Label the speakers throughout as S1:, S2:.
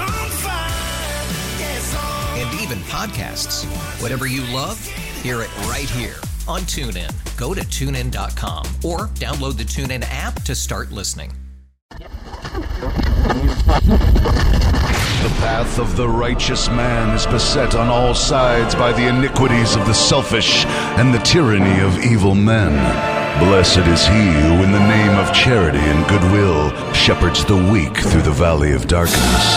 S1: on fire. Yes,
S2: and even podcasts. Whatever you love, hear it right here on TuneIn. Go to tunein.com or download the TuneIn app to start listening.
S3: The path of the righteous man is beset on all sides by the iniquities of the selfish and the tyranny of evil men. Blessed is he who, in the name of charity and goodwill, shepherds the weak through the valley of darkness.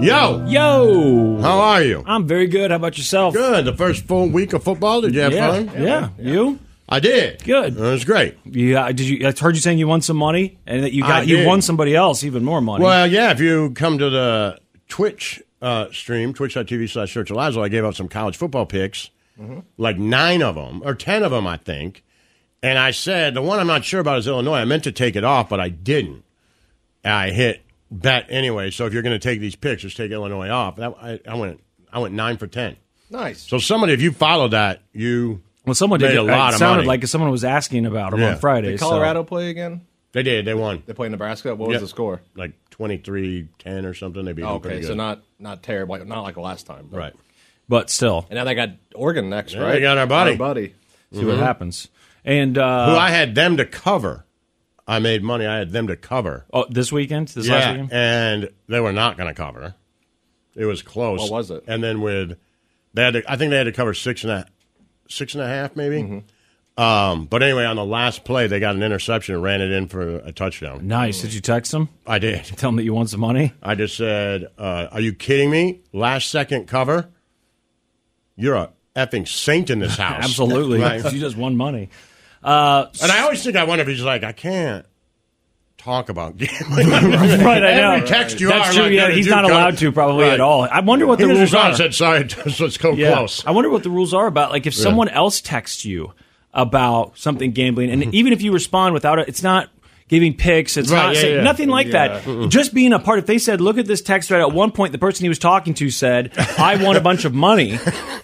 S4: Yo,
S5: Yo!
S4: how are you?
S5: I'm very good. How about yourself?
S4: Good. The first full week of football. Did you have
S5: Yeah,
S4: fun?
S5: yeah. You?
S4: I did.
S5: Good.
S4: It was great.
S5: Yeah. Did you? I heard you saying you won some money, and that you
S4: I
S5: got you
S4: did.
S5: won somebody else even more money.
S4: Well, yeah. If you come to the Twitch uh, stream, twitch.tv slash Search Eliza, I gave out some college football picks, like nine of them or ten of them, I think. And I said the one I'm not sure about is Illinois. I meant to take it off, but I didn't. I hit bet anyway. So if you're going to take these picks, just take Illinois off. That, I, I went. I went nine for ten.
S6: Nice.
S4: So somebody, if you followed that, you
S5: Well, someone
S4: made
S5: did
S4: a lot
S5: It
S4: of
S5: sounded
S4: money.
S5: like someone was asking about him
S4: Yeah.
S5: on Friday.
S6: Did
S5: so-
S6: Colorado play again?
S4: they did. They won.
S6: They play Nebraska. What was
S4: Yeah.
S6: the score?
S4: like 23 10 or something. They beat
S6: Oh,
S4: them pretty
S6: okay,
S4: good.
S6: so not not terrible, like- not like last time. but-
S4: right.
S5: but still,
S6: And now they got Oregon next,
S4: Yeah,
S6: right?
S4: they got our buddy. Mm-hmm.
S6: buddy.
S5: see what happens. And
S4: Who
S5: uh,
S4: I had them to cover. I made money. I had them to cover.
S5: oh, this weekend, this last
S4: yeah,
S5: weekend,
S4: and they were not going to cover. It was close.
S6: What was it?
S4: And then with they had to, I think they had to cover six and a six and a half maybe.
S6: Mm-hmm.
S4: Um, but anyway, on the last play, they got an interception and ran it in for a touchdown.
S5: nice. Did you text him?
S4: I did.
S5: Tell him that you won some money.
S4: I just said, uh, "Are you kidding me? Last second cover. You're a effing saint in this house.
S5: Absolutely.
S4: Right. Uh,
S5: You just uh, won money.
S4: And I always think I wonder if he's like, I can't talk about gambling.
S5: Right. I know.
S4: Every text you
S5: That's
S4: are,
S5: true.
S4: like,
S5: yeah,
S4: did
S5: he's
S4: you
S5: not
S4: come-
S5: allowed to probably
S4: Right.
S5: at all. I wonder what
S4: He
S5: the rules
S4: just responded
S5: are.
S4: and said, sorry, let's go close.
S5: I wonder what the rules are about. Like if someone else texts you about something gambling, and even if you respond without it, it's not giving picks. It's
S4: Right,
S5: not
S4: yeah,
S5: saying,
S4: yeah.
S5: nothing like that. Just being a part. If they said, "Look at this text thread," at one point the person he was talking to said, "I won a bunch of money."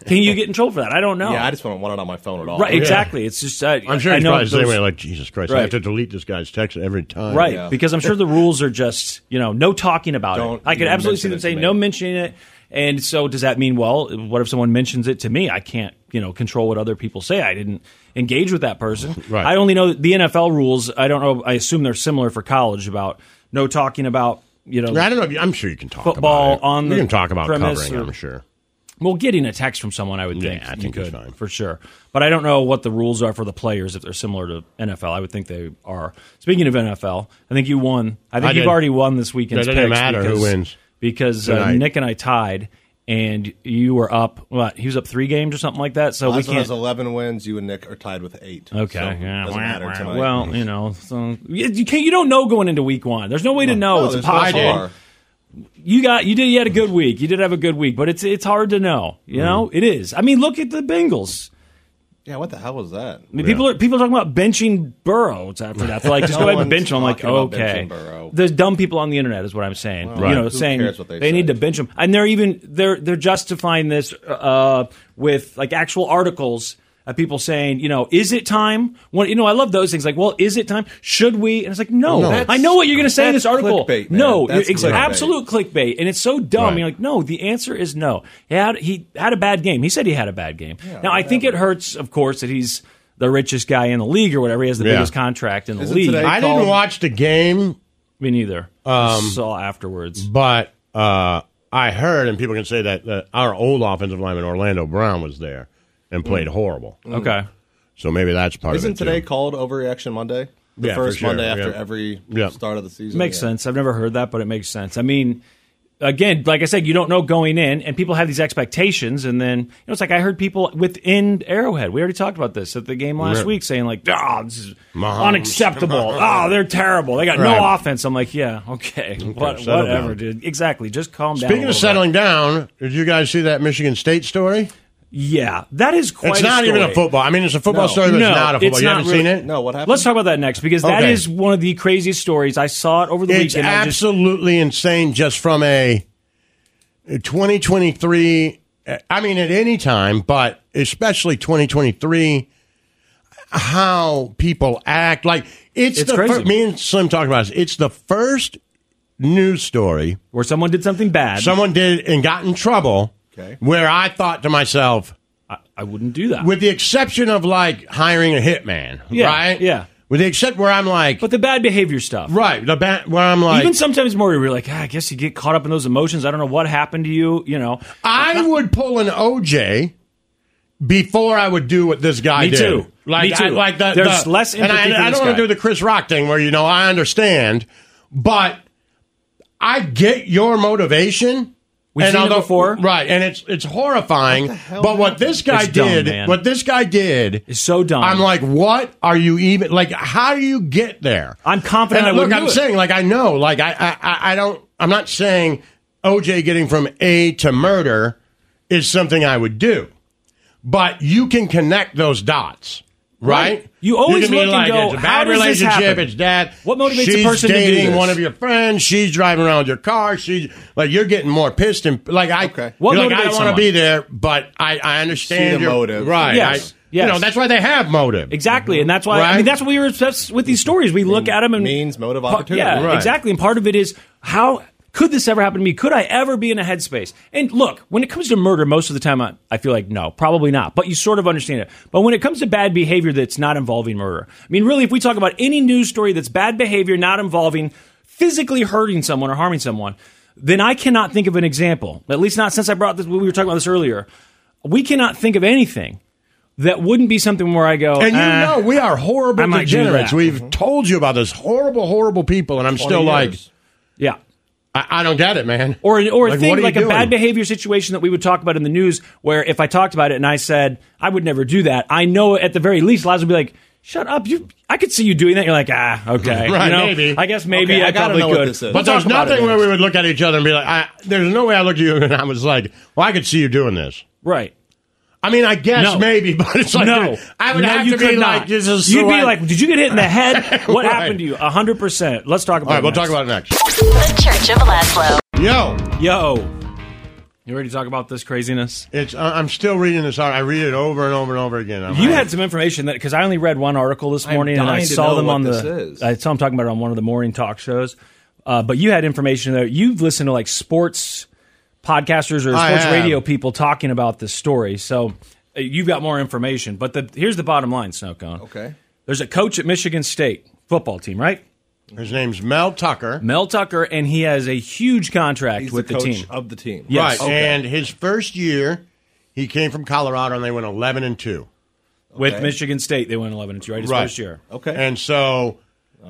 S5: Can you get in trouble for that? I don't know.
S6: Yeah, I just wouldn't want it on my phone at all.
S5: right. Exactly. It's just. uh, I,
S4: I'm sure
S5: I
S4: he's
S5: know
S4: probably the same
S5: those-
S4: way, like, Jesus Christ, I
S5: Right.
S4: have to delete this guy's text every time.
S5: Right,
S6: Yeah.
S5: because I'm sure the rules are just you know no talking about
S6: Don't
S5: it. I could
S6: even
S5: absolutely see
S6: mention
S5: them
S6: it
S5: saying
S6: to
S5: no
S6: me.
S5: mentioning it. And so does that mean well, what if someone mentions it to me? I can't you know control what other people say. I didn't engage with that person.
S4: Right.
S5: I only know the NFL rules. I don't know. I assume they're similar for college about no talking about you know.
S4: I don't know. If you, I'm sure you can talk
S5: Football
S4: about it.
S5: on
S4: You
S5: the
S4: can talk about
S5: premise
S4: covering,
S5: or-
S4: I'm sure.
S5: Well, getting a text from someone, I would
S4: Yeah,
S5: think
S4: I
S5: you
S4: think it's
S5: could
S4: fine.
S5: for sure. But I don't know what the rules are for the players if they're similar to NFL. I would think they are. Speaking of NFL, I think you won. I think
S4: I
S5: you've
S4: did.
S5: already won this weekend's.
S4: It doesn't
S5: picks
S4: matter who
S5: because,
S4: wins
S5: because uh,
S4: tonight.
S5: Nick and I tied, and you were up. What he was up three games or something like that. So
S6: Last
S5: we
S6: one
S5: can't.
S6: has 11 wins. You and Nick are tied with eight.
S5: Okay.
S6: So
S5: yeah.
S6: doesn't
S5: wah,
S6: matter
S5: wah.
S6: tonight.
S5: Well, you know, so you you can't. You don't know going into week one. There's no way to know.
S6: No,
S5: it's
S6: there's no
S5: impossible
S6: far.
S5: you got you did you had a good
S6: Mm.
S5: week. You did have a good week, but it's it's hard to know. You know, it is. I mean, look at the Bengals.
S6: Yeah, what the hell was that?
S5: I mean, people are people are talking about benching Burrow after that. They're like, just
S6: No
S5: go ahead and
S6: one's
S5: bench him. I'm like,
S6: talking about
S5: okay.
S6: benching Burrow.
S5: There's dumb people on the internet, is what I'm saying.
S6: Right.
S5: You know,
S6: who
S5: saying
S6: cares what they say?
S5: need to bench him, and they're even they're they're justifying this uh, with like actual articles of people saying, you know, is it time? When, you know, I love those things. Like, well, is it time? Should we? And it's like, no.
S6: That's-
S5: I know what you're going to say in
S6: that's
S5: this article.
S6: clickbait, man.
S5: no,
S6: That's
S5: it's
S6: clickbait.
S5: absolute clickbait, and it's so dumb.
S4: Right.
S5: You're like, no, the answer is no. He had he had a bad game. He said he had a bad game. now I think it hurts, of course, that he's the richest guy in the league or whatever. He has the
S4: Yeah.
S5: biggest contract in the
S6: Is it
S5: league.
S6: today?
S5: I,
S4: I didn't
S6: called-
S4: watch the game, Um,
S5: me neither. I saw afterwards.
S4: but uh, I heard, and people can say that, that our old offensive lineman Orlando Brown was there and played horrible.
S5: Mm. Okay.
S4: So maybe that's part
S6: Isn't
S4: of it.
S6: today
S4: too.
S6: called Overreaction Monday? The
S4: Yeah, for
S6: first
S4: sure,
S6: Monday after
S4: yeah.
S6: every
S4: Yeah.
S6: start of the season.
S5: Makes
S6: Yeah.
S5: sense. I've never heard that, but it makes sense. I mean, again, like I said, you don't know going in, and people have these expectations, and then you know, it's like I heard people within Arrowhead. We already talked about this at the game last
S4: Right.
S5: week, saying like, "Ah, this is
S4: Mahomes.
S5: unacceptable. Oh, they're terrible. They got no
S4: Right.
S5: offense." I'm like, "Yeah, okay, what,
S4: settle
S5: whatever,
S4: down.
S5: dude. Exactly. Just calm down." a
S4: Speaking of
S5: little
S4: settling down, did you guys see that Michigan State story?
S5: bit. yeah, that is quite.
S4: it's
S5: a
S4: not even
S5: story.
S4: a football. I mean, it's a football
S6: No.
S4: story, but
S5: No,
S4: it's not a football.
S5: it's
S4: you
S5: not
S4: haven't
S5: really-
S4: seen it?
S6: No, what happened?
S5: Let's talk about that next because that
S4: Okay.
S5: is one of the craziest stories. I saw it over the
S4: It's
S5: weekend. I just-
S4: absolutely insane just from a 2023 I mean at any time but especially 2023 how people act like it's,
S5: It's
S4: the
S5: crazy.
S4: fir- me and Slim talked about this it's the first news story
S5: where someone did something bad.
S4: someone did and got in trouble
S6: Okay.
S4: where I thought to myself
S5: I, I wouldn't do that.
S4: with the exception of like hiring a hitman
S5: Yeah,
S4: right
S5: yeah.
S4: with the except where I'm like
S5: but the bad behavior stuff.
S4: right the bat where I'm like
S5: Even sometimes, Maury, we're like, ah, I guess you get caught up in those emotions. I don't know what happened to you. You know,
S4: I would pull an OJ before I would do what this guy
S5: Me
S4: did.
S5: too.
S4: Like,
S5: Me too.
S4: I, like the,
S5: There's
S4: the-
S5: less
S4: and I,
S5: empathy for
S4: I
S5: this
S4: don't want
S5: guy.
S4: to do the Chris Rock thing where you know I understand, but I get your motivation.
S5: We've seen it before.
S4: right? And it's it's horrifying. but what this guy
S5: It's dumb,
S4: did,
S5: man.
S4: what this guy did,
S5: It's so dumb.
S4: I'm like, what are you even like? How do you get there?
S5: I'm confident
S4: And
S5: I
S4: look,
S5: wouldn't
S4: I'm
S5: do it.
S4: saying like I know, like I, I, I- I don't. I'm not saying OJ getting from A to murder is something I would do, but you can connect those dots, right?
S5: Right. You always
S4: can be
S5: look and
S4: like,
S5: go,
S4: it's a
S5: how
S4: bad
S5: does this
S4: relationship.
S5: happen?
S4: It's that.
S5: What motivates a
S4: she's
S5: person to do
S4: dating
S5: this?
S4: one of your friends? She's driving around with your car. She's like you're getting more pissed and like I.
S6: Okay.
S5: What
S4: you're like,
S5: motivates
S4: I want
S5: someone?
S4: to be there, but I, I understand
S6: the
S4: your
S6: motive.
S4: right?
S5: Yes.
S4: I-
S5: Yes.
S4: You know that's why they have motive.
S5: exactly, and that's why I
S4: Right.
S5: mean that's what we were obsessed with these stories. We look at them and
S6: means, motive,
S5: Pa-
S6: opportunity.
S5: Yeah,
S4: Right.
S5: exactly. And part of it is how could this ever happen to me? Could I ever be in a headspace? And look, when it comes to murder, most of the time I, I feel like no, probably not. But you sort of understand it. But when it comes to bad behavior that's not involving murder, I mean, really, if we talk about any news story that's bad behavior not involving physically hurting someone or harming someone, then I cannot think of an example. At least not since I brought this. We were talking about this earlier. We cannot think of anything that wouldn't be something where I go.
S4: And you
S5: "Eh,
S4: know we are
S5: I
S4: horrible
S5: might do
S4: degenerates.
S5: that.
S6: Mm-hmm.
S4: We've told you about this horrible, horrible people, and I'm still like,
S5: yeah.
S4: I, I don't get it, man.
S5: Or or
S4: Like,
S5: a thing
S4: what are you
S5: like a
S4: doing?
S5: bad behavior situation that we would talk about in the news, where if I talked about it and I said I would never do that, I know at the very least, Laz would be like, "Shut up! You, I could see you doing that." You're like, "Ah, okay,
S4: Right,
S5: you know,
S4: maybe.
S5: I guess maybe
S6: Okay,
S5: I,
S6: I gotta
S5: probably
S6: know
S5: could."
S6: what this is.
S4: But
S6: We'll
S4: there's nothing where we would look at each other and be like, I, "There's no way I looked at you and I was like, well, I could see you doing this."
S5: right.
S4: I mean, I guess
S5: No.
S4: maybe, but it's like,
S5: no,
S4: dude, I would
S5: no,
S4: have
S5: you
S4: to
S5: could
S4: be
S5: not.
S4: like, "This is
S5: You'd
S4: so
S5: be
S4: I-
S5: like, "Did you get hit in the head? What
S4: Right.
S5: happened to you?" hundred percent. Let's talk about.
S4: All right,
S5: it
S4: we'll
S5: next.
S4: talk about it next.
S7: The Church of Laszlo.
S4: Yo,
S5: Yo, you ready to talk about this craziness?
S4: it's I- I'm still reading this. article. I read it over and over and over again. I'm
S5: You
S4: like,
S5: had some information that because I only read one article this
S6: I'm
S5: morning and I
S6: dying to
S5: saw
S6: know
S5: them
S6: what
S5: on
S6: this
S5: the
S6: is.
S5: I saw them talking about it on one of the morning talk shows. Uh, but you had information that you've listened to like sports podcasters or
S4: I
S5: sports
S4: have.
S5: radio people talking about this story, so uh, you've got more information. But the here's the bottom line, Snow Cone.
S6: Okay.
S5: there's a coach at Michigan State football team, right?
S4: his name's Mel Tucker.
S5: Mel Tucker, and he has a huge contract
S6: He's
S5: with
S6: the
S5: the,
S6: coach
S5: team.
S6: of the team.
S5: Yes.
S4: Right.
S5: Okay.
S4: And his first year, he came from Colorado and they went 11 and 2.
S5: With
S6: Okay.
S5: Michigan State, they won 11 2, right? His first year.
S6: Okay.
S4: And so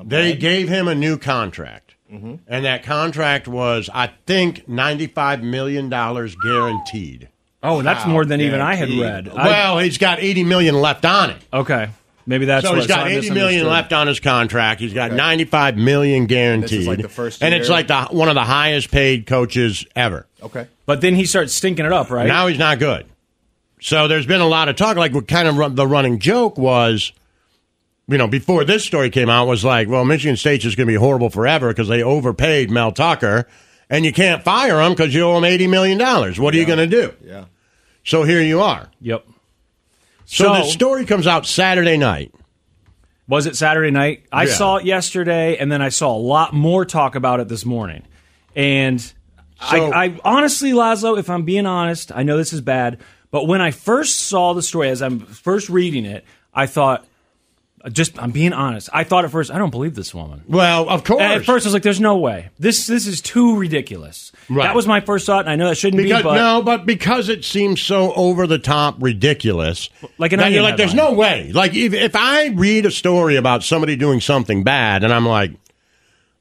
S4: they gave him a new contract.
S6: Mm-hmm.
S5: Mm-hmm.
S4: And that contract was, I think, $95 million guaranteed.
S5: Oh, that's more than even I had
S6: guaranteed.
S5: read. I-
S4: well, he's got 80 million left on it.
S5: okay. Maybe that's
S4: So
S5: what
S4: he's got
S5: I
S4: 80 million
S5: misunderstood.
S4: left on his contract. He's got 95 million guaranteed.
S6: like the first
S4: And it's
S6: year.
S4: like the, one of the highest paid coaches ever.
S6: okay.
S5: But then he starts stinking it up, right?
S4: Now he's not good. So there's been a lot of talk. Like, what kind of run, the running joke was, you know, before this story came out, was like, well, Michigan State's just going to be horrible forever because they overpaid Mel Tucker, and you can't fire him because you owe him eighty million dollars. What are you going to do?
S6: Yeah.
S4: So here you are.
S5: Yep.
S4: So,
S5: So-
S4: the story comes out Saturday night.
S5: Was it Saturday night? I
S4: Yeah.
S5: saw it yesterday, and then I saw a lot more talk about it this morning. And
S4: So-
S5: I, I honestly, Laszlo, if I'm being honest, I know this is bad, but when I first saw the story, as I'm first reading it, I thought, just I'm being honest. I thought at first, I don't believe this woman.
S4: Well, of course.
S5: At first, I was like, "There's no way. This this is too ridiculous."
S4: Right.
S5: That was my first thought, and I know that shouldn't be.
S4: Because
S5: But
S4: no, but because it seems so over the top, ridiculous.
S5: Like an
S4: that you're
S5: onion
S4: like, there's no
S5: headline.
S4: way. Like if if I read a story about somebody doing something bad, and I'm like,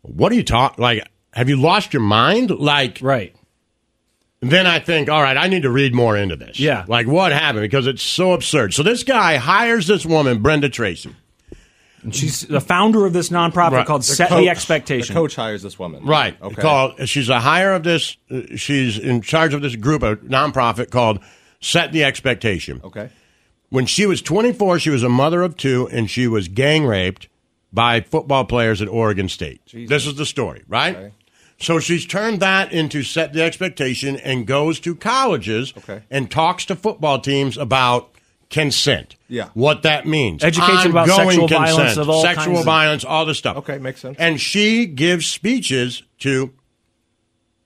S4: what are you talking? Like, have you lost your mind? Like,
S5: right.
S4: then I think, all right, I need to read more into this.
S5: Yeah.
S4: like what happened because it's so absurd. So this guy hires this woman, Brenda Tracy.
S5: And she's the founder of this nonprofit
S4: Right.
S5: called
S4: The
S5: Set
S6: coach-
S5: the Expectation.
S6: The coach hires this woman.
S4: Right.
S6: Okay.
S4: Called, she's a hire of this. uh, She's in charge of this group, a nonprofit called Set the Expectation.
S6: Okay.
S4: When she was 24, she was a mother of two, and she was gang raped by football players at Oregon State. This is the story, right?
S6: Okay.
S4: So she's turned that into set the expectation and goes to colleges
S6: Okay.
S4: and talks to football teams about consent.
S6: Yeah.
S4: What that means.
S5: Education about
S4: Ongoing
S5: sexual
S4: consent,
S5: violence of all
S4: sexual
S5: kinds of-
S4: violence, all this stuff.
S6: Okay, makes sense.
S4: And she gives speeches to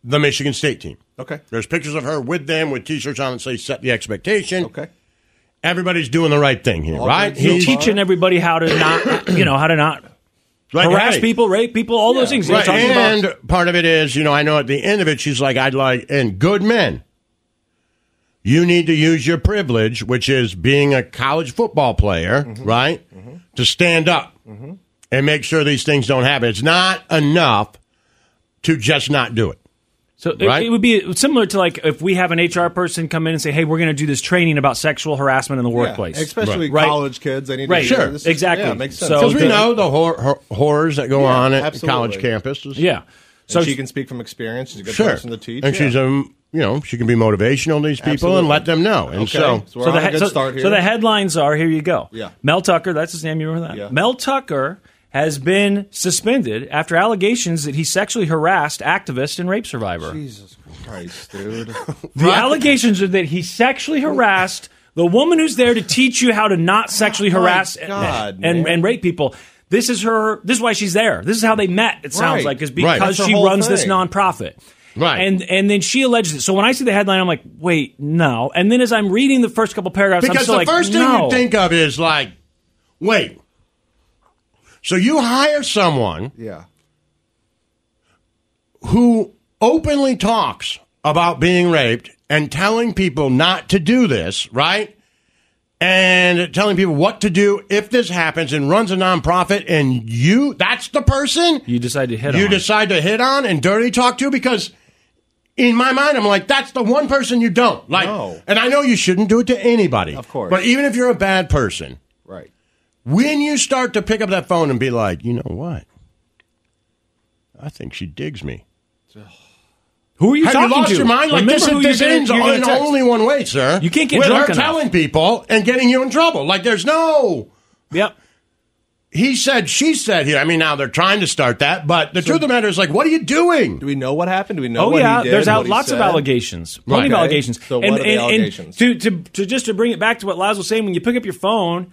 S4: the Michigan State team.
S6: Okay.
S4: There's pictures of her with them with t-shirts on that say set the expectation
S6: Okay.
S4: everybody's doing the right thing here,
S6: All
S4: right?
S6: things
S4: He's-
S6: so far.
S5: teaching everybody how to not, you know, how to not
S4: Like,
S5: harass
S4: right.
S5: people, rape people, all those things.
S4: Right.
S5: You're talking
S4: And
S5: about.
S4: part of it is, you know, I know at the end of it, she's like, I'd like, and good men, you need to use your privilege, which is being a college football player,
S6: Mm-hmm.
S4: right? To stand up and make sure these things don't happen. It's not enough to just not do it.
S5: So it,
S4: right?
S5: it would be similar to like if we have an HR person come in and say, "Hey, we're going to do this training about sexual harassment in the
S6: Yeah,
S5: workplace."
S6: Especially
S5: Right.
S6: college kids. They need
S5: Right.
S6: to
S5: Sure.
S6: This is-
S5: Exactly.
S6: Yeah, makes sense.
S5: So
S4: Because we
S5: the-
S4: know the hor- hor- horrors that go
S6: Yeah,
S4: on at
S6: absolutely.
S4: college campuses.
S5: Yeah. So
S6: and she can speak from experience. She's a good
S4: sure.
S6: person to teach.
S4: and
S6: yeah.
S4: she's a, you know, she can be motivational to these people
S6: Absolutely.
S4: and let them know. And
S6: Okay.
S4: so,
S6: So we're on
S5: the
S6: a
S5: he-
S6: good
S5: so-
S6: start here.
S5: so the headlines are here you go.
S6: Yeah.
S5: Mel Tucker, that's his name, you remember that?
S6: Yeah.
S5: Mel Tucker has been suspended after allegations that he sexually harassed activist and rape survivor.
S6: Jesus Christ, dude.
S5: The allegations are that he sexually harassed the woman who's there to teach you how to not sexually
S6: Oh my
S5: harass and-
S6: God,
S5: and, and
S6: man.
S5: rape people. This is her. This is why she's there. This is how they met. It sounds
S6: Right.
S5: like is
S4: Right.
S5: because
S6: That's her
S5: she
S6: whole
S5: runs this
S6: thing.
S5: nonprofit.
S4: Right.
S5: And and then she alleges it. So when I see the headline, I'm like, wait, no. And then as I'm reading the first couple paragraphs, I'm
S4: Because
S5: still
S4: the
S5: like,
S4: first thing
S5: no.
S4: you think of is like, wait. So you hire someone
S6: yeah.
S4: who openly talks about being raped and telling people not to do this, right? And telling people what to do if this happens and runs a nonprofit and you that's the person
S5: you decide to hit
S4: you
S5: on.
S4: decide to hit on and dirty talk to because in my mind I'm like that's the one person you don't like
S6: No.
S4: and I know you shouldn't do it to anybody
S6: Of course.
S4: but even if you're a bad person
S6: Right.
S4: when you start to pick up that phone and be like you know what I think she digs me
S5: who are you
S4: have you
S5: talking
S4: lost
S5: to?
S4: your mind like
S5: Remember
S4: this,
S5: who
S4: this
S5: you're gonna-
S4: ends
S5: you're gonna
S4: in
S5: text.
S4: only one way sir
S5: You can't get
S4: with
S5: drunk
S4: her
S5: enough.
S4: telling people and getting you in trouble like there's no
S5: Yep.
S4: he said she said here I mean now they're trying to start that but the truth of the matter is like what are you doing
S6: Do we know what happened? Do we know?
S5: Oh
S6: what
S5: yeah,
S6: he did,
S5: there's
S6: what
S5: out
S6: he
S5: lots of
S6: said?
S5: allegations, plenty of
S6: Okay.
S5: allegations.
S6: So what are the allegations?
S5: to, to to just to bring it back to what Laz was saying, when you pick up your phone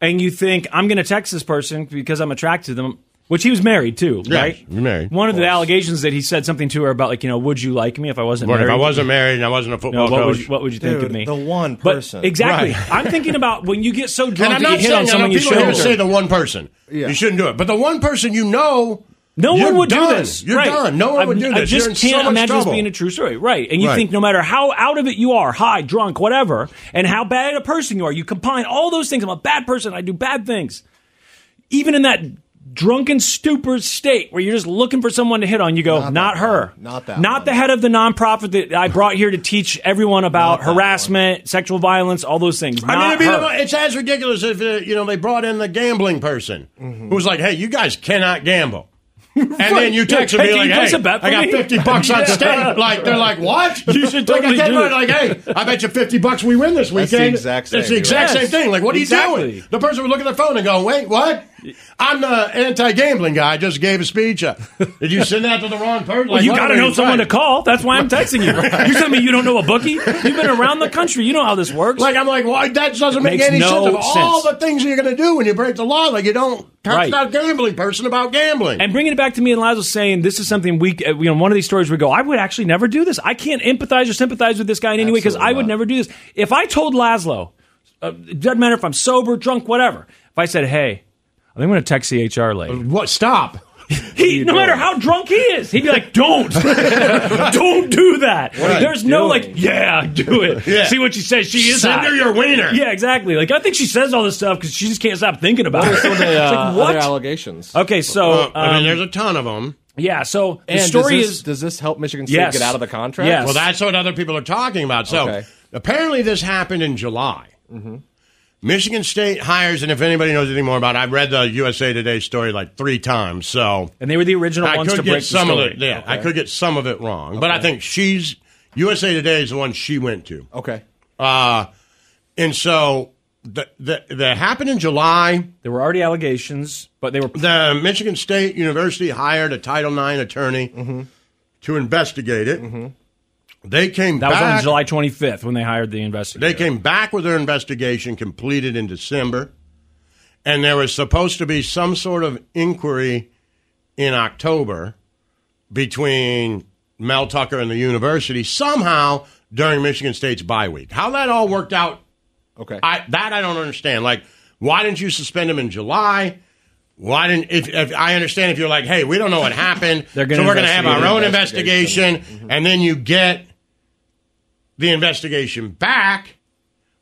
S5: and you think I'm going to text this person because I'm attracted to them, which he was married too,
S4: Yes,
S5: right?
S4: he was married.
S5: One of, the allegations that he said something to her about like you know, would you like me if I wasn't
S4: What if
S5: married?
S4: I wasn't married and I wasn't a
S5: You
S4: football
S5: know, what,
S4: coach
S5: would you, what would you think of
S6: Dude,
S5: me?
S6: the one
S5: But-
S6: person.
S5: exactly.
S4: Right.
S5: I'm thinking about when you get so drunk
S4: And
S5: that
S4: I'm
S5: you
S4: not
S5: hit
S4: saying
S5: on
S4: I know
S5: someone you
S4: people here
S5: shouldn't.
S4: to say the one person. You shouldn't do it. But the one person you know.
S5: No
S4: you're
S5: one would
S4: done.
S5: do this.
S4: You're
S5: right.
S4: done. No one
S5: I,
S4: would do this.
S5: I just
S4: You're in so
S5: can't
S4: much
S5: imagine
S4: trouble.
S5: this being a true story. Right. And you
S4: Right.
S5: think no matter how out of it you are, high, drunk, whatever, and how bad a person you are, you combine all those things. I'm a bad person. I do bad things. Even in that drunken stupor state where you're just looking for someone to hit on, you go, not,
S6: that
S5: her.
S6: one. Not that
S5: Not
S6: one."
S5: the head of the nonprofit that I brought here to teach everyone about
S6: Not that
S5: harassment, sexual violence, all those things.
S4: I
S5: Not
S4: mean, it'd be
S5: her.
S4: the, mo- it's as ridiculous if uh, you know they brought in the gambling person who was like, "Hey, you guys cannot gamble." and then you text
S5: Yeah,
S4: me
S5: hey, can
S4: like,
S5: you place
S4: "Hey,
S5: a bet for
S4: I got
S5: me?"
S4: fifty bucks on
S5: Yeah.
S4: stake." Like they're like, "What?"
S5: You should
S4: like,
S5: totally
S4: I
S5: do
S4: right,
S5: it.
S4: like, "Hey, I bet you fifty bucks we win this
S6: That's
S4: weekend."
S6: the exact
S4: It's the
S6: same,
S4: exact
S5: right?
S4: same thing. Like, what are you
S5: Exactly.
S4: doing? The person would look at their phone and go, "Wait, what?" I'm the anti-gambling guy. I just gave a speech. Uh, Did you send that to the wrong person?
S5: Well,
S4: Like,
S5: you
S4: what
S5: got
S4: are
S5: to
S4: we
S5: know someone to
S4: trying-
S5: call. That's why I'm texting you. You tell me you don't know a bookie. You've been around the country. You know how this works.
S4: Like I'm like, why that doesn't
S5: It
S4: make
S5: makes
S4: any sense.
S5: no
S4: Of all
S5: sense.
S4: the things you're going to do when you break the law, like you don't text
S5: Right.
S4: out gambling person about gambling.
S5: And bringing it back to me and Lazo saying this is something we, uh, you know, one of these stories we go, I would actually never do this. I can't empathize or sympathize with this guy in any way because I would never do this. If I told Laszlo, uh, it doesn't matter if I'm sober, drunk, whatever, if I said, hey, I think I'm going to text the HR lady.
S4: what? Stop.
S5: He, no matter how drunk he is, he'd be like, don't, don't do that.
S4: are
S5: There's
S4: you
S5: no
S4: doing?
S5: like, yeah, do it.
S4: Yeah.
S5: See what she says. She is
S4: Send
S5: hot.
S4: her your wiener.
S5: Yeah, exactly. Like I think she says all this stuff because she just can't stop thinking about
S6: What are
S5: it.
S6: some of the
S5: It's
S6: uh,
S5: like,
S6: other
S5: what?
S6: allegations?
S5: Okay, so
S4: Well, I mean,
S5: um,
S4: there's a ton of them.
S5: yeah, so the
S6: And
S5: story
S6: does this,
S5: is
S6: does this help Michigan State
S5: Yes.
S6: get out of the contract?
S5: Yes.
S4: Well, that's what other people are talking about. So
S6: Okay.
S4: apparently, this happened in July.
S6: Mm-hmm.
S4: Michigan State hires, and if anybody knows anything more about it, I've read the USA Today story like three times, so
S5: and they were the original
S4: I
S5: ones
S4: could
S5: to
S4: get
S5: break
S4: some
S5: the story.
S4: of it. Yeah, I could get some of it wrong, but I think she's USA Today is the one she went to.
S6: Okay.
S4: Uh, and so the, the, that happened in July.
S5: There were already allegations, but they were
S4: The Michigan State University hired a Title IX attorney
S5: Mm-hmm.
S4: to investigate it. They came
S5: that was
S4: back.
S5: on July 25th when they hired the
S4: They
S5: investigator.
S4: came back with their investigation completed in December, and there was supposed to be some sort of inquiry in October between Mel Tucker and the university somehow during Michigan State's bye week. How that all worked out,
S6: Okay.
S4: I, that I don't understand. Like, why didn't you suspend him in July? Why didn't if, if I understand if you're like, hey, we don't know what happened, so
S5: They're
S4: we're
S5: gonna
S4: going to have our
S5: investigate Mm-hmm.
S4: own
S6: the
S4: investigation,
S6: investigation.
S4: and then you get the investigation back.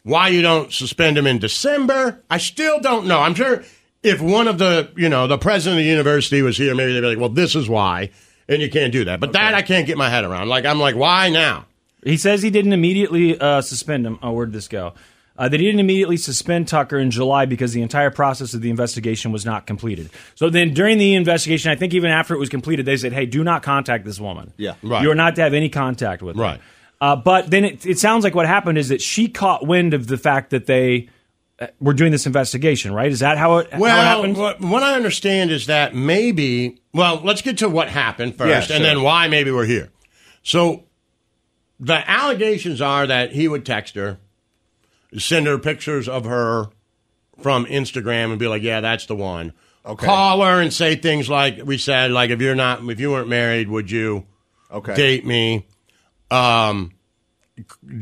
S4: Why you don't suspend him in December? I still don't know. I'm sure if one of the you know the president of the university was here, maybe they'd be like, well, this is why, and you can't do that. But that I can't get my head around. Like I'm like, why now?
S5: He says he didn't immediately uh, suspend him. Oh, where'd this go? Uh, that he didn't immediately suspend Tucker in July because the entire process of the investigation was not completed. So then during the investigation, I think even after it was completed, they said, hey, do not contact this woman.
S6: Yeah.
S4: Right.
S5: You are not to have any contact with her.
S4: Right.
S5: Uh, but then it, it sounds like what happened is that she caught wind of the fact that they uh, were doing this investigation, right? Is that how it, how it
S4: Well,
S5: happened?
S4: what, what I understand is that maybe. Well, let's get to what happened first,
S6: Yeah,
S4: and
S6: sure.
S4: then why maybe we're here. So, the allegations are that he would text her, send her pictures of her from Instagram, and be like, "Yeah, that's the one."
S6: Okay.
S4: Call her and say things like we said, like if you're not, if you weren't married, would you
S6: Okay.
S4: date me? Um,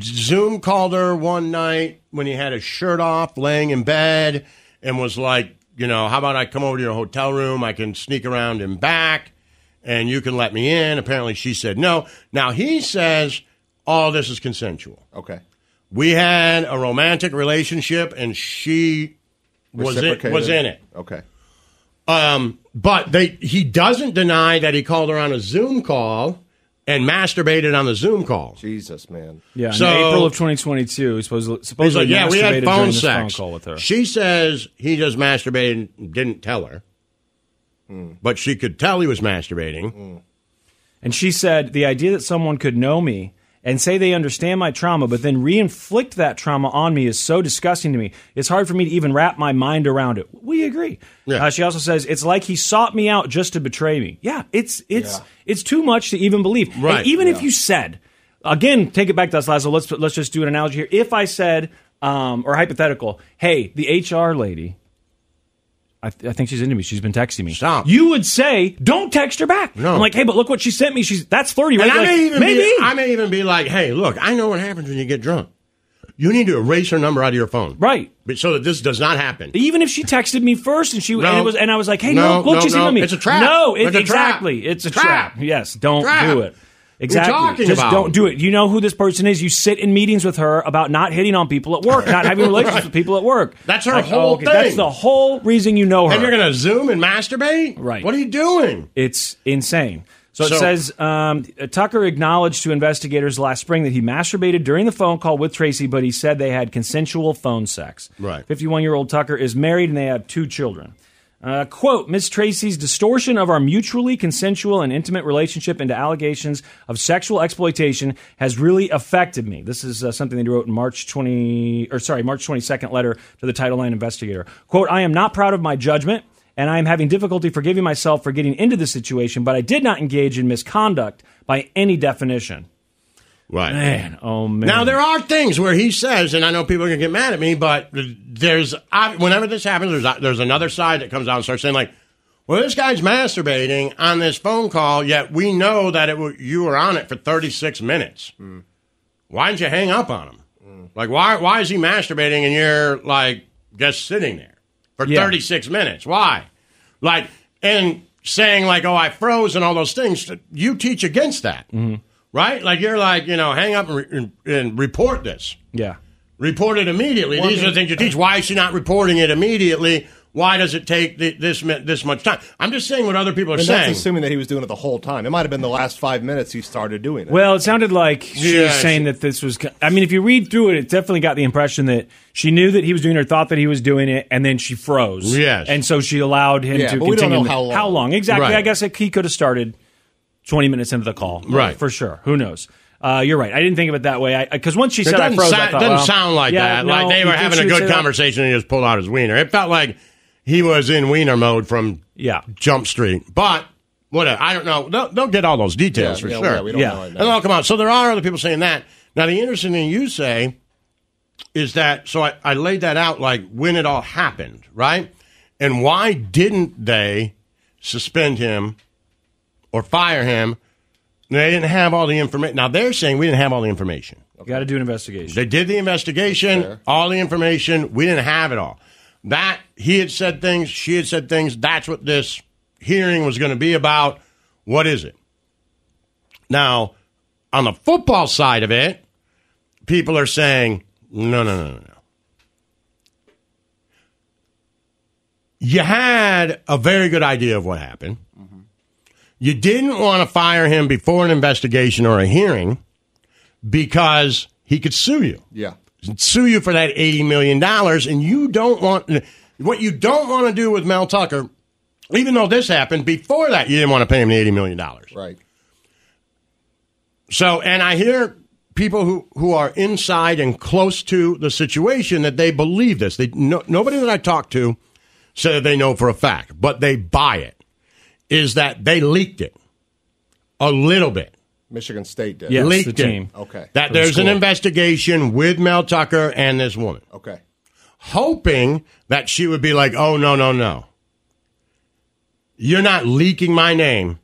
S4: Zoom called her one night when he had his shirt off, laying in bed, and was like, you know, how about I come over to your hotel room? I can sneak around and back, and you can let me in. Apparently, she said no. Now he says all this is consensual.
S6: Okay.
S4: We had a romantic relationship, and she was in,
S6: Reciprocated.
S4: was in it.
S6: Okay.
S4: Um, but they he doesn't deny that he called her on a Zoom call and masturbated on the Zoom call.
S6: Jesus, man.
S5: Yeah,
S4: So-
S5: in April of 2022, he supposedly,
S4: He's
S5: supposedly
S4: like, yeah, we
S5: masturbated
S4: had
S5: during
S4: phone
S5: this phone
S4: sex.
S5: call with her.
S4: She says he just masturbated and didn't tell her.
S6: Hmm.
S4: But she could tell he was masturbating.
S5: Mm. And she said, the idea that someone could know me and say they understand my trauma, but then re-inflict that trauma on me is so disgusting to me. It's hard for me to even wrap my mind around it. We agree.
S4: Yeah.
S5: Uh, she also says, it's like he sought me out just to betray me. Yeah, it's it's it's too much to even believe. And
S4: Right.
S5: even if you said, again, take it back to us, Lazo. Let's let's just do an analogy here. If I said, um, or hypothetical, hey, the HR lady. I, th- I think she's into me. She's been texting me.
S4: Stop.
S5: You would say, "Don't text her back."
S4: No.
S5: I'm like, "Hey, but look what she sent me. She's that's flirty, right?"
S4: And I
S5: Like,
S4: may even
S5: maybe.
S4: Be, I may even be like, hey, look, I know what happens when you get drunk. You need to erase her number out of your phone.
S5: Right.
S4: But so that this does not happen.
S5: even if she texted me first and she and
S4: No.
S5: it was and I was like, "Hey,
S4: No,
S5: no, look,
S4: no,
S5: she's
S4: no.
S5: into me."
S4: It's a trap.
S5: No, it-
S4: It's a trap.
S5: exactly. It's a
S4: Trap.
S5: trap. Yes, don't
S4: Trap.
S5: do it.
S4: We're
S5: Exactly.
S4: talking
S5: Just
S4: about.
S5: don't do it. You know who this person is. You sit in meetings with her about not hitting on people at work, not having relationships with people at work.
S4: That's her
S5: Like, oh,
S4: whole
S5: okay, That's
S4: thing.
S5: the whole reason you know her.
S4: And you're going to Zoom and masturbate?
S5: Right.
S4: What are you doing?
S5: It's insane. So it
S4: So-
S5: says um, Tucker acknowledged to investigators last spring that he masturbated during the phone call with Tracy, but he said they had consensual phone sex.
S4: Right.
S5: 51 year old Tucker is married and they have two children. Uh, quote, Ms. Tracy's distortion of our mutually consensual and intimate relationship into allegations of sexual exploitation has really affected me. This is uh, something they wrote in March 20, or sorry, March 22nd letter to the Title IX investigator. Quote, I am not proud of my judgment and I am having difficulty forgiving myself for getting into this situation, but I did not engage in misconduct by any definition.
S4: Right.
S5: Man, oh man.
S4: Now there are things where he says, and I know people are gonna get mad at me, but there's I, whenever this happens, there's there's another side that comes out and starts saying like, "Well, this guy's masturbating on this phone call, yet we know that it wa- you were on it for 36 minutes. Why didn't you hang up on him? Like, why why is he masturbating and you're like just sitting there for 36 minutes? Why? Like, and saying like, "Oh, I froze" and all those things. You teach against that
S5: Mm-hmm.
S4: right? Like you're like, you know, hang up and, re- and, and report this.
S5: Yeah.
S4: Report it immediately.
S5: Well,
S4: These
S5: I
S4: are the things you teach. Why is she not reporting it immediately? Why does it take th- this mi- this much time? I'm just saying what other people are
S6: And
S4: saying.
S6: that's assuming that he was doing it the whole time. It might have been the last five minutes he started doing it.
S5: Well, it sounded like she
S6: Yeah,
S5: was saying that this was. I mean, if you read through it, it definitely got the impression that she knew that he was doing it, or thought that he was doing it, and then she froze.
S4: Yes.
S5: and so she allowed him
S4: Yeah,
S5: to
S4: but
S5: continue.
S4: we don't know how long.
S5: How long exactly?
S4: Right.
S5: I guess it, he could have started twenty minutes into the call.
S4: Right.
S5: for sure. Who knows? Uh, you're right. I didn't think of it that way. Because once she
S4: It
S5: said I
S4: doesn't,
S5: froze,
S4: sou-
S5: I thought,
S4: doesn't
S5: well,
S4: sound like
S5: yeah,
S4: that. like
S5: no,
S4: they
S5: you
S4: were
S5: think
S4: having
S5: she uh,
S4: a
S5: would
S4: good
S5: say that?
S4: conversation and he just pulled out his wiener. It felt like he was in wiener mode from
S5: yeah.
S4: Jump Street. But whatever, I don't know. Don't, don't get all those details
S6: Yeah,
S4: for
S6: yeah,
S4: sure.
S6: yeah, we don't Yeah. know right now.
S4: It'll all come out. So there are other people saying that. Now the interesting thing you say is that so I, I laid that out like when it all happened, right? And why didn't they suspend him or fire him? They didn't have all the information. Now they're saying we didn't have all the information.
S5: Got to do an investigation.
S4: They did the investigation, all the information. We didn't have it all. That he had said things, she had said things. That's what this hearing was going to be about. What is it? Now, on the football side of it, people are saying, no, no, no, no, no. You had a very good idea of what happened. You didn't want to fire him before an investigation or a hearing because he could sue you.
S6: Yeah.
S4: Sue you for that $80 million. And you don't want, what you don't want to do with Mel Tucker, even though this happened before that, you didn't want to pay him the $80 million.
S6: Right.
S4: So, and I hear people who, who are inside and close to the situation that they believe this. They no, nobody that I talk to said that they know for a fact, but they buy it. Is that they leaked it a little bit?
S6: Michigan State did.
S4: leaked it.
S6: Okay.
S4: That there's an investigation with Mel Tucker and this woman,
S6: Okay.
S4: hoping that she would be like, "Oh no, no, no, you're not leaking my name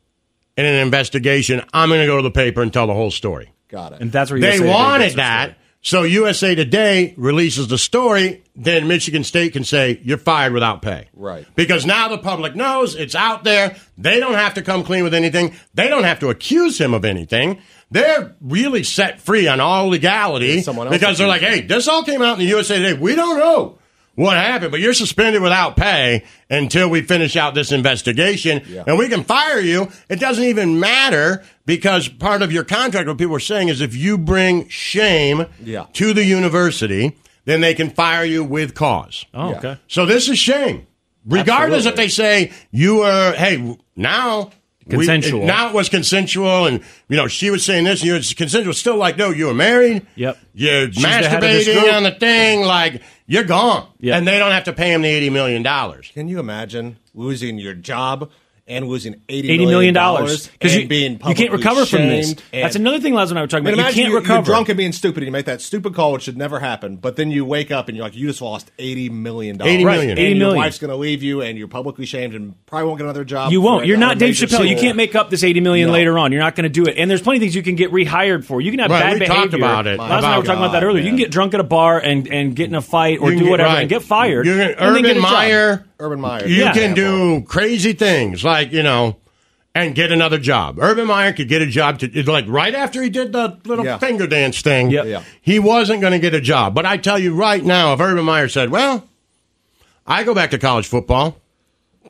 S4: in an investigation. I'm going to go to the paper and tell the whole story."
S6: Got it.
S5: And that's where
S4: they
S5: USA
S4: wanted
S5: gets her
S4: that. So USA Today releases the story, then Michigan State can say you're fired without pay.
S6: Right.
S4: Because now the public knows it's out there. They don't have to come clean with anything. They don't have to accuse him of anything. They're really set free on all legality
S6: someone else
S4: because they're like, hey, this all came out in the USA Today. We don't know what happened, but you're suspended without pay until we finish out this investigation. And we can fire you. It doesn't even matter because part of your contract, what people are saying is if you bring shame
S6: Yeah.
S4: to the university, then they can fire you with cause.
S5: Oh, okay.
S4: So this is shame. Regardless if they say you were, hey, now we-
S5: Consensual.
S4: now it was consensual, and you know she was saying this, and you was consensual. Still, like, no, you were married.
S5: Yep.
S4: You're
S5: the head of this
S4: masturbating
S5: group.
S4: on the thing. Like, you're gone,
S5: Yep.
S4: and they don't have to pay him the eighty million dollars.
S6: Can you imagine losing your job and losing $80
S5: Eighty million dollars
S6: Because
S5: you
S6: being
S5: you can't
S6: publicly
S5: recover from this.
S6: shamed and-
S5: That's another thing, Laz and I were
S6: I
S5: talking
S6: mean,
S5: about. You
S6: imagine
S5: can't
S6: you-
S5: recover.
S6: You're drunk and being stupid, and you make that stupid call, which should never happen. But then you wake up and you're like, you just lost eighty million dollars.
S4: $80 million.
S6: And
S5: $80
S6: Your
S5: million.
S6: wife's going to leave you, and you're publicly shamed, and probably won't get another job.
S5: You
S6: for
S5: won't. You're
S6: another
S5: not Dave
S6: major
S5: Chappelle. You
S6: school.
S5: can't make up this eighty million
S6: No.
S5: later on. You're not going to do it. And there's plenty of things you can get rehired for. You can have
S4: Right,
S5: bad
S4: we
S5: behavior.
S4: talked about it.
S5: Laz and I were
S4: About
S5: talking about that
S6: God,
S5: earlier. You can
S6: man.
S5: get drunk at a bar and, and get in a fight or do
S4: You can get-
S5: whatever
S4: right.
S5: and get fired.
S4: You're gonna,
S5: and then get
S4: Urban
S5: a job.
S4: Meyer.
S6: Urban Meyer.
S4: You
S5: Yeah.
S4: can do crazy things like you know, and get another job. Urban Meyer could get a job to like right after he did the little
S6: Yeah.
S4: finger dance thing.
S5: Yep.
S6: Yeah.
S4: He wasn't going to get a job, but I tell you right now, if Urban Meyer said, "Well, I go back to college football,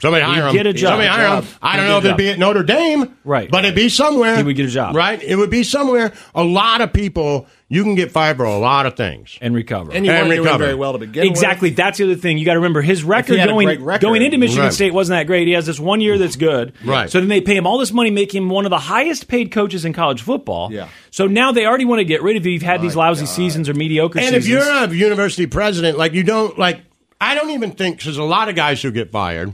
S4: Somebody hire him.
S5: He'd get a job.
S4: Somebody hire him. I don't know if it'd be at Notre Dame,
S5: Right.
S4: But it'd be somewhere.
S5: He would get a job.
S4: right? It would be somewhere. A lot of people, you can get fired for a lot of things.
S5: and recover.
S6: And you
S4: And
S6: weren't doing
S4: recover.
S6: very well to begin
S5: exactly.
S6: with.
S5: That's the other thing. You got to remember his record
S6: he had a
S5: going
S6: great record.
S5: going into Michigan
S4: Right.
S5: State wasn't that great. He has this one year that's good.
S4: Right.
S5: So then they pay him all this money, make him one of the highest paid coaches in college football.
S6: Yeah.
S5: So now they already want to get rid of you. You've had these lousy seasons or mediocre
S4: And
S5: seasons.
S4: if you're a university president, like you don't like, I don't even think 'cause there's a lot of guys who get fired.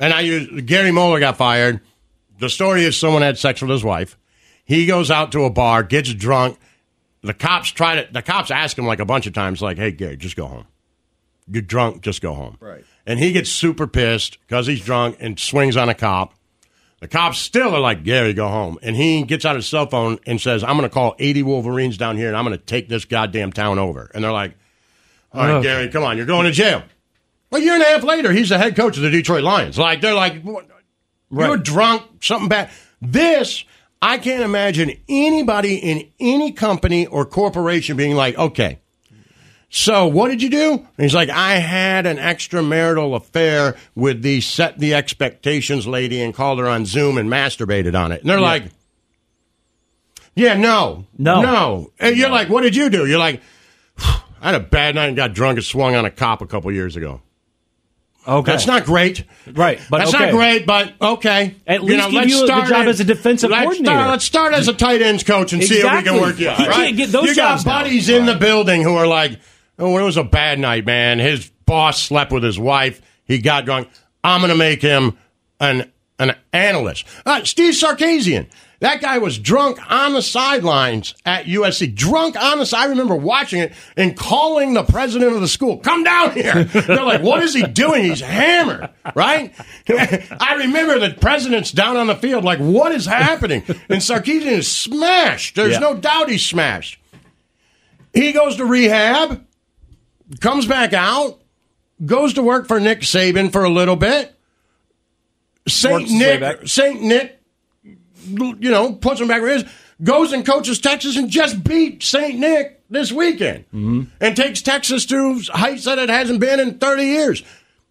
S4: And I use Gary Moeller got fired. The story is someone had sex with his wife. He goes out to a bar, gets drunk. The cops try to. The cops ask him like a bunch of times, like, "Hey, Gary, just go home. You're drunk. Just go home."
S6: Right.
S4: And he gets super pissed because he's drunk and swings on a cop. The cops still are like, Gary, go home. And he gets out his cell phone and says, I'm going to call 80 Wolverines down here and I'm going to take this goddamn town over. And they're like, All right,
S5: Okay.
S4: Gary, come on. You're going to jail. A year and a half later, he's the head coach of the Detroit Lions. Like, they're like, what? you were
S5: Right.
S4: drunk, something bad. This, I can't imagine anybody in any company or corporation being like, okay, so what did you do? And he's like, I had an extramarital affair with the set the expectations lady and called her on Zoom and masturbated on it. And they're like, Yeah, no,
S5: No.
S4: no. And you're like, What did you do? You're like, I had a bad night and got drunk and swung on a cop a couple years ago.
S5: okay.
S4: That's not great.
S5: Right, but
S4: That's
S5: okay.
S4: not great, but okay.
S5: At least give
S4: let's
S5: you the
S4: start
S5: job
S4: in-
S5: as a defensive
S4: let's
S5: coordinator.
S4: Start, let's start as a tight ends coach and see if we
S5: Exactly.
S4: can work you out.
S5: He
S4: right?
S5: can't get those
S4: You
S5: jobs
S4: got
S5: now.
S4: buddies in the building who are like, oh, it was a bad night, man. His boss slept with his wife. He got drunk. I'm going to make him an an analyst. Uh, Steve Sarkisian. That guy was drunk on the sidelines at USC. Drunk on the side. I remember watching it and calling the president of the school, come down here. They're like, what is he doing? He's hammered, right? I remember the president's down on the field, like, what is happening? And Sarkisian is smashed. There's
S5: Yeah.
S4: no doubt he's smashed. He goes to rehab, comes back out, goes to work for Nick Saban for a little bit. Saint
S5: Works his way
S4: Nick,
S5: back.
S4: Saint Nick, you know, puts him back where he is. Goes and coaches Texas and just beat Saint Nick this weekend, and takes Texas to heights that it hasn't been in thirty years.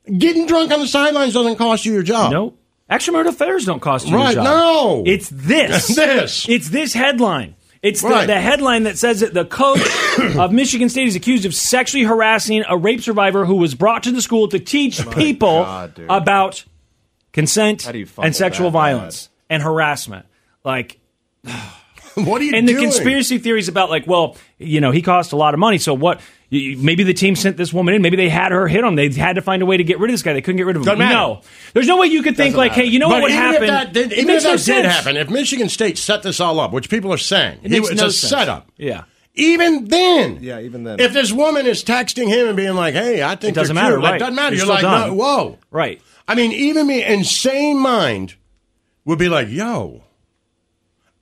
S4: Getting drunk on the sidelines doesn't cost you your job.
S5: Nope. Extramarital affairs don't cost you
S4: Right,
S5: a job.
S4: no.
S5: It's this.
S4: This.
S5: It's this headline. It's the,
S4: Right.
S5: the headline that says that the coach of Michigan State is accused of sexually harassing a rape survivor who was brought to the school to teach people
S6: God, dude.
S5: about consent
S6: do you fumble
S5: and sexual
S6: that
S5: violence and harassment. Like,
S4: What are you
S5: and the
S4: doing?
S5: conspiracy theories about like, well, you know, he cost a lot of money, so what? y- y- Maybe the team sent this woman in. Maybe they had her hit him. They had to find a way to get rid of this guy. They couldn't get rid of him.
S4: Doesn't matter.
S5: No, there's no way you could think like, hey, you know
S4: But
S5: what would
S4: even
S5: happen?
S4: If that did,
S5: It
S4: even
S5: makes
S4: if that
S5: no
S4: did
S5: sense.
S4: happen, if Michigan State set this all up, which people are saying,
S5: It makes
S4: it's
S5: no
S4: a
S5: sense.
S4: setup.
S5: Yeah.
S4: Even then,
S6: Yeah, even then.
S4: if this woman is texting him and being like, "Hey, I think
S5: It doesn't
S4: you're
S5: matter,
S4: cute," like,
S5: right.
S4: doesn't matter.
S5: You're
S4: You're,
S5: still
S4: like,
S5: done.
S4: no, whoa,
S5: Right.
S4: I mean, even me, insane mind would be like, "Yo,"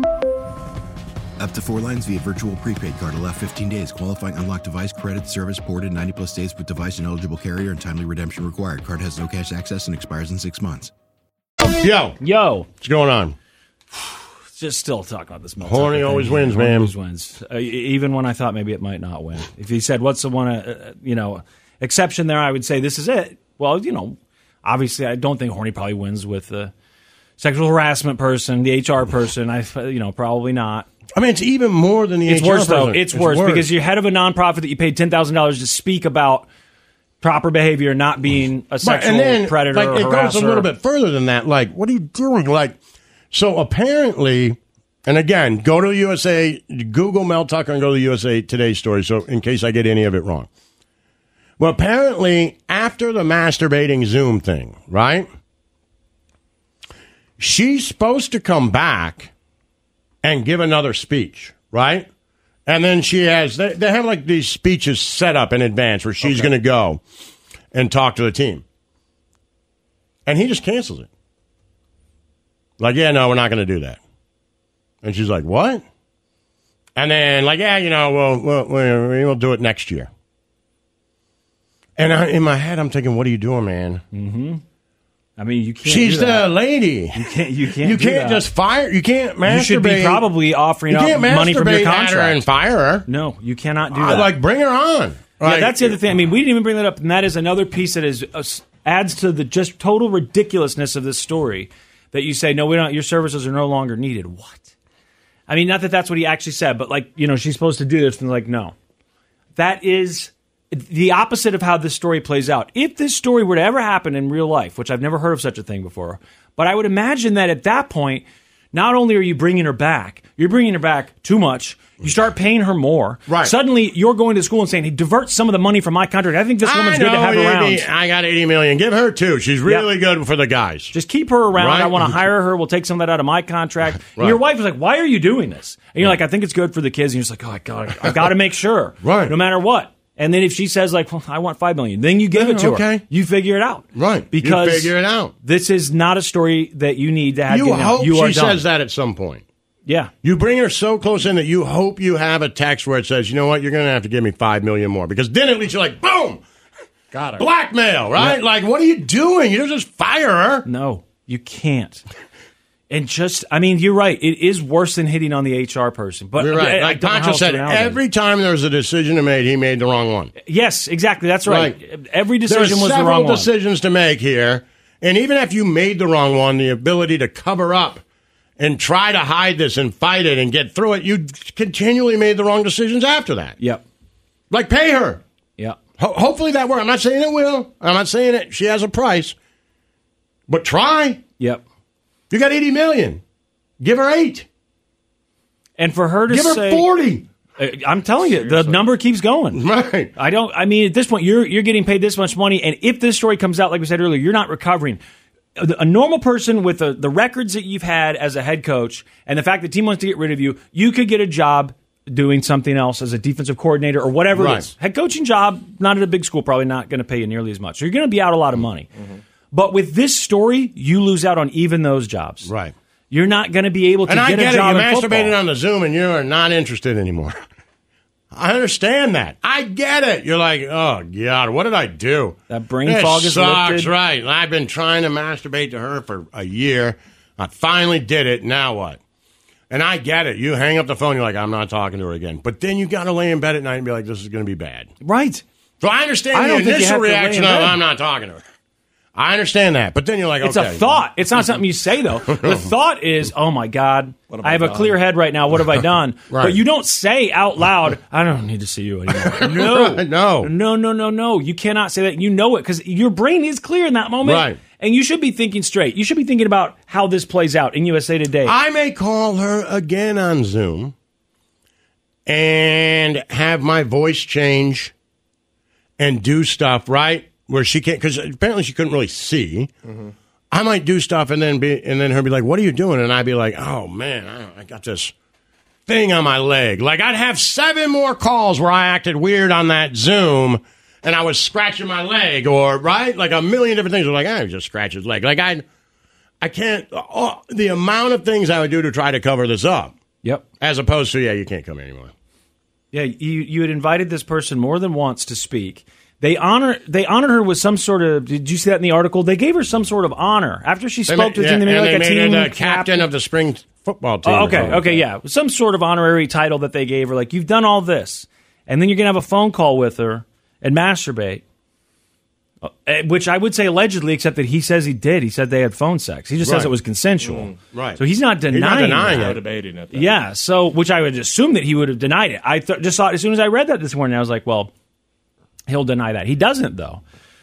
S8: Up to four lines via virtual prepaid card. Allow 15 days. Qualifying unlocked device credit service ported 90 plus days with device and eligible carrier and timely redemption required. Card has no cash access and expires in six months.
S4: Yo,
S5: Yo,
S4: what's going on?
S5: just still talking about this. Mel
S4: Horny
S5: Tucker thing.
S4: always wins,
S5: Horny
S4: man.
S5: Always wins, uh, e- even when I thought maybe it might not win. If he said, "What's the one, uh, uh, you know, exception there?" I would say this is it. Well, you know, obviously, I don't think Horny probably wins with the sexual harassment person, the HR person. I, you know, probably not.
S4: I mean, it's even more than the
S5: It's
S4: HR
S5: worse though.
S4: person.
S5: It's, worse, because you're head of a nonprofit that you paid ten thousand dollars to speak about proper behavior, not being a
S4: But-
S5: sexual predator
S4: like,
S5: or
S4: it
S5: harasser.
S4: goes a little bit further than that. Like, what are you doing? Like, so apparently, and again, go to the USA, Google Mel Tucker, and go to the USA Today story. So, in case I get any of it wrong, well, apparently, after the masturbating Zoom thing, right? She's supposed to come back and give another speech, right? And then she has they, they have like these speeches set up in advance where she's going to go and talk to the team. And he just cancels it. Like, yeah, no, we're not going to do that. And she's like, what? And then, like, yeah, you know, we'll, we'll, we'll, we'll do it next year. And I, in my head, I'm thinking, what are you doing, man?
S5: Mm-hmm. I mean, you can't.
S4: She's
S5: do
S4: the
S5: that.
S4: lady.
S5: You can't. You can't.
S4: You
S5: do that.
S4: can't just fire. You can't masturbate.
S5: You should be probably offering
S4: You
S5: up
S4: can't
S5: money from your
S4: masturbate at
S5: contract.
S4: her and fire her.
S5: no, you cannot do
S4: I-
S5: that.
S4: Uh, like, bring her on.
S5: yeah,
S4: Like,
S5: that's the other thing. I mean, we didn't even bring that up, and that is another piece that is uh, adds to the just total ridiculousness of this story. That you say, no, we don't. Your services are no longer needed. What? I mean, not that that's what he actually said, but like, you know, she's supposed to do this, and like, no, that is the opposite of how this story plays out. If this story were to ever happen in real life, which I've never heard of such a thing before, but I would imagine that at that point, not only are you bringing her back, you're bringing her back too much. You start paying her more.
S4: Right.
S5: Suddenly, you're going to school and saying, "Hey, divert some of the money from my contract." I think this woman's
S4: I
S5: good to
S4: know
S5: have
S4: 80
S5: around.
S4: I got 80 million. Give her two. She's really good for the guys.
S5: Just keep her around.
S4: Right.
S5: I want to hire her. We'll take some of that out of my contract. And your wife was like, "Why are you doing this?" And you're like, "I think it's good for the kids." And you're just like, "Oh, I got, I got to make sure,
S4: Right.
S5: No matter what." And then if she says like, well, "I want five million, then you give
S4: Yeah,
S5: it to
S4: okay.
S5: her. You figure it out,
S4: Right. You
S5: Because
S4: figure it out.
S5: This is not a story that you need to have.
S4: you
S5: given out.
S4: hope
S5: you are
S4: she
S5: done.
S4: says that at some point.
S5: Yeah,
S4: You bring her so close in that you hope you have a text where it says, "You know what? You're going to have to give me five million more," because then at least you're like, "Boom,
S6: Got her.
S4: blackmail!" Right? Like, what are you doing? You don't just fire her.
S5: no, you can't. And just, I mean, you're right. It is worse than hitting on the HR person. But
S4: You're
S5: I-
S4: right.
S5: I
S4: Like
S5: don't know how
S4: Pancho
S5: else
S4: said,
S5: to round it.
S4: every time there was a decision to make, he made the wrong one.
S5: yes, exactly. That's right.
S4: Right.
S5: Every
S4: There were
S5: decision was the
S4: several
S5: wrong one.
S4: decisions to make here, and even if you made the wrong one, the ability to cover up and try to hide this and fight it and get through it, you continually made the wrong decisions after that.
S5: Yep.
S4: Like pay her.
S5: Yep.
S4: Ho- hopefully that works. I'm not saying it will. I'm not saying it. She has a price, but try.
S5: Yep.
S4: You got 80 million. Give her eight.
S5: And for her to
S4: Give her
S5: say,
S4: 40.
S5: I- I'm telling you, the number keeps going.
S4: Right.
S5: I don't. I mean, at this point, you're you're getting paid this much money, and if this story comes out, like we said earlier, you're not recovering. Uh, A a normal person with the, the records that you've had as a head coach, and the fact the team wants to get rid of you, you could get a job doing something else as a defensive coordinator or whatever
S9: Right.
S5: it is. Head coaching job, not at a big school, probably not going to pay you nearly as much. So you're going to be out a lot of money. But with this story, you lose out on even those jobs. Right. You're not going to be able to
S4: And
S5: get
S4: I
S5: a
S4: get it. You
S5: job in
S4: masturbated
S5: football.
S4: on the Zoom, and you are not interested anymore. I understand that. I get it. You're like, oh god, what did I do? That
S5: brain fog is
S4: sucks,
S5: lifted.
S4: right? And I've been trying to masturbate to her for a year. I finally did it. Now what? And I get it. You hang up the phone. You're like, I'm not talking to her again. But then you got to lay in bed at night and be like, this is going to be bad.
S5: Right.
S4: So I understand
S5: I
S4: the
S5: don't think you
S4: initial
S5: have to lay in
S4: reaction of
S5: bed.
S4: I'm not talking to her. I understand that. But then you're like,
S5: It's
S4: okay,
S5: a thought. It's not something you say though. The thought is, "Oh my God,
S4: have
S5: I have
S4: I
S5: a
S4: done?"
S5: clear head right now. What have I done?"
S4: Right.
S5: But you don't say out loud, "I don't need to see you anymore." No, no, no, no, no, no. You cannot say that. You know it because your brain is clear in that moment,
S4: Right.
S5: And you should be thinking straight. You should be thinking about how this plays out in USA Today.
S4: I may call her again on Zoom and have my voice change and do stuff, right? Where she can't, because apparently she couldn't really see.
S5: Mm-hmm.
S4: I might do stuff and then be, and then her be like, "What are you doing?" And I'd be like, "Oh man, I, I got this thing on my leg." Like I'd have seven more calls where I acted weird on that Zoom, and I was scratching my leg, or right, like a million different things. I'm like, I just scratch his leg. Like I, I can't. Oh, the amount of things I would do to try to cover this up.
S5: Yep.
S4: As opposed to, yeah, you can't come anymore.
S5: Yeah, you you had invited this person more than once to speak. They honor they honored her with some sort of. Did you see that in the article? They gave her some sort of honor after she
S4: They
S5: spoke
S4: ma-
S5: to them. They
S4: yeah,
S5: made
S4: and
S5: like
S4: they
S5: a
S4: made
S5: team
S4: her uh, the captain of the spring football team.
S5: Oh,
S4: or
S5: okay,
S4: something.
S5: okay, yeah, some sort of honorary title that they gave her. Like you've done all this, and then you're gonna have a phone call with her and masturbate, Uh, eh, which I would say allegedly, except that he says he did. He said they had phone sex. He just says
S6: Right. Mm,
S5: it was consensual.
S6: right.
S5: So he's not
S6: He's not
S5: denying.
S6: denying
S5: that.
S6: it. Debating it, though.
S5: Yeah. So, which I would assume that he would have denied it. I th- just thought as soon as I read that this morning, I was like, well, he'll deny that. He doesn't though.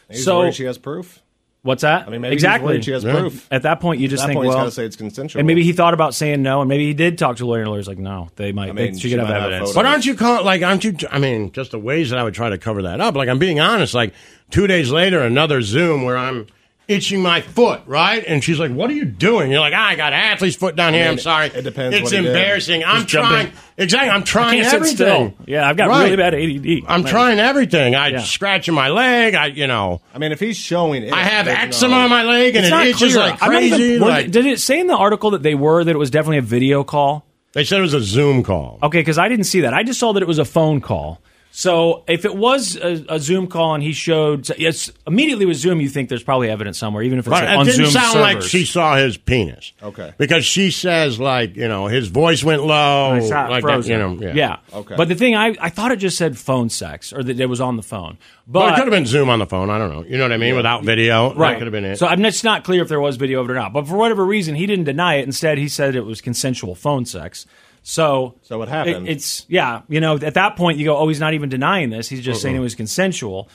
S6: He's
S5: so
S6: worried she has proof.
S5: what's that?
S6: I mean, maybe he's
S5: exactly.
S6: worried she has Yeah. proof.
S5: At that point, you
S6: At
S5: just
S6: that
S5: think,
S6: point, he's
S5: well,
S6: gotta say it's consensual.
S5: And maybe he thought about saying no, and maybe he did talk to a lawyer, and lawyer's like, no, they might.
S4: mean,
S5: they,
S4: she
S5: she could have
S4: might have
S5: evidence.
S4: But aren't you call, like? Aren't you? I mean, just the ways that I would try to cover that up. Like I'm being honest. Like two days later, another Zoom where I'm itching my foot, right? And she's like, "What are you doing?" You're like, "Ah, "I got athlete's foot down here.
S6: I mean,
S4: I'm sorry.
S6: it depends
S4: It's
S6: what he did.
S4: embarrassing. I'm
S6: Just jumping.
S4: trying. Exactly. I'm trying
S5: I can't sit
S4: everything.
S5: still. Yeah, I've got
S4: Right.
S5: really bad ADD.
S4: I'm trying everything. I
S5: Yeah.
S4: scratching my leg. I, you know.
S6: I mean, if he's showing it,
S4: I have
S6: there's no-
S4: eczema on my leg and
S5: It's
S4: it
S5: not
S4: itches
S5: clear.
S4: like
S5: I'm not
S4: crazy.
S5: even- were-
S4: like,
S5: did it say in the article that they were that it was definitely a video call?
S4: They said it was a Zoom call.
S5: Okay, because I didn't see that. I just saw that it was a phone call. So if it was a, a Zoom call and he showed yes, immediately with Zoom, you think there's probably evidence somewhere, even if it's
S4: Right,
S5: on
S4: it didn't
S5: Zoom
S4: sound like
S5: servers.
S4: she saw his penis.
S6: Okay.
S4: Because she says, like, you know, his voice went low.
S5: I saw it
S4: Oh, like that,
S5: frozen.
S4: you know, yeah.
S5: Okay. But the thing I, I thought it just said phone sex or that it was on the phone. But
S4: Well, it could have been Zoom on the phone. I don't know. You know what I mean? Without video. That
S5: Right.
S4: could have been it.
S5: So I'm just not clear if there was video of it or not. But for whatever reason, he didn't deny it. Instead, he said it was consensual phone sex. So so what
S6: happened?
S5: it's yeah, you know, at that point you go, oh, he's not even denying this. He's just saying
S4: Uh-uh.
S5: it was consensual.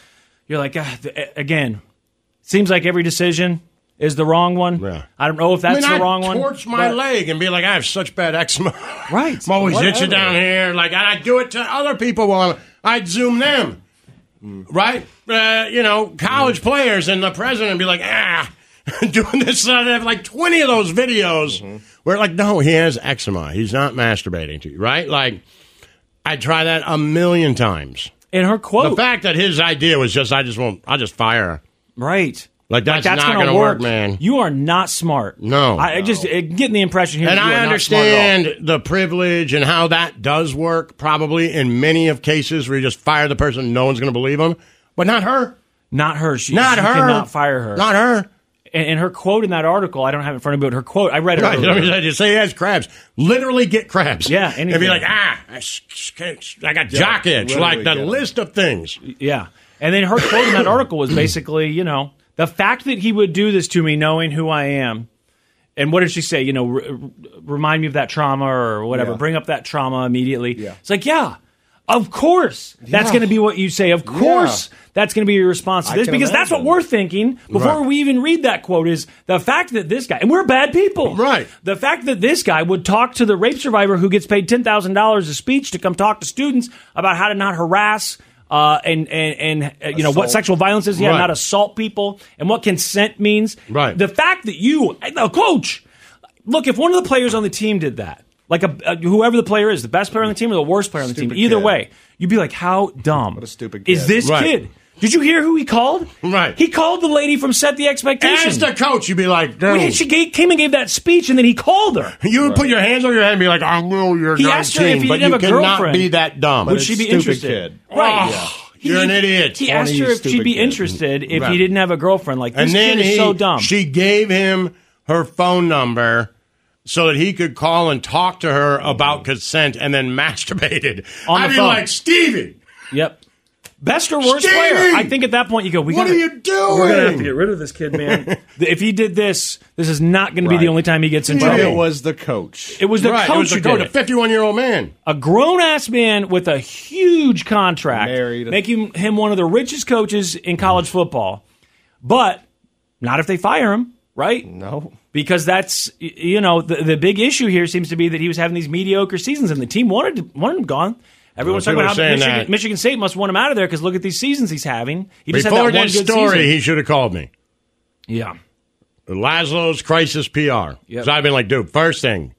S5: You're like, ah, th- a- again, seems like every decision is the wrong one. Yeah. I don't know if that's
S4: I mean,
S5: the wrong
S4: I'd
S5: one.
S4: torch my
S5: but-
S4: leg and be like, I have such bad eczema.
S5: Right.
S4: I'm always
S5: Whatever.
S4: itching down here. Like, and I do it to other people while I'm, I'd Zoom them.
S5: Mm.
S4: Right? Uh, you know, college players and the president would be like, ah, doing this. I'd have like 20 of those videos
S5: Mm-hmm.
S4: where, like, no, he has eczema. He's not masturbating to you, right? Like, I try that a million times.
S5: In her quote,
S4: the fact that his idea was just, I just won't, I'll just fire her.
S5: Right.
S4: Like, that's,
S5: that's
S4: not
S5: gonna
S4: going to work,
S5: work.
S4: man.
S5: You are not smart.
S4: No.
S5: I, I just uh, getting the impression here.
S4: And
S5: that you
S4: I
S5: are not smart at all.
S4: understand the privilege and how that does work, probably in many of cases where you just fire the person, no one's going to believe them, but not her.
S5: Not her. She,
S4: not
S5: you
S4: her.
S5: cannot fire her.
S4: Not her.
S5: And, and her quote in that article, I don't have it in front of me, but her quote, I read it.
S4: Right. I
S5: earlier.
S4: mean, I just say he has crabs. Literally get crabs.
S5: Yeah,
S4: And be
S5: anything.
S4: like, ah, I, s- s- can't- I got jock itch. Like the list of things.
S5: Yeah. And then her quote in that article was basically, you know, the fact that he would do this to me knowing who I am. And what did she say? You know, re- re- remind me of that trauma or whatever.
S6: Yeah.
S5: Bring up that trauma immediately. It's like, yeah, of course. That's going to be what you say. Of course, that's going to be your response
S6: I
S5: to this
S6: can
S5: because that's what we're thinking before
S6: Right.
S5: we even read that quote is the fact that this guy, and we're bad people. Right. The fact that this guy would talk to the rape survivor who gets paid $10,000 a speech to come talk to students about how to not harass. Uh, and and and uh, you know what
S6: Assault.
S5: sexual violence is? Yeah,
S6: Right.
S5: not assault people, and what consent means.
S4: Right.
S5: The fact that you, a coach, look, if one of the players on the team did that, Like a, a- whoever the player is, the best player on the team or the worst player on the
S6: Stupid
S5: team. Either
S6: kid.
S5: way, you'd be like, how dumb what a stupid is
S6: kid.
S5: this
S6: Right.
S5: kid? Did you hear who he called? Right. He called the lady from Set the Expectation.
S4: As the coach, you'd be like, dude.
S5: When she gave, came and gave that speech, and then he called her.
S4: You would put your hands on your head and be like, I know you're
S5: He
S4: 19,
S5: asked her if he
S4: but
S5: didn't
S4: you
S5: have a
S4: cannot
S5: girlfriend.
S4: be that dumb.
S5: Would she be interested? Right.
S4: Oh, You're an idiot.
S5: He asked her if she'd be interested if he
S4: Right.
S5: didn't have a girlfriend. Like this
S4: and then
S5: kid is
S4: he,
S5: so dumb.
S4: She gave him her phone number so that he could call and talk to her about consent, and then masturbated
S5: Mm. On
S4: I
S5: the
S4: mean,
S5: phone.
S4: like Stevie.
S5: Yep. Best or worst
S4: Stevie!
S5: player? I think at that point you go. We
S4: What
S5: gotta-
S4: are you doing?
S5: We're gonna have to get rid of this kid, man. Th- if he did this, this is not going to be the
S6: Right.
S5: only time he gets in
S6: But
S5: trouble.
S6: it was the coach.
S5: It was the
S6: Right, it
S5: coach.
S6: was the
S5: who did
S6: coach, a
S5: it.
S4: 51 year old man.
S5: A grown ass man with a huge contract.
S6: Married.
S5: Making him one of the richest coaches in college football. But not if they fire him, right?
S6: No.
S5: Because that's, y- you know, the, the big issue here seems to be that he was having these mediocre seasons and the team wanted, to- wanted him gone. Everyone's
S4: Well,
S5: talking about
S4: people
S5: how
S4: are saying
S5: Michigan,
S4: that.
S5: Michigan State must want him out of there because look at these seasons he's having. He just
S4: Before
S5: had that one
S4: this
S5: good
S4: story,
S5: season.
S4: he should have called me.
S5: Yeah.
S4: Laszlo's crisis PR.
S5: Yep.
S4: So I've been like, dude, first thing,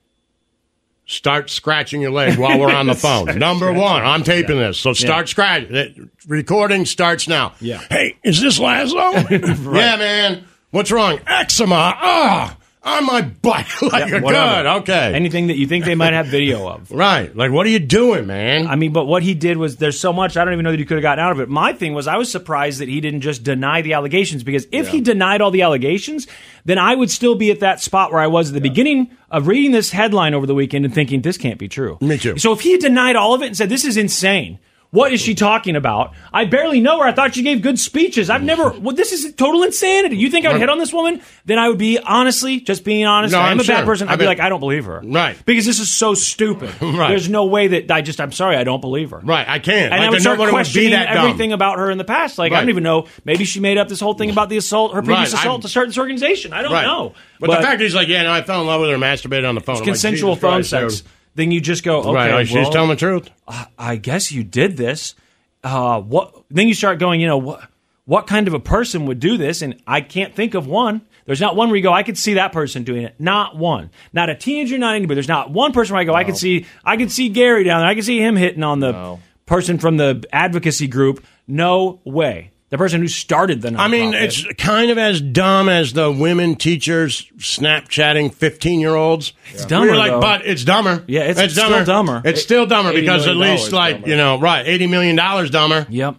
S4: start scratching your leg while we're on the phone. Number one, I'm taping this, so start scratching. Recording starts now. Yeah. Hey, is this Laszlo? Yeah, man. What's wrong? Eczema. Ah, on my butt. like,
S5: Yeah,
S4: good.
S5: whatever.
S4: Okay.
S5: Anything that you think they might have video of.
S4: right. Like, what are you doing, man?
S5: I mean, but what he did was there's so much I don't even know that he could have gotten out of it. My thing was I was surprised that he didn't just deny the allegations because if he denied all the allegations, then I would still be at that spot where I was at the beginning of reading this headline over the weekend and thinking this can't be true. Me too. So if he had denied all of it and said this is insane. What is she talking about? I barely know her. I thought she gave good speeches. I've never. Well, this is total insanity. You think I would hit on this woman? Then I would be honestly, just being honest.
S4: No,
S5: I am
S4: I'm
S5: a bad
S4: sure.
S5: person. I'd
S4: I
S5: be
S4: bet-
S5: like, I don't believe her.
S4: Right.
S5: Because this is so stupid.
S4: Right.
S5: There's no way that I just. I'm sorry. I don't believe her.
S4: Right. I can't.
S5: And
S4: like,
S5: I would
S4: then
S5: start
S4: nobody would
S5: questioning
S4: be that dumb.
S5: everything about her in the past. Like I don't
S4: Right.
S5: even know. Maybe she made up this whole thing about the assault, her previous
S4: Right, I-
S5: assault to start this organization. I don't
S4: Right.
S5: know.
S4: But, the fact is, like, yeah, no, I fell in love with her, masturbated on the phone.
S5: it's
S4: I'm Oh, like,
S5: consensual
S4: Jesus
S5: phone
S4: Christ,
S5: sex.
S4: dude.
S5: Then you just go, okay,
S4: Right, like, she's
S5: well,
S4: telling the truth.
S5: I- I guess you did this. Uh, what? Then you start going, you know, what? What kind of a person would do this? And I can't think of one. There's not one where you go, I could see that person doing it. Not one. Not a teenager, not anybody. There's not one person where I go, I could see, I could see Gary down there. I could see him hitting on the person from the advocacy group. No way. The person who started the nonprofit.
S4: I mean, it's kind of as dumb as the women teachers Snapchatting 15 year olds. It's
S5: dumber,
S4: We're like,
S5: though.
S4: but it's dumber.
S5: Yeah, it's- it's still
S4: dumber.
S5: dumber.
S4: It's still dumber
S5: $80
S4: because at least, like,
S5: dumber.
S4: you know, right, $80 million dumber.
S5: Yep.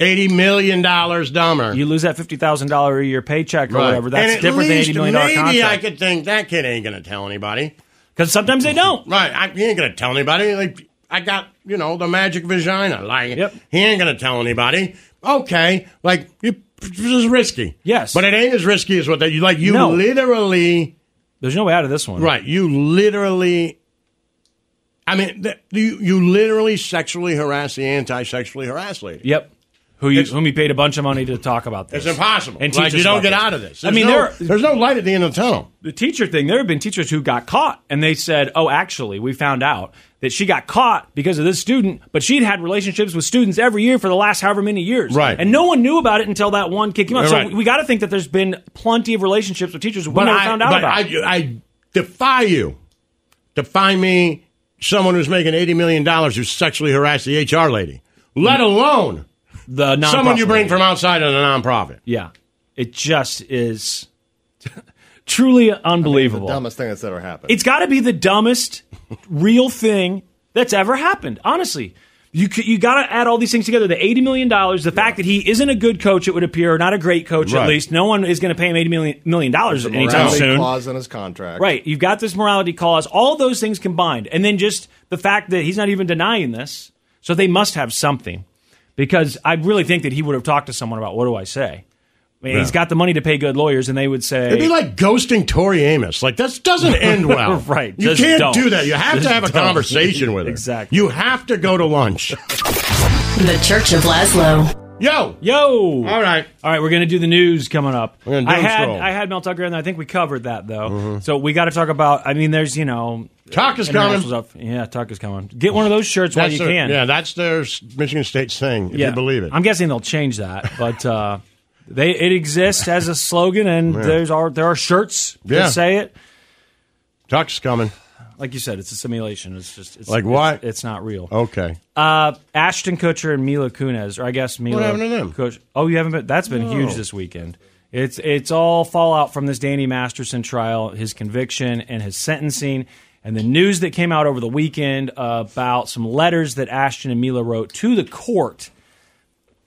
S4: $80 million dumber.
S5: you lose that fifty thousand dollar a year paycheck or whatever. That's
S4: and at
S5: different than
S4: least
S5: eighty million dollar
S4: Maybe
S5: contract.
S4: I could think that kid ain't going to tell anybody.
S5: Because sometimes they don't.
S4: Right. I, he ain't going to tell anybody. Like, I got, you know, the magic vagina. Like, he ain't going to tell anybody. Okay. Like, you, this is risky.
S5: Yes.
S4: But it ain't as risky as what they, you like, you
S5: No.
S4: literally.
S5: There's no way out of this one.
S4: Right. You literally. I mean, th- you, you literally sexually harass the anti sexually harassed lady.
S5: Yep. Who you, whom you paid a bunch of money to talk about this?
S4: It's impossible.
S5: And
S4: like,
S5: teachers
S4: you
S5: about
S4: don't get
S5: this.
S4: out of this.
S5: I mean,
S4: no,
S5: there are-
S4: there's no light at the end of the tunnel.
S5: the teacher thing. There have been teachers who got caught, and they said, "Oh, actually, we found out that she got caught because of this student, but she'd had relationships with students every year for the last however many years,
S4: Right.
S5: And no one knew about it until that one kid came out.
S4: Right.
S5: So we got to think that there's been plenty of relationships with teachers we
S4: But
S5: never
S4: I,
S5: found out
S4: but
S5: about.
S4: I, I defy you to find me someone who's making $80 million who sexually harassed the HR lady, let alone
S5: Hmm. the nonprofit
S4: someone you bring
S5: lady.
S4: from outside of the nonprofit.
S5: yeah, it just is truly unbelievable.
S6: The dumbest thing that's ever happened.
S5: It's got to be the dumbest real thing that's ever happened. Honestly, you c- you got to add all these things together. The eighty million dollars, the fact that he isn't a good coach, it would appear, or not a great coach at
S6: Right.
S5: least. No one is going to pay him eighty million million dollars
S4: Oh,
S6: There's a
S5: anytime
S6: morality
S5: soon.
S6: clause in his contract.
S5: Right. You've got this morality clause, all those things combined. And then just the fact that he's not even denying this. So they must have something. Because I really think that he would have talked to someone about what do I say? I mean,
S4: Yeah.
S5: He's got the money to pay good lawyers, and they would say.
S4: It'd be like ghosting Tori Amos. Like that doesn't end well.
S5: Right.
S4: You
S5: Just
S4: can't
S5: don't.
S4: do that. You have
S5: Just
S4: to have a
S5: don't.
S4: conversation with her.
S5: Exactly.
S4: You have to go to lunch.
S7: The Church of Laszlo.
S4: Yo.
S5: Yo.
S4: All right.
S5: All right, we're going to do the news coming up.
S4: We're gonna
S5: I
S4: doom
S5: had
S4: scroll.
S5: I had Mel Tucker in there. I think we covered that though. So we got to talk about. I mean, there's you know,
S4: Tuck is
S5: international
S4: coming.
S5: Stuff. Yeah, Tuck is coming. Get one of those shirts while
S4: That's
S5: you
S4: their-
S5: can.
S4: Yeah, that's their s- Michigan State's thing, if
S5: Yeah.
S4: you believe it.
S5: I'm guessing they'll change that, but uh, they it exists as a slogan, and there's are there are shirts
S4: Yeah.
S5: that say it.
S4: Tuck's coming.
S5: like you said, it's a simulation. It's just it's,
S4: Like what?
S5: It's, it's not real.
S4: Okay.
S5: Uh, Ashton Kutcher and Mila Kunis, or I guess Mila.
S4: happened to them?
S5: Kuch- oh, you haven't been. That's been
S4: No.
S5: huge this weekend. It's it's all fallout from this Danny Masterson trial, his conviction and his sentencing, and the news that came out over the weekend about some letters that Ashton and Mila wrote to the court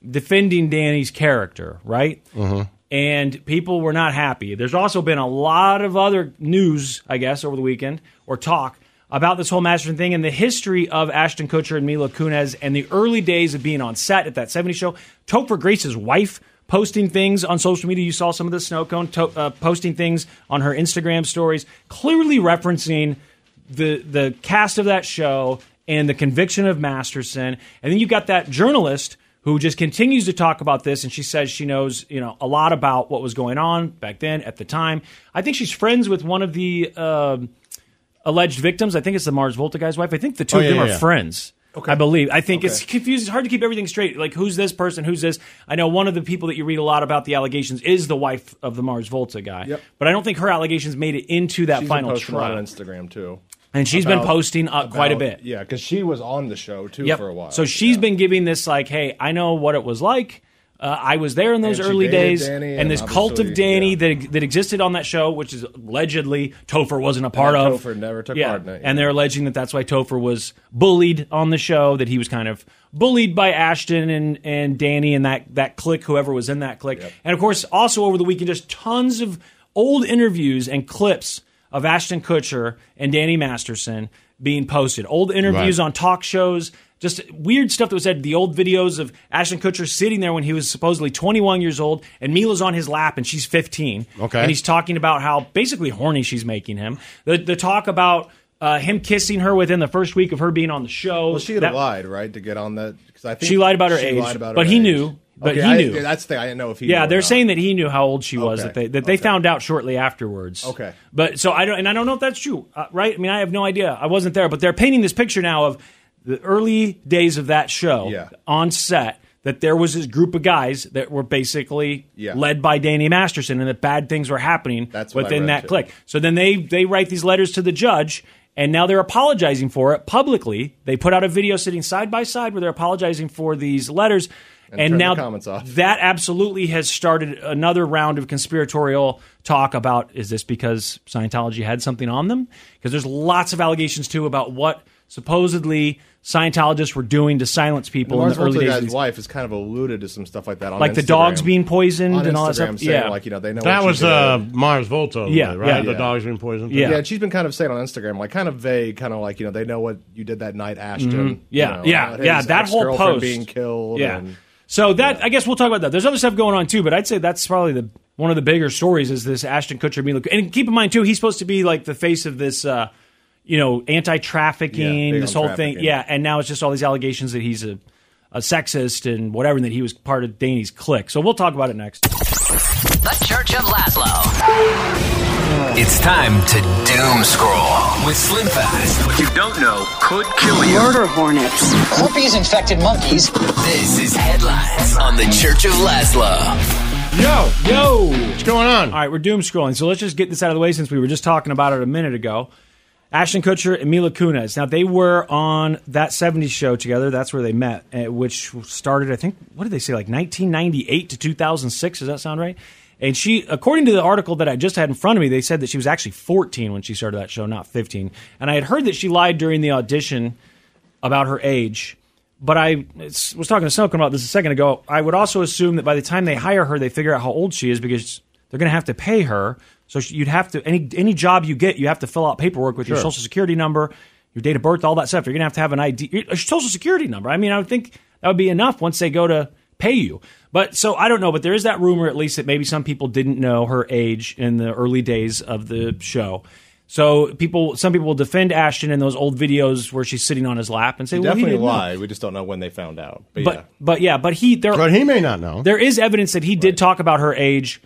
S5: defending Danny's character, right? and people were not happy. There's also been a lot of other news, I guess, over the weekend or talk about this whole Masterson thing and the history of Ashton Kutcher and Mila Kunis and the early days of being on set at that 70 show. Topher Grace's wife posting things on social media. You saw some of the snow cone to- uh, posting things on her Instagram stories, clearly referencing the the cast of that show and the conviction of Masterson. And then you got that journalist who just continues to talk about this and she says she knows, you know, a lot about what was going on back then at the time. I think she's friends with one of the um alleged victims. I think it's the Mars Volta guy's wife. I think the two
S9: Oh,
S5: of
S9: yeah,
S5: them
S9: yeah,
S5: are
S9: yeah.
S5: friends. I believe. I think it's
S9: Okay.
S5: confused. It's hard to keep everything straight. Like who's this person? Who's this? I know one of the people that you read a lot about the allegations is the wife of the Mars Volta guy.
S6: Yep.
S5: But I don't think her allegations made it into that
S6: She's been
S5: final
S6: posting a lot
S5: trial.
S6: on Instagram too,
S5: And she's
S6: she's
S5: been posting, uh, quite a bit.
S6: Yeah, because she was on the show too
S5: Yep.
S6: for a while.
S5: So she's been giving this like, "Hey, I know what it was like. Uh, I was there in those
S6: And she
S5: early
S6: dated
S5: days,
S6: Danny,
S5: and,
S6: and
S5: this cult of
S6: obviously-
S5: Danny that that existed on that show, which is allegedly Topher wasn't a part
S6: And
S5: of.
S6: Topher never took
S5: yeah.
S6: part in it,
S5: and they're alleging that that's why Topher was bullied on the show, that he was kind of bullied by Ashton and and Danny and that that clique, whoever was in that clique, and of course also over the weekend, just tons of old interviews and clips of Ashton Kutcher and Danny Masterson being posted, old interviews
S9: Right.
S5: on talk shows. Just weird stuff that was said. The old videos of Ashton Kutcher sitting there when he was supposedly 21 years old, and Mila's on his lap, and she's 15.
S9: Okay.
S5: and he's talking about how basically horny she's making him. The the talk about uh, him kissing her within the first week of her being on the show.
S6: Well, she had
S5: That-
S6: lied, right, to get on that. Because I think
S5: She lied about her
S6: she
S5: age,
S6: lied about
S5: but
S6: her
S5: he
S6: age.
S5: knew. But
S6: Okay,
S5: he
S6: I-
S5: knew.
S6: That's the thing. I didn't know if he.
S5: yeah,
S6: knew or
S5: they're
S6: not.
S5: saying that he knew how old she was
S6: Okay.
S5: that they that they found out shortly afterwards.
S6: Okay.
S5: but so I don't and I don't know if that's true, uh, right? I mean, I have no idea. I wasn't there, but they're painting this picture now of the early days of that show on set. That there was this group of guys that were basically
S9: Yeah.
S5: led by Danny Masterson, and that bad things were happening
S9: what I
S5: within
S9: read,
S5: that
S9: too.
S5: clique. So then they they write these letters to the judge, and now they're apologizing for it publicly. They put out a video sitting side by side where they're apologizing for these letters,
S6: And turn the
S5: now
S6: comments off.
S5: that absolutely has started another round of conspiratorial talk about is this because Scientology had something on them? Because there's lots of allegations too about what supposedly Scientologists were doing to silence people in
S6: Lawrence
S5: the early
S6: Volta
S5: days.
S6: guy's
S5: of these-
S6: wife has kind of alluded to some stuff like that, on
S5: Like the
S6: Instagram.
S5: dogs being poisoned
S6: On
S5: and all that
S6: Instagram
S5: stuff?
S6: saying,
S5: Yeah.
S6: like you know they know
S4: That
S6: what
S4: was
S6: she did.
S4: uh, Mars Volta,
S5: Yeah,
S4: right?
S5: yeah.
S4: The
S5: Yeah.
S4: dog's been poisoned.
S6: Yeah. she's been kind of saying on Instagram, like kind of vague, kind of like you know they know what you did that night, Ashton.
S5: Mhm.
S6: you
S5: Yeah,
S6: know,
S5: yeah,
S6: about
S5: yeah.
S6: his
S5: That whole
S6: ex-girlfriend
S5: post
S6: being killed.
S5: Yeah.
S6: and-
S5: so that I guess we'll talk about that. There's other stuff going on too, but I'd say that's probably the one of the bigger stories is this Ashton Kutcher Mila. And keep in mind too, he's supposed to be like the face of this, uh, you know, anti-trafficking,
S9: Yeah, big
S5: this
S9: on
S5: whole thing.
S9: trafficking.
S5: Yeah, and now it's just all these allegations that he's a, a sexist and whatever, and that he was part of Danny's clique. So we'll talk about it next.
S10: The Church of Laszlo. It's time to doom scroll with Slim Fast. What you don't know could kill you. Murder hornets. Herpes infected monkeys. This is Headlines on the Church of Laszlo.
S5: Yo, yo, what's going on? All right, we're doom scrolling, so let's just get this out of the way since we were just talking about it a minute ago. Ashton Kutcher and Mila Kunis. Now they were on that '70s show together. That's where they met, eh, which started, I think, what did they say, like 1998 to 2006? Does that sound right? And she, according to the article that I just had in front of me, they said that she was actually 14 when she started that show, not 15. And I had heard that she lied during the audition about her age. But I it's- was talking to Snowcone about this a second ago. I would also assume that by the time they hire her, they figure out how old she is because they're going to have to pay her. So she, you'd have to any any job you get, you have to fill out paperwork with your
S9: Sure.
S5: social security number, your date of birth, all that stuff. You're going to have to have an ID, your- a social security number. I mean, I would think that would be enough once they go to pay you. But so I don't know. But there is that rumor, at least, that maybe some people didn't know her age in the early days of the show. So people, some people will defend Ashton in those old videos where she's sitting on his lap and say,
S6: She
S5: "Well, he
S6: definitely
S5: didn't know."
S6: lied. We just don't know when they found out. But,
S5: But
S6: yeah.
S5: but yeah, but he there. But he may not know. There is evidence that he did talk about her age.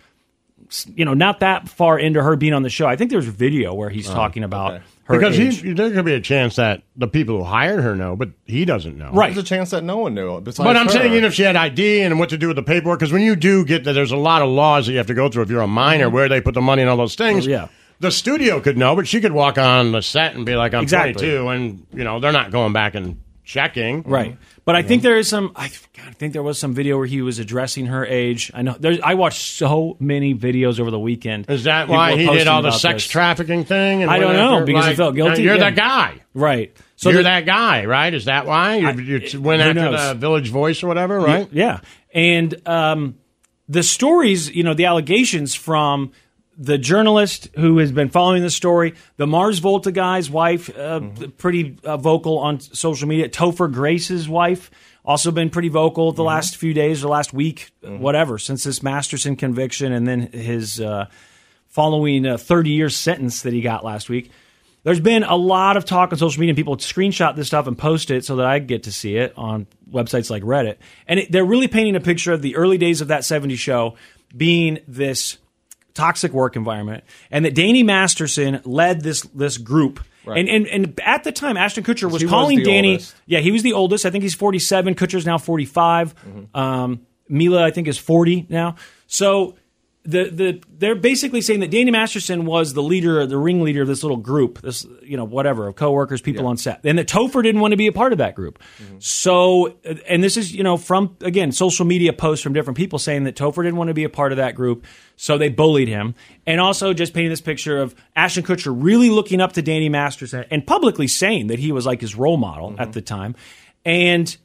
S5: s- You know, not that far into her being on the show. I think there's a video where he's talking about her
S4: because
S5: age.
S4: he, there could be a chance that the people who hired her know, but he doesn't know.
S6: Right. There's a chance that no one knew. Besides
S4: But I'm
S6: her.
S4: saying, you know, if she had ID and what to do with the
S5: Mm-hmm.
S4: paperwork, because when you do get that, there's a lot of laws that you have to go through if you're a minor, where they put the money and all those things.
S6: Oh, yeah.
S4: the studio could know, but she could walk on the set and be like, "I'm
S5: Exactly.
S4: 22," and you know they're not going back and checking,
S5: Right. But I think there is some. I, God, I think there was some video where he was addressing her age. I know. There's, I watched so many videos over the weekend. Is
S4: that why he did all the sex trafficking thing? And
S5: I don't
S4: whatever?
S5: know because
S4: Like,
S5: he felt guilty.
S4: You're
S5: yeah.
S4: the guy,
S5: right? So
S4: So you're
S5: the-
S4: that guy, right? Is that why you, you went
S5: who
S4: after
S5: knows?
S4: the Village Voice or whatever, right?
S5: Yeah. And um, the stories, you know, the allegations from the journalist who has been following this story, the Mars Volta guy's wife, uh,
S4: Mm-hmm.
S5: pretty uh, vocal on social media, Topher Grace's wife, also been pretty vocal
S4: Mm-hmm.
S5: the last few days or last week, whatever, since this Masterson conviction and then his uh, following a 30 year sentence that he got last week. There's been a lot of talk on social media. and People screenshot this stuff and post it so that I get to see it on websites like Reddit. And it, they're really painting a picture of the early days of that 70 show being this toxic work environment and that Danny Masterson led this this group.
S6: Right.
S5: And, and and at the time Ashton Kutcher was
S6: he was
S5: calling
S6: the
S5: Danny
S6: oldest.
S5: Yeah, he was the oldest. I think he's 47, Kutcher's now 45.
S6: Mm-hmm.
S5: Um, Mila I think is 40 now. So the the they're basically saying that Danny Masterson was the leader, the ringleader of this little group, this you know whatever of coworkers, people on set, and that Topher didn't want to be a part of that group. So, and this is you know from again social media posts from different people saying that Topher didn't want to be a part of that group, so they bullied him, and also just painting this picture of Ashton Kutcher really looking up to Danny Masterson and publicly saying that he was like his role model at the time, and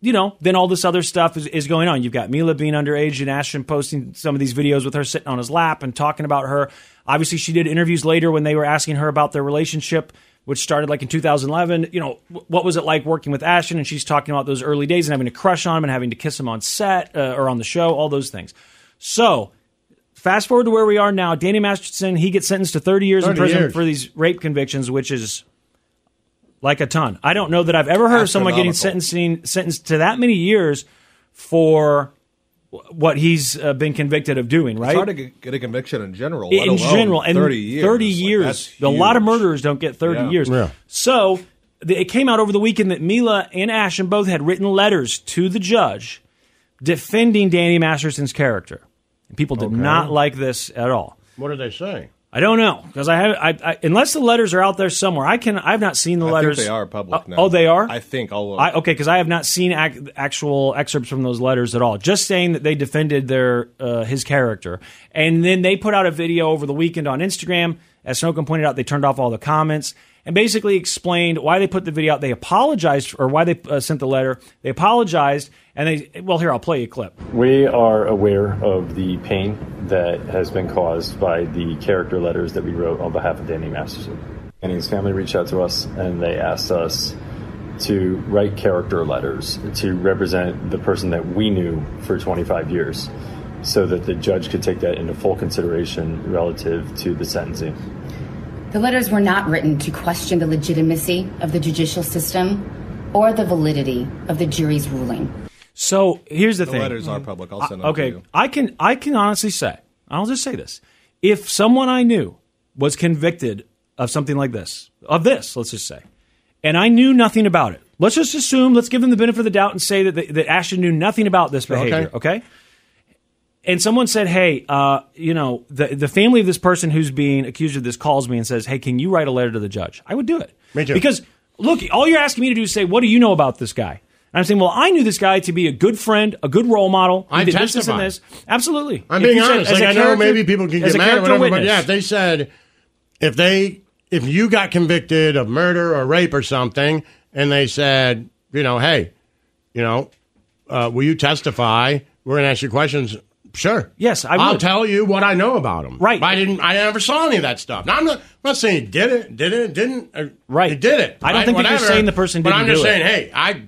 S5: you know, then all this other stuff is, is going on. You've got Mila being underage and Ashton posting some of these videos with her sitting on his lap and talking about her. Obviously, she did interviews later when they were asking her about their relationship, which started like in 2011. You know, wh- what was it like working with Ashton? And she's talking about those early days and having to crush on him and having to kiss him on set uh, or on the show, all those things. So, fast forward to where we are now. Danny Masterson, he gets sentenced to 30 years in
S4: 30
S5: prison
S4: years.
S5: for these rape convictions, which is like a ton. I don't know that I've ever heard of someone getting sentencing sentenced to that many years for wh- what he's uh, been convicted of doing. Right?
S6: It's hard to get- get a conviction in general. let
S5: in
S6: alone
S5: general, and
S6: thirty years.
S5: 30
S6: Like,
S5: years.
S6: that's
S5: a lot of
S6: huge.
S5: murderers don't get 30
S6: Yeah.
S5: years.
S6: Yeah.
S5: So th- it came out over the weekend that Mila and Ashton both had written letters to the judge defending Danny Masterson's character. And people did
S4: Okay.
S5: not like this at all.
S4: What did they say?
S5: I don't know because I have I, I, unless the letters are out there somewhere. I can I've not seen the
S6: I think
S5: letters.
S6: they are public
S5: Oh,
S6: now.
S5: Oh, they are.
S6: I think all of
S5: I, oh, okay, because I have not seen ac- actual excerpts from those letters at all. Just saying that they defended their uh, his character, and then they put out a video over the weekend on Instagram. As Snowcomb pointed out, they turned off all the comments and basically explained why they put the video out. They apologized, or why they uh, sent the letter. They apologized, and they well, here I'll play you a clip.
S9: We are aware of the pain that has been caused by the character letters that we wrote on behalf of Danny Masterson. And his family reached out to us and they asked us to write character letters to represent the person that we knew for 25 years so that the judge could take that into full consideration relative to the sentencing.
S11: The letters were not written to question the legitimacy of the judicial system or the validity of the jury's ruling.
S5: So here's the,
S11: The
S5: thing.
S11: letters are
S6: public.
S11: I'll send them
S5: I-
S11: to
S5: Okay,
S11: you.
S5: I can I can honestly say I'll just say this: if someone I knew was convicted of something like this, of this, let's just say, and I knew nothing about it, let's just assume, let's give them the benefit of the doubt and say that that Ashton knew nothing about this
S4: Okay.
S5: behavior. Okay. And someone said, "Hey, uh, you know, the the family of this person who's being accused of this calls me and says, "Hey, can you write a letter to the judge?" I would do it. Me too. Because look, all you're asking me to do is say, "What do you know about this guy?" And I'm saying, "Well, I knew this guy to be a good friend, a good role model. He
S4: I
S5: did this, this, and
S4: testify.
S5: this." Absolutely.
S4: I'm
S5: If
S4: being
S5: you said-
S4: honest.
S5: as
S4: Like
S5: a
S4: I know
S5: character-
S4: maybe people can
S5: as
S4: get
S5: a
S4: mad or
S5: character
S4: whatever, but
S5: witness.
S4: yeah, if they said if they if you got convicted of murder or rape or something, and they said, you know, hey, you know, uh, will you testify? We're gonna ask you questions. Sure.
S5: Yes, I
S4: will
S5: would.
S4: tell you what I know about him.
S5: Right.
S4: But I didn't. I never saw any of that stuff. Now I'm not. I'm not saying he did it. Did it? Didn't. Or, right. He did it.
S5: I don't
S4: right,
S5: think that you're
S4: whatever,
S5: saying the person
S4: But
S5: didn't
S4: I'm just
S5: do it.
S4: saying, hey, I you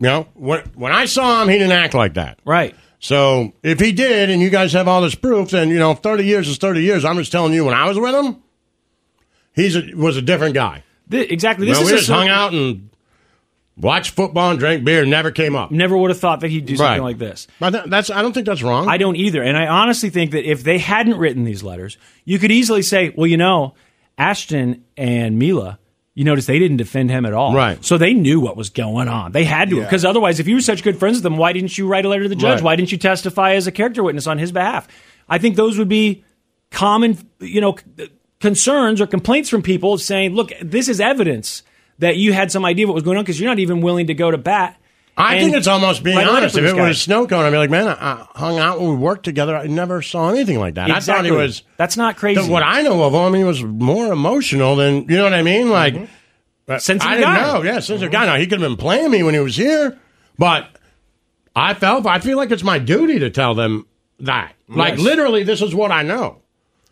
S4: know, when when I saw him, he didn't act like that.
S5: Right.
S4: So if he did, and you guys have all this proof, then you know, thirty years is thirty years. I'm just telling you, when I was with him, he's a, was a different guy.
S5: Th- exactly.
S4: You
S5: This
S4: know,
S5: is
S4: we
S5: a
S4: just
S5: sort-
S4: hung out and watched football and drank beer. Never came up.
S5: Never would have thought that he'd do something
S4: Right.
S5: like this.
S4: But that- that's I don't think that's wrong.
S5: I don't either. And I honestly think that if they hadn't written these letters, you could easily say, well, you know, Ashton and Mila, you notice they didn't defend him at all. Right. So they knew what was going on. They had to,
S4: Yeah.
S5: because otherwise, if you were such good friends with them, why didn't you write a letter to the judge?
S4: Right.
S5: Why didn't you testify as a character witness on his behalf? I think those would be common, you know, concerns or complaints from people saying, look, this is evidence that you had some idea of what was going on because you're not even willing to go to bat.
S4: I
S5: and
S4: think it's almost being
S5: write a letter
S4: honest.
S5: for
S4: If
S5: this
S4: it
S5: guy.
S4: was a snow cone, I'd be like, man, I, I hung out when we worked together. I never saw anything like that. I
S5: Exactly.
S4: thought he was.
S5: That's not crazy.
S4: What I know of him, I mean, he was more emotional than you know what I mean. Like,
S5: Mm-hmm.
S4: uh,
S5: Sensitive
S4: I didn't
S5: guy. Mm-hmm.
S4: know. Yeah, sensitive guy. Now he could have been playing me when he was here, but I felt I feel like it's my duty to tell them that. Like
S5: Yes.
S4: literally, this is what I know.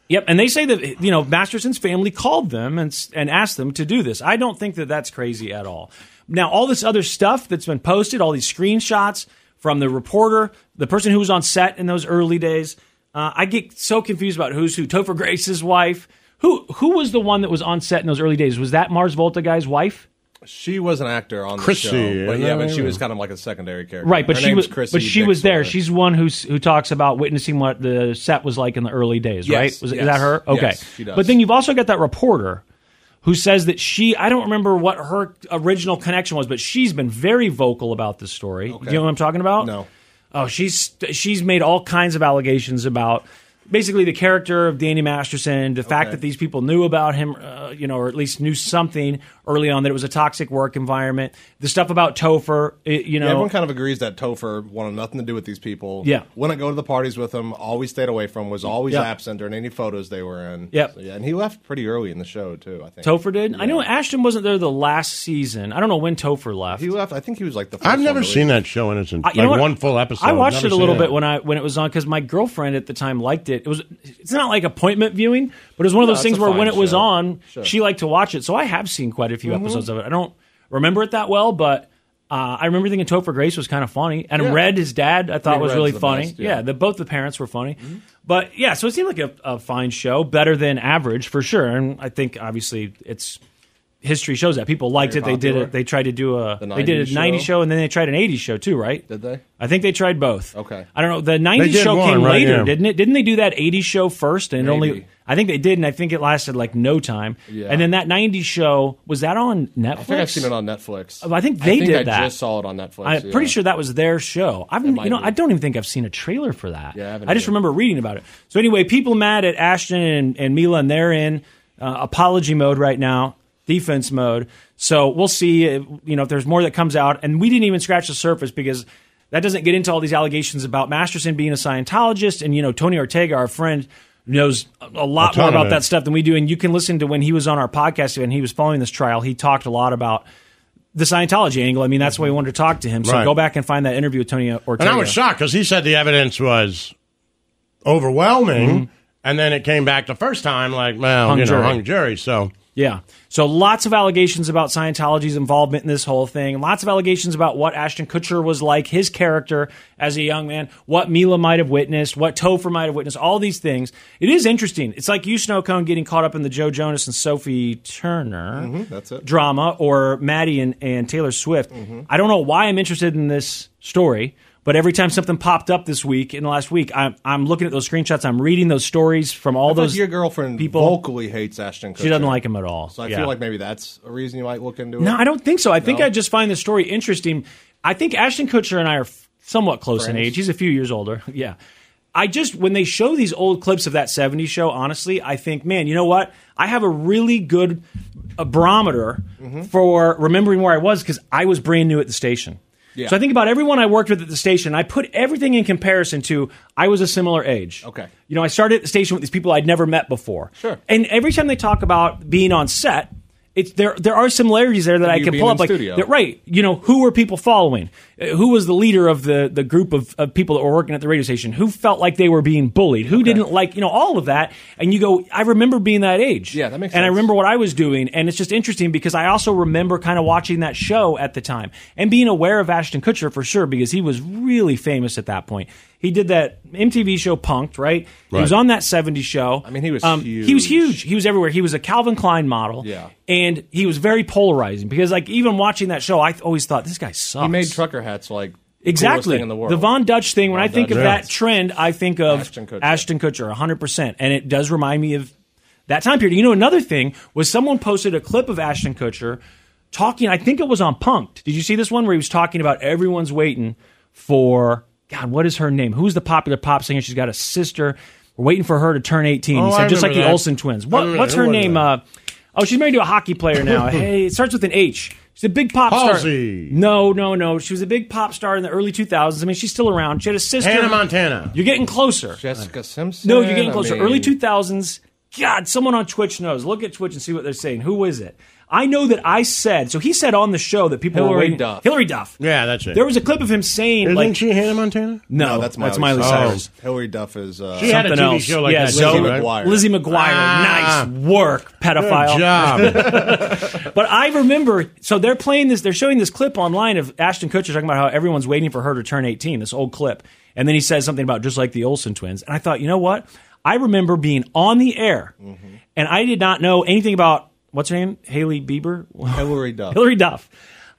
S5: Yep, and they say that you know Masterson's family called them and s- and asked them to do this. I don't think that that's crazy at all. Now all this other stuff that's been posted, all these screenshots from the reporter, the person who was on set in those early days, uh, I get so confused about who's who. Topher Grace's wife, who who was the one that was on set in those early days? Was that Mars Volta guy's wife?
S6: She was an actor on the
S5: Chrissy,
S6: show, but
S5: yeah,
S6: yeah, but
S5: yeah.
S6: she was kind of like a secondary character,
S5: Right, but
S6: Her
S5: she
S6: name's
S5: was
S6: Chrissy
S5: but she
S6: Dix
S5: was there.
S6: Fuller.
S5: She's one who's who talks about witnessing what the set was like in the early days,
S6: Yes,
S5: right? Was it- is
S6: yes,
S5: that her?
S6: yes,
S5: Okay.
S6: she does.
S5: But then you've also got that reporter who says that she I don't remember what her original connection was, but she's been very vocal about this story. Do you know what I'm talking about? No. Oh, she's she's made all kinds of allegations about basically the character of Danny Masterson, the fact that these people knew about him, uh, you know, or at least knew something early on that it was a toxic work environment. The stuff about Topher, it, you
S6: Yeah,
S5: know,
S6: everyone kind of agrees that Topher wanted nothing to do with these people.
S5: Yeah.
S6: wouldn't go to the parties with them. Always stayed away from. Was always
S5: Yeah.
S6: absent during any photos they were in.
S5: Yep.
S6: So, yeah, and he left pretty early in the show too. I think
S5: Topher did. I know Ashton wasn't there the last season. I don't know when Topher left. He
S6: left. I think he was like the.
S4: I've never seen that show in its
S5: I-
S4: like
S5: you know what?
S4: one full episode.
S5: I
S4: I've
S5: watched
S4: never
S5: it a
S4: seen
S5: little bit when I when it was on because my girlfriend at the time liked it. It was it's not like appointment viewing, but it was one of
S6: No,
S5: those
S6: it's
S5: things
S6: a
S5: where
S6: fine
S5: when it was
S6: show.
S5: on,
S6: Sure.
S5: she liked to watch it. So I have seen quite a few
S6: Mhm.
S5: episodes of it. I don't remember it that well, but uh, I remember thinking Topher Grace was kind of funny, and
S6: Yeah.
S5: Red, his dad, I thought
S6: Yeah,
S5: was
S6: Red's
S5: really
S6: the
S5: funny.
S6: best,
S5: yeah,
S6: yeah. Mm-hmm.
S5: the, both the parents were funny, but yeah, so it seemed like a, a fine show, better than average for sure. And I think obviously it's history shows that people liked
S6: Very
S5: it. They did
S6: popular.
S5: it. They tried to do a
S6: The
S5: they did a
S6: 90s
S5: 90
S6: show.
S5: show and then they tried an 80s show too, right? Did
S6: they?
S5: I think they tried both.
S6: Okay.
S5: I don't know. The
S6: They
S5: 90s
S6: did
S5: show
S6: one,
S5: came
S6: right,
S5: later,
S6: yeah.
S5: didn't it? Didn't they do that 80s show first and it only
S6: Maybe.
S5: I think they did and I think it lasted like no time.
S6: Yeah.
S5: And then that 90s show was that on Netflix?
S6: I think I've seen it on Netflix.
S5: Oh, I think they did
S6: I
S5: that.
S6: just saw it on Netflix.
S5: I'm
S6: yeah.
S5: pretty sure that was their show. I've, you
S6: might
S5: know,
S6: be.
S5: I don't even think I've seen a trailer for that.
S6: Yeah, I haven't
S5: I just remember reading about it. So anyway, people mad at Ashton and, and Mila, and they're in uh, apology mode right now, defense mode. So we'll see, if, you know, if there's more that comes out. And we didn't even scratch the surface because that doesn't get into all these allegations about Masterson being a Scientologist, and you know, Tony Ortega, our friend. Knows a- a lot
S4: A ton
S5: more
S4: of
S5: about
S4: it.
S5: that stuff than we do, and you can listen to when he was on our podcast and he was following this trial. He talked a lot about the Scientology angle. I mean, that's why we wanted to talk to him. So
S4: Right.
S5: go back and find that interview with Tony Ortega.
S4: And I was shocked because he said the evidence was overwhelming, and then it came back the first time like,
S5: Mm-hmm.
S4: well,
S5: Hung
S4: you know,
S5: jury.
S4: hung jury. So
S5: Yeah. So lots of allegations about Scientology's involvement in this whole thing. Lots of allegations about what Ashton Kutcher was like, his character as a young man, what Mila might have witnessed, what Topher might have witnessed, all these things. It is interesting. It's like you, Snow Cone, getting caught up in the Joe Jonas and Sophie Turner
S6: Mm-hmm,
S4: Mm-hmm.
S6: That's it. Mm-hmm.
S5: drama or Maddie and, and Taylor Swift. I don't know why I'm interested in this story, but every time something popped up this week, in the last week, I'm, I'm looking at those screenshots. I'm reading those stories from all
S6: I thought
S5: those
S6: your girlfriend
S5: people.
S6: vocally hates Ashton. Kutcher.
S5: She doesn't like him at all.
S6: So I
S5: Yeah.
S6: feel like maybe that's a reason you might look into it.
S5: No, I don't think so. I think
S6: No?
S5: I just find the story interesting. I think Ashton Kutcher and I are f- somewhat close in
S6: Friends.
S5: age. He's a few years older. yeah. I just, when they show these old clips of that 70s show, honestly, I think, man, you know what? I have a really good uh barometer
S6: Mm-hmm.
S5: for remembering where I was because I was brand new at the station.
S6: Yeah.
S5: So I think about everyone I worked with at the station. I put everything in comparison to I was a similar age. Okay. You know, I started at the station with these people I'd never met before. Sure. And every time they talk about being on set, it's there. There are similarities there that
S6: And
S5: I
S6: you
S5: can
S6: being
S5: pull
S6: in
S5: up. Like,
S6: studio.
S5: that- right? You know, who were people following? Uh, Who was the leader of the the group of, of people that were working at the radio station? Who felt like they were being bullied? Who didn't like? You know, all of that. And you go, I remember being that age. Yeah, that makes. And I remember what I was doing, and it's just interesting because I also remember kind of watching that show at the time and being aware of Ashton Kutcher for sure because he was really famous at that point. He did that MTV show Punked, right? He was
S6: Right.
S5: on that '70s show. I mean, he
S6: was
S5: Um, He was huge. He was everywhere. He was a Calvin Klein model.
S6: Yeah.
S5: And he was very polarizing because, like, even watching that show, I th- always thought this guy sucks.
S6: He made trucker hats like the coolest
S5: exactly
S6: thing in the world.
S5: Von Dutch thing. When I think
S6: Dutch,
S5: of
S6: yeah.
S5: that trend, I think of Ashton Kutcher. Ashton Kutcher, 100, percent and it does remind me of that time period. You know, another thing was someone posted a clip of Ashton Kutcher talking. I think it was on Punked. Did you see this one where he was talking about everyone's waiting for God? What is her name? Who's the popular pop singer? She's got a sister. We're waiting for her to turn 18.
S12: Oh,
S5: he said,
S12: I
S5: just like the
S12: remember that.
S5: Olsen twins.
S12: I
S5: What,
S12: remember
S5: what's
S12: that.
S5: her
S12: Who was
S5: name? Uh, oh, she's married to a hockey player now. hey, it starts with an H. She's a big pop
S4: Halsey.
S5: star. No, no, no. She was a big pop star in the early 2000s. I mean, she's still around. She had a sister.
S4: Hannah Montana.
S5: You're getting closer.
S6: Jessica Simpson.
S5: No, you're getting closer.
S6: I mean-
S5: Early 2000s. God, someone on Twitch knows. Look at Twitch and see what they're saying. Who is it? I know that I said. So he said on the show that people were
S6: Hillary
S5: waiting.
S6: Duff.
S5: Hillary Duff.
S4: Yeah, that's it.
S5: There was a clip of him saying,
S4: Isn't
S5: like,
S4: she Hannah Montana?
S5: No,
S6: that's Miley, Oh.
S5: that's Miley Cyrus.
S6: Hillary Duff is uh,
S5: She had a Something TV else. show like Yeah, that, Zoe-
S6: Lizzie
S5: right?
S6: McGuire.
S5: Lizzie McGuire.
S6: Ah.
S5: nice work, pedophile.
S6: Good job.
S5: but I remember, so they're playing this, they're showing this clip online of Ashton Kutcher talking about how everyone's waiting for her to turn 18, this old clip. And then he says something about just like the Olsen twins. And I thought, you know what? I remember being on the air Mm-hmm. and I did not know anything about, what's her name? Haley Bieber?
S6: Hillary Duff.
S5: Hillary Duff.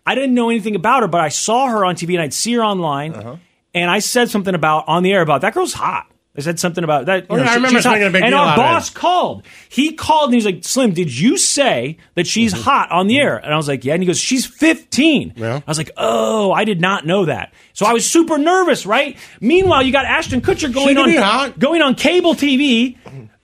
S5: I didn't know anything about her, but I saw her on TV and I'd see her online.
S4: Uh-huh.
S5: And I said something about on the air about that girl's hot. I said something about that.
S4: Oh, yeah, I remember
S5: she's hot.
S4: making a big
S5: And
S4: deal
S5: our
S4: out of it.
S5: boss called. He called and he's like, Slim, did you say that she's
S4: Mm-hmm.
S5: hot on the air? And I was like, yeah. And he goes, she's 15. I was like, oh, I did not know that. So I was super nervous, right? Meanwhile, you got Ashton Kutcher going
S4: could
S5: on
S4: be hot.
S5: going on cable TV.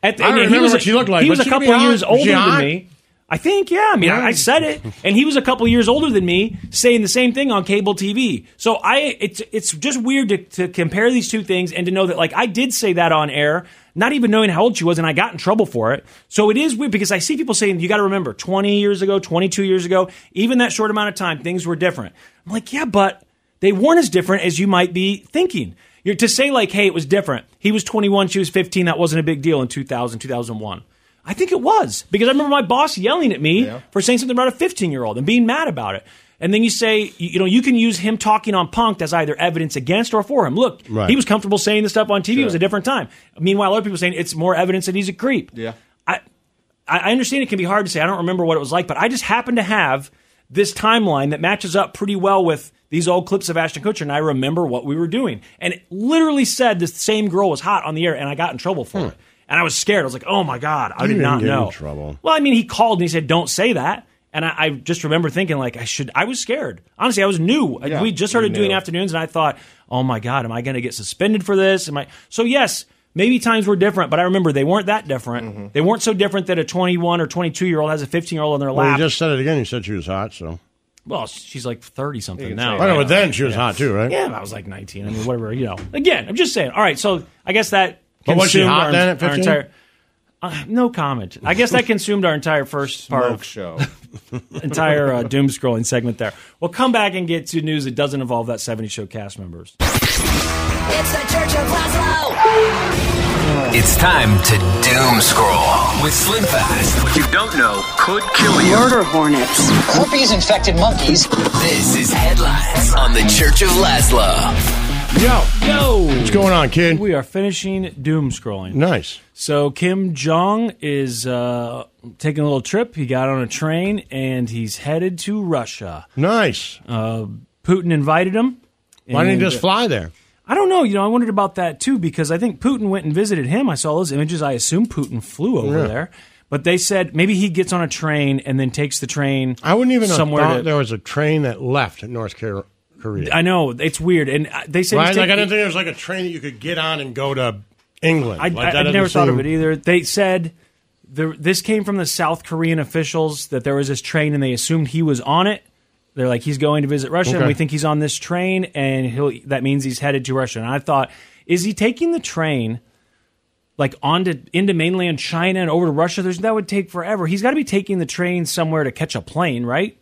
S5: At the,
S4: I
S5: and he
S4: remember
S5: was a-
S4: what she looked like,
S5: He
S4: but
S5: was a
S4: she could be
S5: couple
S4: hot.
S5: years
S4: Is she
S5: older than
S4: hot?
S5: me. I think, yeah. I mean, I, I said it, and he was a couple years older than me, saying the same thing on cable TV. So I, it's it's just weird to, to compare these two things and to know that like I did say that on air, not even knowing how old she was, and I got in trouble for it. So it is weird because I see people saying you got to remember, twenty years ago, twenty two years ago, even that short amount of time, things were different. I'm like, yeah, but they weren't as different as you might be thinking. You're to say like, hey, it was different. He was 21, she was 15. That wasn't a big deal in 2000, 2001. I think it was because I remember my boss yelling at me for saying something about a 15 year old and being mad about it. And then you say, you, you know, you can use him talking on Punked as either evidence against or for him. Look,
S12: Right.
S5: he was comfortable saying this stuff on TV. It was a different time. Meanwhile, other people saying it's more evidence that he's a creep.
S6: Yeah.
S5: I, I I understand it can be hard to say. I don't remember what it was like, but I just happen to have this timeline that matches up pretty well with these old clips of Ashton Kutcher, and I remember what we were doing. And it literally said the same girl was hot on the air, and I got in trouble for it. And I was scared. I was like, oh my God, I
S4: Hmm. You
S5: did
S4: didn't
S5: not
S4: get in
S5: know.
S4: trouble.
S5: Well, I mean, he called and he said, don't say that. And I, I just remember thinking, like, I should, I was scared. Honestly, I was new. I-
S12: Yeah,
S5: we just
S12: you
S5: started doing
S12: knew.
S5: afternoons, and I thought, oh my God, am I going to get suspended for this? Am I? So, yes, maybe times were different, but I remember they weren't that different.
S4: Mm-hmm.
S5: They weren't so different that a 21 or 22 year old has a 15 year old on their
S4: Well, you
S5: lap.
S4: just said it again. You said she was hot, so.
S5: well, she's like 30 something
S4: can
S5: now.
S4: say that. Right, but then she was hot too, right?
S5: Yeah, I was like 19. I mean, whatever, you know. Again, I'm just saying. All right, so I guess that.
S4: But was she
S5: consumed
S4: hot
S5: our,
S4: then at
S5: our
S4: 15?
S5: entire- uh, no comment. I guess that consumed our entire first part of
S6: show.
S5: entire uh, doom scrolling segment there. We'll come back and get to news that doesn't involve that 70 show cast members.
S10: It's the Church of Laszlo. It's time to doom scroll with Slim Fast. What you don't know could kill you. Murder hornets, herpes infected monkeys. This is headlines on the Church of Laszlo.
S4: Yo.
S5: Yo. What's
S4: going on, kid?
S5: We are finishing doom scrolling.
S4: Nice.
S5: So Kim Jong is uh, taking a little trip. He got on a train and he's headed to Russia.
S4: Nice.
S5: Uh, Putin invited him.
S4: Why didn't he
S5: and- uh,
S4: just fly there?
S5: I don't know. You know, I wondered about that too because I think Putin went and visited him. I saw those images. I assume Putin flew over
S4: Yeah.
S5: there, but they said maybe he gets on a train and then takes the train.
S4: I wouldn't even
S5: somewhere.
S4: have thought
S5: to-
S4: there was a train that left North Car- Korea.
S5: I know it's weird, and uh, they said he's
S4: right? like, I
S5: taking-
S4: didn't think there was like a train that you could get on and go to England.
S5: I,
S4: Like, that
S5: I, I
S4: doesn't
S5: never thought of
S4: seem-
S5: it either. They said the, this came from the South Korean officials that there was this train and they assumed he was on it. They're like, he's going to visit Russia, and
S12: Okay.
S5: we think he's on this train, and he'll that means he's headed to Russia. And I thought, is he taking the train like onto into mainland China and over to Russia? There's that would take forever. He's got to be taking the train somewhere to catch a plane, right?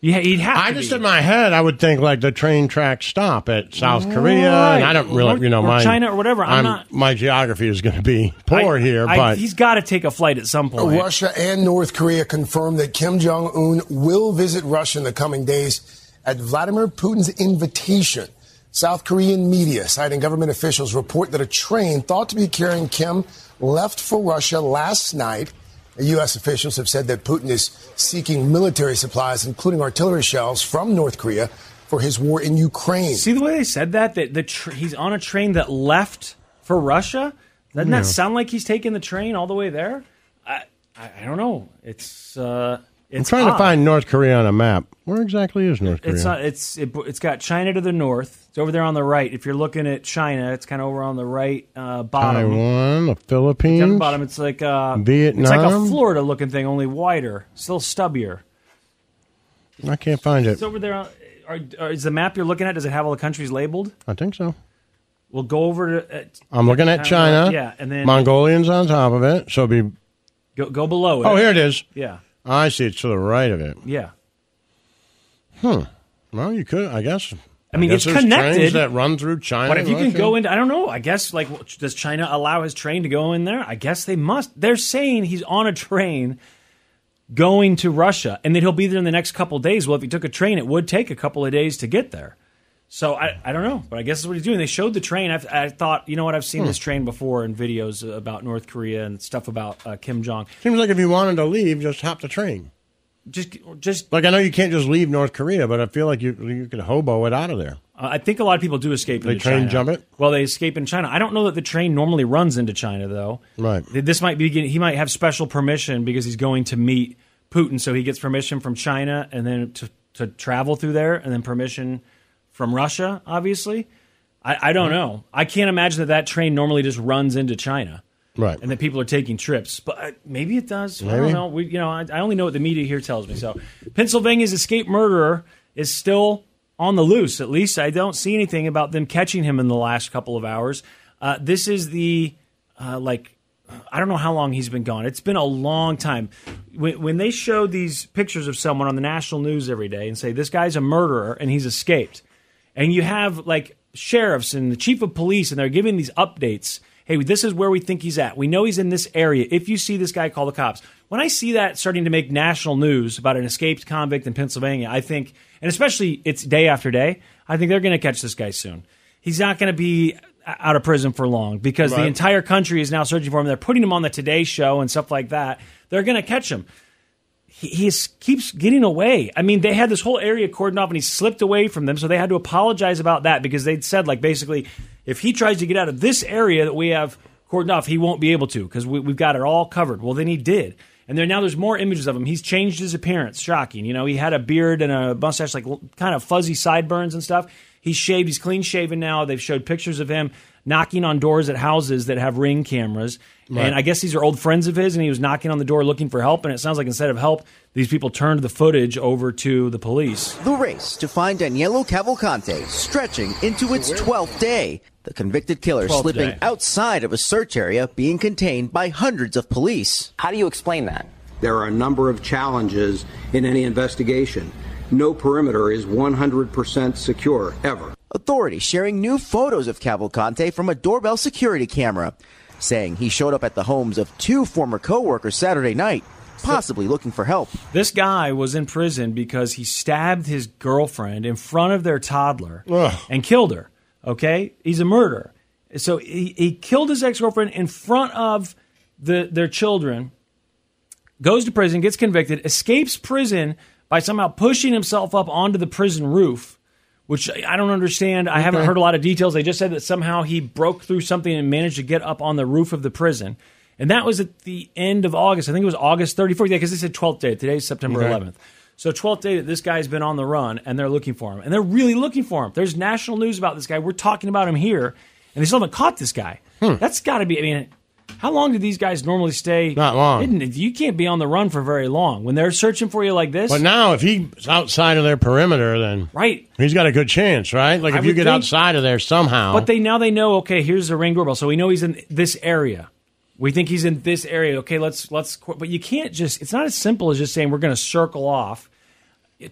S5: Yeah, he'd have.
S4: I
S5: to
S4: just
S5: be.
S4: in my head, I would think like the train tracks stop at South Korea, and I don't really,
S5: Or-
S4: you know,
S5: or
S4: my
S5: China or whatever. I'm not-
S4: My geography is going to be poor here,
S5: I-
S4: but
S5: he's got to take a flight at some point.
S13: Oh, Russia and North Korea confirmed that Kim Jong un will visit Russia in the coming days at Vladimir Putin's invitation. South Korean media, citing government officials, report that a train thought to be carrying Kim left for Russia last night. U.S. officials have said that Putin is seeking military supplies, including artillery shells, from North Korea for his war in Ukraine.
S5: See the way they said that? That the tr- he's on a train that left for Russia. Doesn't
S13: Yeah.
S5: that sound like he's taking the train all the way there? I I, I don't know. It's uh,
S4: I'm
S5: It's
S4: trying to
S5: odd.
S4: find North Korea on a map. Where exactly is North Korea?
S5: It's not. It's it, it's got China to the north. It's over there on the right. If you're looking at China, it's kind of over on the right uh, bottom.
S4: Taiwan, the
S5: It's at the
S4: Philippines.
S5: bottom. It's like uh, It's like
S4: Vietnam?
S5: a Florida looking thing, only wider, still stubbier.
S4: I can't find it.
S5: It's over there. on- Are, are, is the map you're looking at? Does it have all the countries labeled?
S4: I think so.
S5: We'll go over to. Uh,
S4: I'm looking at China.
S5: Yeah, and then
S4: Mongolians on top of it. So it'd be.
S5: Go, go below it.
S4: Oh, here it is.
S5: Yeah,
S4: I see. It's to the right of it.
S5: yeah.
S4: Hmm. Well, you could, I guess.
S5: I mean,
S4: guess
S5: it's
S4: there's
S5: connected.
S4: Trains that run through China.
S5: But if you can go
S4: in,
S5: into, I don't know. I guess like, well, does China allow his train to go in there? I guess they must. They're saying he's on a train going to Russia, and that he'll be there in the next couple of days. Well, if he took a train, it would take a couple of days to get there. So I, I don't know, but I guess that's what he's doing. They showed the train. I've, I thought, you know what? I've seen
S4: Hmm.
S5: this train before in videos about North Korea and stuff about uh, Kim Jong.
S4: seems like if you wanted to leave, just hop the train.
S5: Just, just
S4: like I know you can't just leave North Korea, but I feel like you you could hobo it out of there.
S5: Uh, I think a lot of people do escape.
S4: They
S5: into
S4: train
S5: China.
S4: jump it?
S5: Well, they escape in China. I don't know that the train normally runs into China though.
S4: Right.
S5: Th- This might be he might have special permission because he's going to meet Putin, so he gets permission from China and then to to travel through there, and then permission from Russia. Obviously, I, I don't know. I can't imagine that that train normally just runs into China.
S4: Right.
S5: And that people are taking trips, but uh, maybe it does. I
S4: Maybe.
S5: don't know. We, you know, I, I only know what the media here tells me. So, Pennsylvania's escaped murderer is still on the loose. At least I don't see anything about them catching him in the last couple of hours. Uh, this is the uh, like I don't know how long he's been gone. It's been a long time. When, when they show these pictures of someone on the national news every day and say this guy's a murderer and he's escaped, and you have like sheriffs and the chief of police and they're giving these updates. Hey, this is where we think he's at. We know he's in this area. If you see this guy, call the cops. When I see that starting to make national news about an escaped convict in Pennsylvania, I think, and especially it's day after day, I think they're going to catch this guy soon. He's not going to be out of prison for long because the
S4: Right.
S5: entire country is now searching for him. They're putting him on the Today Show and stuff like that. They're going to catch him he, he is, keeps getting away. I mean, they had this whole area cordoned off and he slipped away from them. So they had to apologize about that because they'd said, like, basically, if he tries to get out of this area that we have cordoned off, he won't be able to because we, we've got it all covered. Well, then he did. And there, now there's more images of him. He's changed his appearance. Shocking. You know, he had a beard and a mustache, like l- kind of fuzzy sideburns and stuff. He's shaved. He's clean shaven now. They've showed pictures of him knocking on doors at houses that have ring cameras.
S4: Right.
S5: And I guess these are old friends of his, and he was knocking on the door looking for help. And it sounds like instead of help, these people turned the footage over to the police.
S12: The race to find Daniello Cavalcante stretching into its 12th day. The convicted killer
S14: 12th
S12: slipping
S14: day.
S12: outside of a search area, being contained by hundreds of police. How do you explain that?
S14: There are a number of challenges in any investigation. No perimeter is 100% secure, ever.
S12: Authorities sharing new photos of Cavalcante from a doorbell security camera, saying he showed up at the homes of two former co workers Saturday night, possibly looking for help.
S5: This guy was in prison because he stabbed his girlfriend in front of their toddler and killed her. Okay, he's a murderer. So he, he killed his ex girlfriend in front of the their children. Goes to prison, gets convicted, escapes prison by somehow pushing himself up onto the prison roof, which I don't understand. I haven't
S4: Okay.
S5: heard a lot of details. They just said that somehow he broke through something and managed to get up on the roof of the prison. And that was at the end of August. I think it was August 34th. Yeah, because they said 12th day. Today's September
S4: Okay.
S5: 11th. So 12th day that this guy's been on the run and they're looking for him. And they're really looking for him. There's national news about this guy. We're talking about him here. And they still haven't caught this guy.
S4: Hmm.
S5: That's got to be, I mean, how long do these guys normally stay? Not
S4: long.
S5: You can't be on the run for very long. When they're searching for you like this,
S4: But now, if he's outside of their perimeter, then
S5: right,
S4: he's got a good chance, right? Like
S5: I
S4: if you
S5: would
S4: get
S5: think-
S4: outside of there somehow.
S5: But they now they know. Okay, here's the ring doorbell, so we know he's in this area. We think he's in this area. Okay, let's let's. qu- But you can't just. It's not as simple as just saying we're going to circle off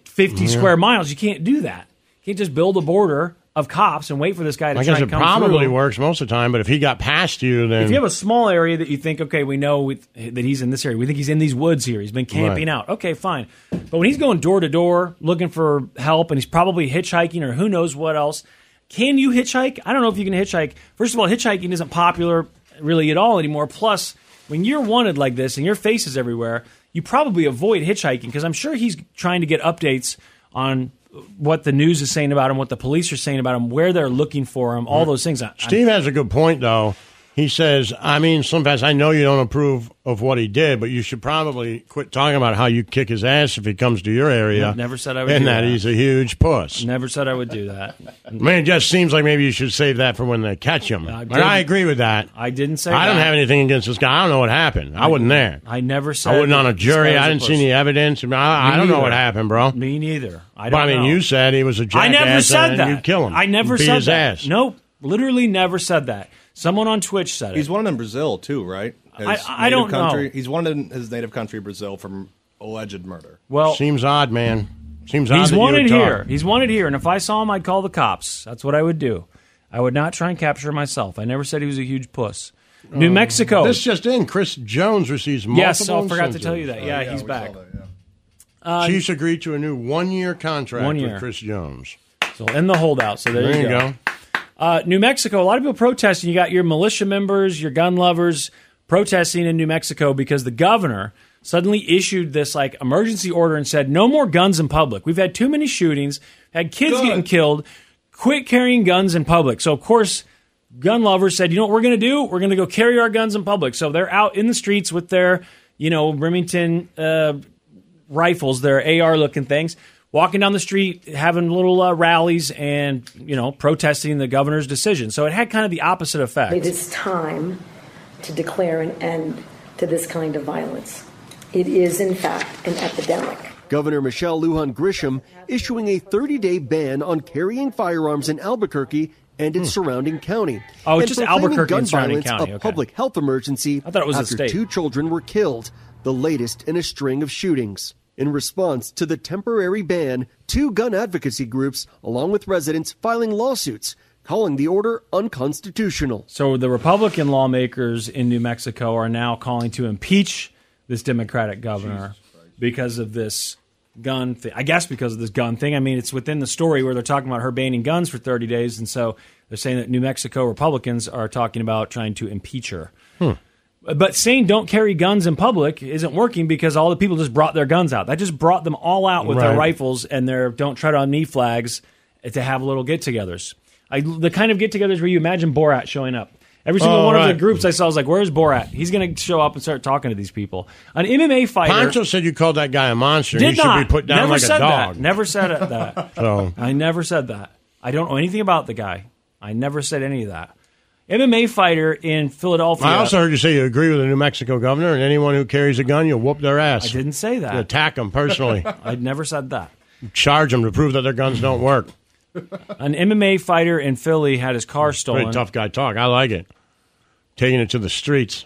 S5: fifty
S4: Yeah.
S5: square miles. You can't do that. You can't just build a border of cops and wait for this guy to
S4: I
S5: try
S4: guess
S5: and
S4: it
S5: come
S4: probably
S5: through.
S4: works most of the time. But if he got past you, then
S5: If you have a small area that you think, okay, we know we, that he's in this area, we think he's in these woods here, he's been camping
S4: Right.
S5: out, okay, fine. But when he's going door to door looking for help and he's probably hitchhiking or who knows what else, can you hitchhike? I don't know if you can hitchhike. First of all, hitchhiking isn't popular really at all anymore. Plus, when you're wanted like this and your face is everywhere, you probably avoid hitchhiking because I'm sure he's trying to get updates on what the news is saying about him, what the police are saying about him, where they're looking for him, all those things. I- I'm
S4: Steve has a good point though. He says, I mean, sometimes I know you don't approve of what he did, but you should probably quit talking about how you kick his ass if he comes to your area.
S5: Never- never said I would
S4: And
S5: do
S4: that,
S5: that.
S4: he's a huge puss.
S5: Never said I would do that.
S4: I mean, it just seems like maybe you should save that for when they catch him.
S5: I
S4: but I
S5: didn't-
S4: agree with that.
S5: I didn't say
S4: I don't
S5: that.
S4: have anything against this guy. I don't know what happened. I wasn't there.
S5: I never said.
S4: I wasn't on a
S5: that this guy
S4: jury.
S5: was
S4: I
S5: a
S4: didn't see
S5: pussy.
S4: any evidence. I, I
S5: Me
S4: don't know
S5: neither.
S4: what happened, bro.
S5: Me neither. I
S4: but
S5: don't
S4: I mean,
S5: know.
S4: you said he was a jackass.
S5: I never said
S4: and
S5: that.
S4: You kill him.
S5: I never
S4: You beat
S5: said
S4: his
S5: that.
S4: ass.
S5: Nope. Literally never said that. Someone on Twitch said it.
S6: He's wanted in Brazil too, right? His
S5: I- I
S6: native
S5: don't know.
S6: country. He's wanted in his native country, Brazil, from alleged murder.
S5: Well,
S4: seems odd, man. Seems odd.
S5: He's
S4: that you would
S5: wanted
S4: talk.
S5: here. He's wanted here. And if I saw him, I'd call the cops. That's what I would do. I would not try and capture him myself. I never said he was a huge puss. New
S4: Um,
S5: Mexico.
S4: This just in: Chris Jones receives multiple.
S5: yes, oh, I forgot to
S4: incentives.
S5: tell you that. Yeah, he's back. Uh,
S4: Chiefs agreed to a new one-year contract
S5: One
S4: with
S5: year.
S4: Chris Jones.
S5: So in the holdout. So there,
S4: There you go.
S5: Uh, New Mexico. A lot of people protesting. You got your militia members, your gun lovers protesting in New Mexico because the governor suddenly issued this like emergency order and said no more guns in public. We've had too many shootings. Had kids getting killed. Quit carrying guns in public. So of course. Gun lovers said, you know what we're going to do? We're going to go carry our guns in public. So they're out in the streets with their, you know, Remington uh, rifles, their AR looking things, walking down the street, having little uh, rallies and, you know, protesting the governor's decision. So it had kind of the opposite effect.
S15: It is time to declare an end to this kind of violence. It is, in fact, an epidemic.
S16: Governor Michelle Lujan Grisham issuing a 30 day ban on carrying firearms in Albuquerque and its surrounding county.
S5: Hmm. Oh, it's
S16: and
S5: just
S16: proclaiming
S5: Albuquerque
S16: gun
S5: and surrounding
S16: violence
S5: county,
S16: A
S5: okay.
S16: public health emergency
S5: I thought it was a
S16: after
S5: state.
S16: two children were killed, the latest in a string of shootings. In response to the temporary ban, two gun advocacy groups, along with residents, filing lawsuits calling the order unconstitutional.
S5: So the Republican lawmakers in New Mexico are now calling to impeach this Democratic governor because of this gun thing. I guess because of this gun thing. I mean, it's within the story where they're talking about her banning guns for 30 days. And so they're saying that New Mexico Republicans are talking about trying to impeach her.
S1: Hmm.
S5: But saying don't carry guns in public isn't working because all the people just brought their guns out. That just brought them all out with their
S1: Right.
S5: rifles and their don't tread on me flags to have little get togethers. I, the kind of get togethers where you imagine Borat showing up. Every single
S4: Oh,
S5: one of
S4: right.
S5: the groups I saw was like, where's Borat? He's going to show up and start talking to these people. An MMA fighter.
S4: Poncho said you called that guy a monster.
S5: did
S4: he should
S5: not.
S4: be put down
S5: Never
S4: like
S5: said
S4: a dog.
S5: That. Never said it- that.
S4: So
S5: I never said that. I don't know anything about the guy. I never said any of that. MMA fighter in Philadelphia.
S4: I also heard you say you agree with the New Mexico governor, and anyone who carries a gun, you'll whoop their ass. I
S5: didn't say that.
S4: attack them personally.
S5: I never said that.
S4: Charge them to prove that their guns don't work.
S5: An MMA fighter in Philly had his car stolen.
S4: Pretty tough guy talk. I like it. Taking it to the streets.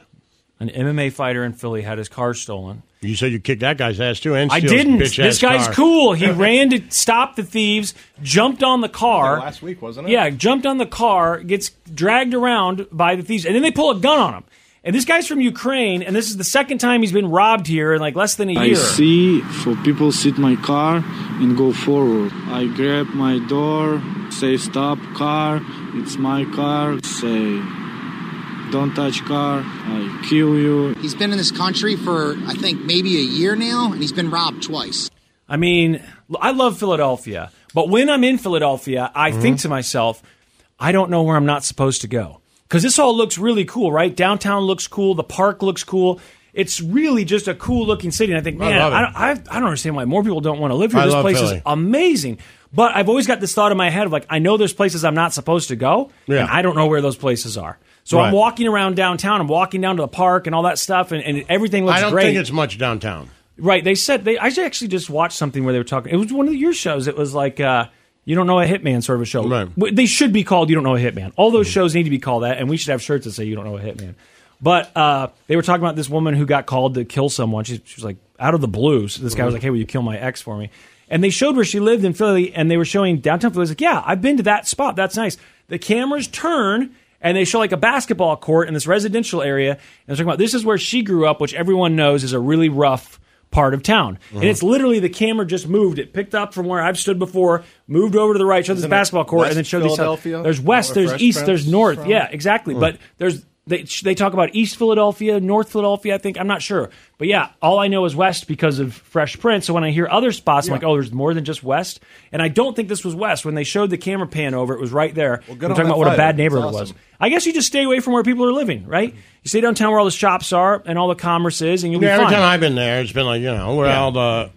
S5: An MMA fighter in Philly had his car stolen.
S4: You said you kicked that guy's ass too, and
S5: I
S4: steals his
S5: didn't.
S4: bitch-ass
S5: This guy's
S4: car.
S5: cool. He ran to stop the thieves, jumped on the car.
S6: Yeah, last week, wasn't it?
S5: Yeah, jumped on the car, gets dragged around by the thieves, and then they pull a gun on him. And this guy's from Ukraine, and this is the second time he's been robbed here in like less than a
S17: I
S5: year.
S17: see for people sit my car and go forward. I grab my door, say stop car, it's my car, say don't touch car, I kill you.
S18: He's been in this country for, I think, maybe a year now, and he's been robbed twice.
S5: I mean, l- I love Philadelphia, but when I'm in Philadelphia, I
S18: Mm-hmm.
S5: think to myself, I don't know where I'm not supposed to go. Because this all looks really cool, right? Downtown looks cool, the park looks cool. It's really just a cool looking city. And I think,
S4: I
S5: man,
S4: love it.
S5: I, I, I don't understand why more people don't want to live here.
S4: I
S5: this
S4: love
S5: place
S4: Philly.
S5: is amazing. But I've always got this thought in my head of like, I know there's places I'm not supposed to go,
S4: Yeah.
S5: and I don't know where those places are. So I'm
S4: Right.
S5: walking around downtown, I'm walking down to the park and all that stuff, and, and everything looks
S4: I don't
S5: great.
S4: think it's much downtown.
S5: Right. They said they. I actually just watched something where they were talking. It was one of your shows. It was like uh, you don't know a hitman sort of a show. Right. They should be called you don't know a hitman. All those shows need to be called that, and we should have shirts that say you don't know a hitman. But uh, they were talking about this woman who got called to kill someone. She, she was like out of the blue. So this guy was like, "Hey, will you kill my ex for me?" And they showed where she lived in Philly, and they were showing downtown Philly. I was like, "Yeah, I've been to that spot. That's nice." The cameras turn and they show like a basketball court in this residential area. And they're talking about this is where she grew up, which everyone knows is a really rough part of town. And
S1: Mhm.
S5: it's literally the camera just moved. It picked up from where I've stood before, moved over to the right, showed this
S1: Isn't it
S5: basketball court,
S1: West
S5: and then showed these.
S1: Philadelphia?
S5: There's west,
S1: Where
S5: there's
S1: Fresh
S5: east,
S1: Prince
S5: there's north.
S1: from?
S5: Yeah, exactly.
S1: Mhm.
S5: But there's They, they talk about East Philadelphia, North Philadelphia, I think. I'm not sure. But yeah, all I know is West because of Fresh Prince. So when I hear other spots, I'm
S6: Yeah.
S5: like, oh, there's more than just West. And I don't think this was West. When they showed the camera pan over, it was right there.
S6: good
S5: We're
S6: on
S5: talking
S6: that
S5: about what a
S6: fighter.
S5: bad neighborhood
S6: That's
S5: it was.
S6: awesome.
S5: I guess you just stay away from where people are living, right? You stay downtown where all the shops are and all the commerce is, and you'll be
S4: Yeah, every
S5: fine.
S4: time I've been there, it's been like, you know, where
S5: Yeah.
S4: all the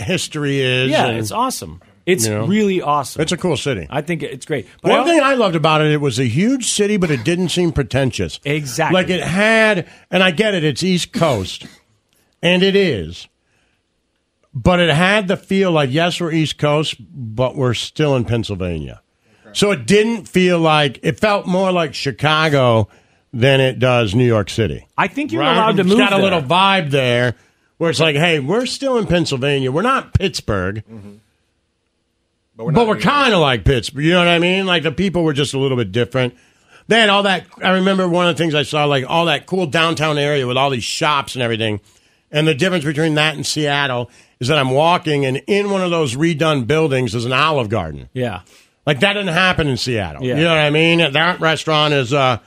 S4: history is.
S5: Yeah,
S4: and-
S5: it's awesome. It's
S4: you know.
S5: really awesome.
S4: It's a cool city.
S5: I think it's great. But
S4: One
S5: I-
S4: thing I loved about it, it was a huge city, but it didn't seem pretentious.
S5: Exactly.
S4: Like it had, and I get it, it's East Coast, and it is. But it had the feel like, yes, we're East Coast, but we're still in Pennsylvania. So it didn't feel like, it felt more like Chicago than it does New York City.
S5: I think you're
S4: Right?
S5: allowed to
S4: It's
S5: move
S4: got a
S5: there.
S4: little vibe there where it's like, hey, we're still in Pennsylvania. We're not Pittsburgh. But we're, kind of like Pittsburgh. You know what I mean? Like the people were just a little bit different. Then all that, I remember one of the things I saw, like all that cool downtown area with all these shops and everything. And the difference between that and Seattle is that I'm walking and in one of those redone buildings is an olive garden.
S5: Yeah.
S4: Like that doesn't happen in Seattle.
S5: Yeah.
S4: You know what I mean? That restaurant is a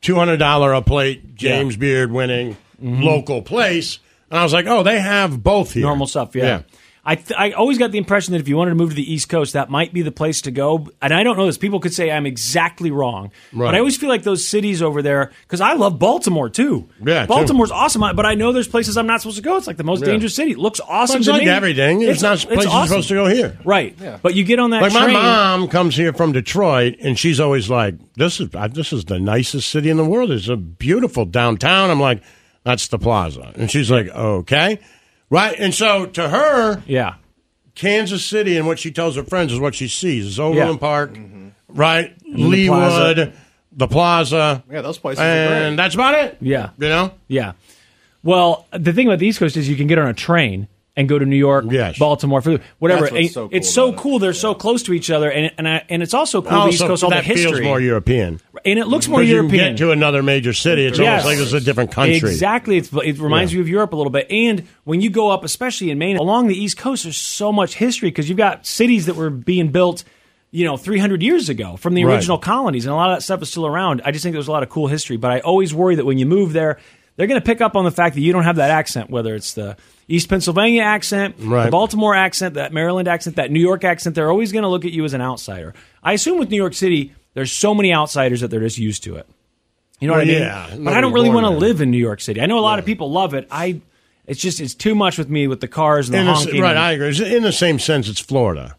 S4: two hundred dollar a plate James Beard winning
S5: Mm-hmm.
S4: local place, and I was like, oh, they have both here.
S5: Normal stuff, yeah.
S4: Yeah.
S5: I, th- I always got the impression that if you wanted to move to the East Coast, that might be the place to go. And I don't know this. People could say I'm exactly wrong. But
S4: Right.
S5: I always feel like those cities over there, because I love Baltimore too.
S4: Yeah, too.
S5: Baltimore's awesome, I- but I know there's places I'm not supposed to go. It's like the most
S4: Yeah.
S5: dangerous city. It looks awesome
S4: It's
S5: to
S4: like
S5: me.
S4: everything. It's not places you're
S5: awesome.
S4: supposed to go here.
S5: Right.
S4: Yeah.
S5: But you get on that
S4: Like my
S5: train-
S4: mom comes here from Detroit, and she's always like, "This is I- this is the nicest city in the world. It's a beautiful downtown." I'm like, "That's the Plaza," and she's like, "Okay, right." And so to her,
S5: yeah,
S4: Kansas City and what she tells her friends is what she sees: is Overland
S6: Yeah.
S4: Park,
S5: Mm.
S6: Mm-hmm.
S4: right,
S6: then the
S4: Leawood,
S6: Plaza.
S4: the Plaza.
S6: Yeah, those places are great.
S4: and that's about it.
S5: Yeah.
S4: You know?
S5: Yeah. Well, the thing about the East Coast is you can get on a train and go to New York, Baltimore, whatever.
S6: That's what's
S5: And
S6: so cool
S5: it's so cool. They're so close to each other, and and I, and it's also cool. the East
S4: Also,
S5: Coast, all the
S4: Oh, that
S5: history,
S4: feels more European,
S5: and it looks more
S4: 'Cause you can
S5: European.
S4: get to another major city, it's
S5: Yes.
S4: almost like it's a different country.
S5: Exactly. It's, it reminds
S4: Yeah.
S5: you of Europe a little bit. And when you go up, especially in Maine, along the East Coast, there's so much history because you've got cities that were being built, you know, 300 years ago from the
S4: Right.
S5: original colonies, and a lot of that stuff is still around. I just think there's a lot of cool history. But I always worry that when you move there, they're going to pick up on the fact that you don't have that accent, whether it's the East Pennsylvania accent, the
S4: Right.
S5: Baltimore accent, that Maryland accent, that New York accent. They're always going to look at you as an outsider. I assume with New York City, there's so many outsiders that they're just used to it. You know
S4: Well,
S5: what I mean?
S4: yeah.
S5: but I don't
S4: Nobody's
S5: really
S4: born
S5: want to
S4: there.
S5: live in New York City. I know a lot of people love it. I, it's just it's too much with me with the cars and the
S4: In the s-
S5: honking.
S4: right, I agree. It's In the same sense, it's Florida.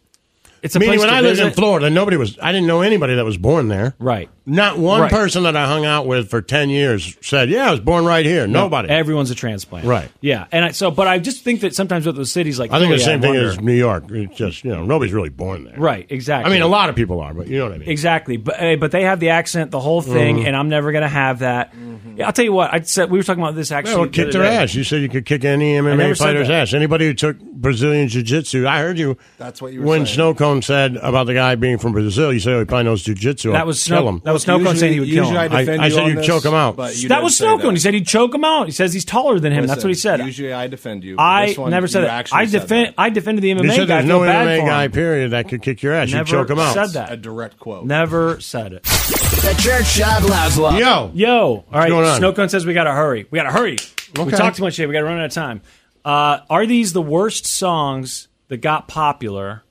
S5: It's a
S4: Meaning,
S5: place
S4: when
S5: to
S4: I lived in
S5: visit.
S4: Florida, nobody was. I didn't know anybody that was born there.
S5: Right.
S4: Not one
S5: Right.
S4: person that I hung out with for ten years said, "Yeah, I was born right here."
S5: No,
S4: Nobody.
S5: everyone's a transplant.
S4: Right.
S5: yeah, and I, so but I just think that sometimes with those cities like
S4: I think
S5: Philly,
S4: the same thing
S5: wonder-
S4: as New York. It's just you know nobody's really born there.
S5: right. Exactly.
S4: I mean, a lot of people are, but you know what I mean.
S5: Exactly, but eh, but they have the accent, the whole thing,
S4: Mhm.
S5: and I'm never going to have that. Yeah, I'll tell you what. I said we were talking about this actually.
S4: Yeah, well,
S5: the
S4: kick
S5: other
S4: their
S5: day.
S4: ass. You said you could kick any
S5: never
S4: MMA
S5: said
S4: fighter's
S5: that.
S4: ass. Anybody who took Brazilian jiu-jitsu. I heard you.
S6: That's what you were
S4: when
S6: saying.
S4: Snow Cone said about the guy being from Brazil. You said oh, he probably knows jiu-jitsu.
S5: That
S4: I'll
S5: was
S4: kill
S5: Snow-
S4: him.
S5: that was Snow Cone saying he would kill him.
S6: usually I defend
S4: I,
S6: you
S4: said
S6: on
S4: you'd
S6: this,
S4: choke him out.
S6: but you
S5: that
S6: did
S5: was
S6: say
S5: Snow
S6: that.
S5: Cone. He said he'd choke him out. He says he's taller than him. That's
S6: Listen,
S5: what he said.
S6: Usually I defend you. but
S5: I
S6: this one,
S5: never said
S6: you
S5: that.
S6: actually
S5: I
S6: said
S5: defended. I defended the MMA
S4: you said
S5: guy. I
S4: there's
S5: feel
S4: no
S5: bad
S4: MMA
S5: for
S4: guy,
S5: him.
S4: period, that could kick your ass.
S5: Never
S4: you choke him out.
S5: said that.
S6: A direct quote.
S5: Never said it.
S10: The Church of Laszlo.
S4: Yo.
S5: Yo. All right.
S4: going on?
S5: Snow Cone says we got to hurry. We got to hurry. We
S4: Okay.
S5: talked too much today. We got to run out of time. Uh, are these the worst songs that got popular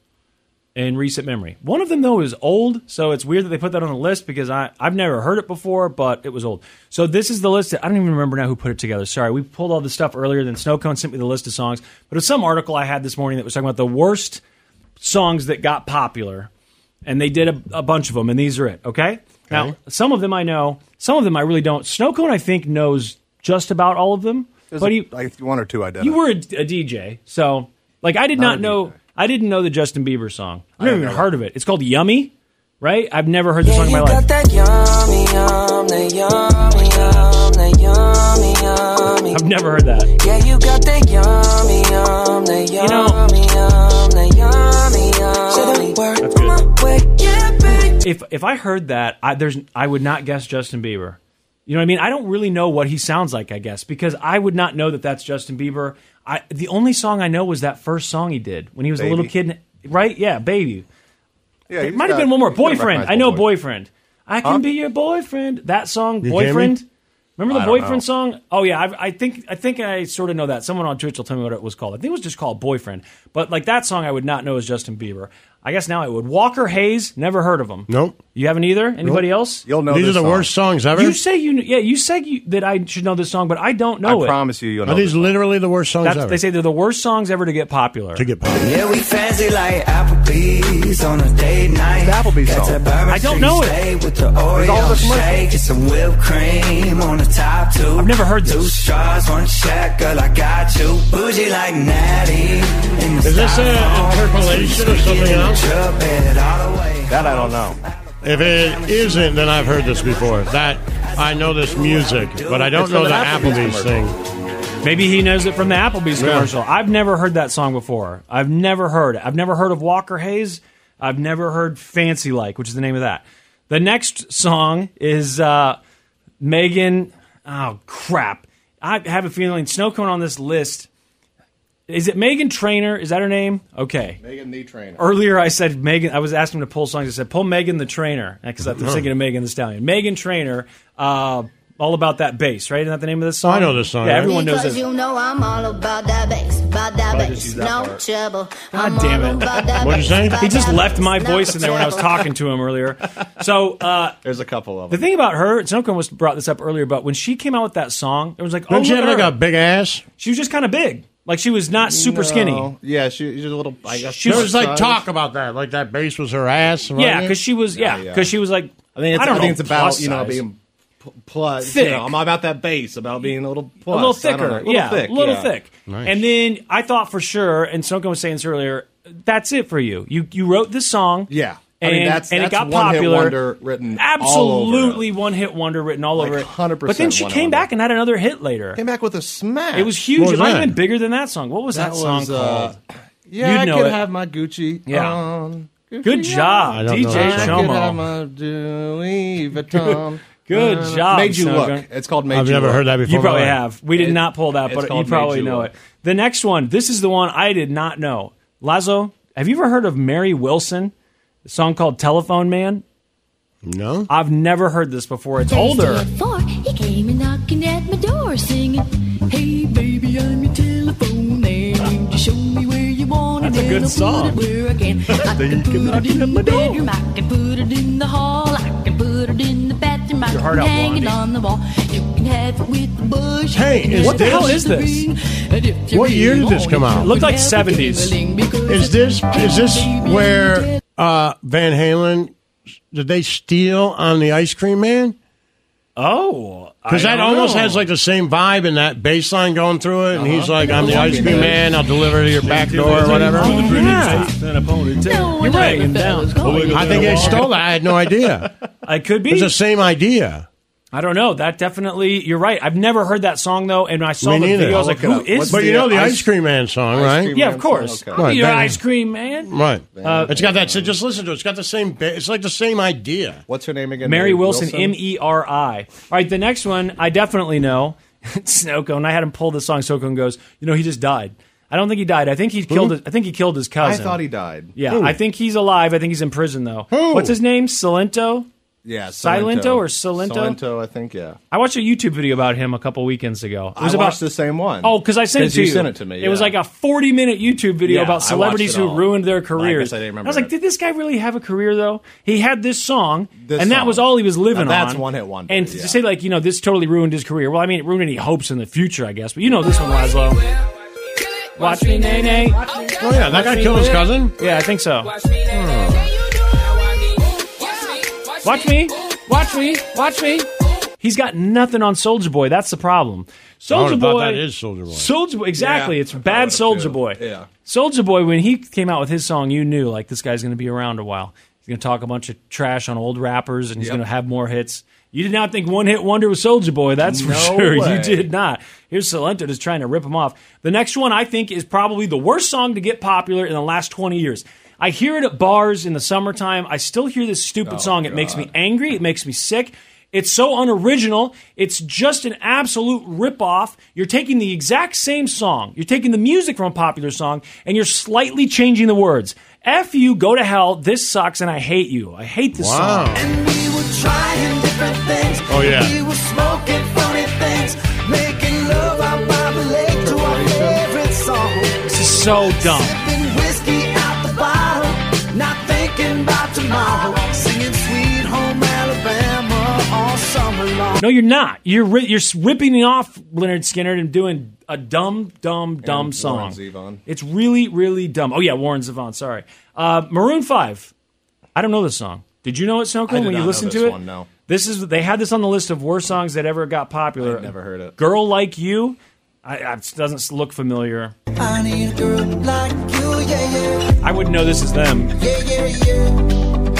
S5: in recent memory? One of them, though, is old. So it's weird that they put that on the list because I, I've never heard it before, but it was old. So this is the list. That, I don't even remember now who put it together. Sorry. We pulled all this stuff earlier. Then Snow Cone sent me the list of songs. But it was some article I had this morning that was talking about the worst songs that got popular, and they did a, a bunch of them, and these are it. Okay? Now, some of them I know, some of them I really don't. Snow Cone, I think, knows just about all of them,
S19: There's
S5: but
S19: a-
S5: he,
S19: like one or two I did.
S5: you were a, a DJ, so like I did not,
S19: Not a
S5: know, I didn't know the Justin Bieber song. I've never
S19: don't
S5: even
S19: know
S5: heard of it. It's called Yummy, right? I've never heard the song in my life.
S1: that yummy, yum, that yummy, yum, that yummy, yummy.
S5: I've never heard that.
S1: Yeah, you got that yummy, yum, that
S5: You know-
S1: yummy, yum, that yummy, yum. Say the word my way, yeah, babe.
S5: If if I heard that, I, there's I would not guess Justin Bieber. You know what I mean? I don't really know what he sounds like, I guess, because I would not know that that's Justin Bieber. I the only song I know was that first song he did when he was a little kid, right? Yeah, baby.
S19: Yeah,
S5: it
S19: he's
S5: might have
S19: got-
S5: been one more
S19: he's got a
S5: boyfriend.
S19: recognizable
S5: I know
S19: voice.
S5: boyfriend. I can
S19: Huh?
S5: be your boyfriend. That song,
S19: You kidding me?
S5: boyfriend. Remember
S19: I
S5: the
S19: don't
S5: boyfriend
S19: know.
S5: song? Oh yeah, I, I think I think I sort of know that. Someone on Twitch will tell me what it was called. I think it was just called Boyfriend. But like that song, I would not know is Justin Bieber. I guess now I would. Walker Hayes, never heard of him.
S4: Nope.
S5: You haven't either. Anybody
S4: Nope.
S5: else?
S4: You'll know These this are the song. worst songs ever.
S5: You say you yeah. You said you, that I should know this song, but I don't know
S4: I
S5: it.
S4: promise you you'll Are know these this song. literally the worst songs
S5: That's-
S4: ever?
S5: They say they're the worst songs ever to get popular. To
S4: get popular.
S20: Yeah, we fancy like Applebee's on a date night. Applebee's That's a Bourbon
S5: I don't
S20: Street
S5: know it.
S20: steak With the Oreo shake and some whipped cream on the top too. I've never heard this. Two straws, one check, girl, I got you. Bougie like Natty.
S4: Is this an interpolation or something else?
S19: That I don't know.
S4: If it isn't, then I've heard this before. That I know this music, but I don't
S5: It's
S4: know
S5: from
S4: the
S5: an
S4: Applebee's,
S5: Applebee's
S4: thing.
S5: Maybe he knows it from the Applebee's
S4: Yeah.
S5: commercial. I've never heard that song before. I've never heard it. I've never heard of Walker Hayes. I've never heard Fancy Like, which is the name of that. The next song is uh, Megan. Oh crap! I have a feeling snow cone on this list. Is it Megan Trainer? Is that her name? Okay. Er-
S6: Megan the Trainer.
S5: Earlier, I said Megan. I was asking him to pull songs. I said pull Megan the Trainer because I'm
S4: Uh-huh.
S5: thinking of Megan the Stallion. Megan Trainer, uh, all about that bass, right? Isn't that the name of this song?
S4: I know this song,
S5: Yeah,
S4: yeah.
S5: everyone knows
S3: Because
S5: it.
S3: you know I'm all about that bass, about that
S5: Probably
S3: bass,
S5: just use that
S3: no
S5: part.
S3: trouble. I'm
S5: God damn
S3: all about that
S5: it!
S3: bass, about
S5: He just
S3: that
S5: left
S3: bass,
S5: my
S3: no
S5: voice in there when I was
S3: trouble.
S5: talking to him earlier. So uh,
S6: there's a couple of
S5: the
S6: them.
S5: thing about her, Snowcone was brought this up earlier, but when she came out with that song, it was like, oh,
S4: Don't you
S5: look
S4: have
S5: at
S4: like a
S5: her.
S4: big ass?
S5: she was just kind of big, like she was not super skinny.
S6: Yeah, she, she's a little. I guess
S4: She was like
S6: size.
S4: talk about that, like that bass was her ass. right?
S5: Yeah, because she was yeah, because
S6: Yeah, yeah.
S5: she was like
S6: I think it's,
S5: I don't
S6: I
S5: know,
S6: think it's about
S5: plus
S6: you know
S5: size.
S6: being p- plus.
S5: Thick.
S6: You know, I'm about that bass about being a little plus,
S5: a little
S6: I don't
S5: thicker,
S6: know, a little
S5: yeah,
S6: thick,
S5: a little
S6: yeah.
S5: thick. And then I thought for sure, and Snowcone was saying this earlier, that's it for you. You you wrote this song,
S6: yeah,
S5: and,
S6: I mean, that's,
S5: and
S6: that's
S5: it got
S6: one
S5: popular.
S6: Hit wonder written all over it.
S5: absolutely one hit wonder written all over it.
S6: 100%
S5: But then she
S6: one hit
S5: came back and had another hit later.
S6: Came back with a smash.
S5: It was huge.
S6: What
S5: it
S6: was
S5: might
S6: that?
S5: have been bigger than that song. What was that,
S6: That
S5: song
S6: was, uh,
S5: called?
S6: Yeah,
S5: You'd
S6: I
S5: know
S6: could
S5: it.
S6: have my Gucci.
S5: Yeah.
S6: on. Gucci
S5: Good job,
S6: on.
S5: DJ
S6: I could
S5: Shomo.
S6: have my Louis Vuitton.
S5: Good
S6: Uh,
S5: job.
S6: Made you
S5: Snowcone.
S6: look. It's called Made
S4: I've
S6: You
S4: never
S6: Look.
S4: heard that before.
S5: You probably
S4: Right.
S5: have. We did
S6: It-
S5: not pull that,
S6: it's
S5: but you
S6: called
S5: probably
S6: Made You
S5: know
S6: Look.
S5: it. The next one. This is the one I did not know. Lazo, have you ever heard of Mary Wilson? A song called Telephone Man.
S4: No,
S5: I've never heard this before. It's older.
S21: Thursday at four, he came a knocking at my door singing, Hey baby, I'm your telephone man. Would you show me where you want it?
S5: That's a good
S21: and I'll
S5: song.
S21: Put it where I can. I can put it in the bedroom. I can put it in the hall. I can put it in the bathroom. I
S5: Your heart
S21: can
S5: out,
S21: hang it
S5: Blondie.
S21: on the wall. You can have it with the bush. you
S4: Hey, is
S21: can have it
S4: this-
S21: with
S4: What the hell is
S21: the
S4: this?
S21: ring. And if you
S4: What year
S21: really
S4: did this
S21: want
S4: come
S21: it,
S4: out?
S21: you
S4: Looked
S21: can
S4: like
S21: have it
S4: 70s.
S21: ding-a-ling because
S4: Is this is this
S21: baby, I'm your
S4: where uh, Van Halen did they steal on the Ice Cream Man?
S5: Oh,
S4: because
S5: I
S4: that
S5: don't
S4: almost
S5: know. Uh-huh.
S4: has like the same vibe in that bass line going through it, and he's like, "I'm the
S5: That'd
S4: Ice
S5: be
S4: Cream
S5: good.
S4: Man. I'll deliver to your back door or whatever."
S21: No,
S5: You're right.
S21: another fella's going.
S4: I think they stole that. I had no idea.
S5: It could be.
S4: It's the same idea.
S5: I don't know. That definitely. You're right. I've never heard that song though, and I saw
S4: Me
S5: the
S4: neither.
S5: video. I was like, who is?
S4: But you know the Ice,
S5: this?
S4: Cream Man song,
S5: Ice
S4: right?
S5: Cream Yeah, of Man song, course. okay. I'll be your
S4: Van-
S5: Ice Cream Man.
S4: Right.
S5: Uh,
S4: it's got that. So just listen to it. It's got the same. Ba- it's like the same idea.
S6: What's her name again?
S5: Mary Wilson, M E R I. All right, the next one I definitely know. Snowcone. I had him pull the song. Snowcone goes, you know, he just died. I don't think he died. I think he killed. His, I think he killed his
S6: I
S5: cousin.
S6: thought he died.
S5: Yeah, I think he's alive. I think he's in prison though.
S6: Who?
S5: What's his name? Salento.
S6: Yeah,
S5: Silento or Silento?
S6: Silento, I think. Yeah.
S5: I watched a YouTube video about him a couple weekends ago. It was
S6: I
S5: about
S6: watched the same one.
S5: Oh, because I sent it
S6: 'Cause
S5: to you.
S6: you sent it to me,
S5: It was
S6: yeah.
S5: like a forty-minute YouTube video
S6: Yeah, I
S5: about
S6: watched
S5: celebrities
S6: it
S5: who
S6: all.
S5: ruined their
S6: I guess I
S5: careers.
S6: didn't remember
S5: was like,
S6: it.
S5: did this guy really have a career though? He had this song,
S6: This
S5: and that
S6: song.
S5: was all he was living
S6: Now that's
S5: on.
S6: one-hit wonder,
S5: And
S6: yeah.
S5: to say like, you know, this totally ruined his career. Well, I mean, it ruined any hopes in the future, I guess. But you know this one, Laszlo. Watch me, nay, nay.
S4: Oh yeah, that guy killed his cousin.
S5: Yeah, I think so. Hmm. Watch me, watch me, watch me. He's got nothing on Soldier Boy. That's the problem. Soldier
S4: thought
S5: Boy.
S4: that is Soulja Boy.
S5: Soldier Boy. Exactly.
S4: Yeah,
S5: it's bad Soldier Boy.
S6: Yeah.
S5: Soldier Boy. When he came out with his song, you knew like this guy's going to be around a while. He's going to talk a bunch of trash on old rappers, and he's
S6: Yep.
S5: going to have more hits. You did not think one hit wonder was Soldier Boy. That's for
S6: No
S5: sure.
S6: way.
S5: You did not. Here's Salento just trying to rip him off. The next one I think is probably the worst song to get popular in the last 20 years. I hear it at bars in the summertime. I still hear this
S6: Oh,
S5: stupid song. It makes me angry. It makes me sick. It's so unoriginal. It's just an absolute ripoff. You're taking the exact same song. You're taking the music from a popular song and you're slightly changing the words. F you, go to hell. This sucks and I hate you. I hate this song.
S4: Wow.
S3: We were trying different things.
S4: Oh, yeah.
S3: We were smoking phony
S5: so dumb.
S20: Sipping whiskey out the bottle, not thinking about tomorrow. Singing sweet home Alabama all summer long.
S5: No, you're not. You're ri- you're s- ripping off Leonard Skinner and doing a dumb, dumb, dumb
S6: Warren
S5: song.
S6: Zevon.
S5: It's really, really dumb. Oh yeah, Warren Zevon. Sorry, uh, Maroon Five. I don't know this song. Did you know it, Snow
S6: I did
S5: Queen? When
S6: not
S5: you
S6: know
S5: listen
S6: this
S5: to it,
S6: one, no.
S5: This is they had this on the list of worst songs that ever got popular. never
S6: heard it.
S5: Girl like you, I, I it doesn't look familiar.
S20: I need a girl like you, yeah, yeah,
S5: I wouldn't know this is them.
S20: yeah, yeah, yeah.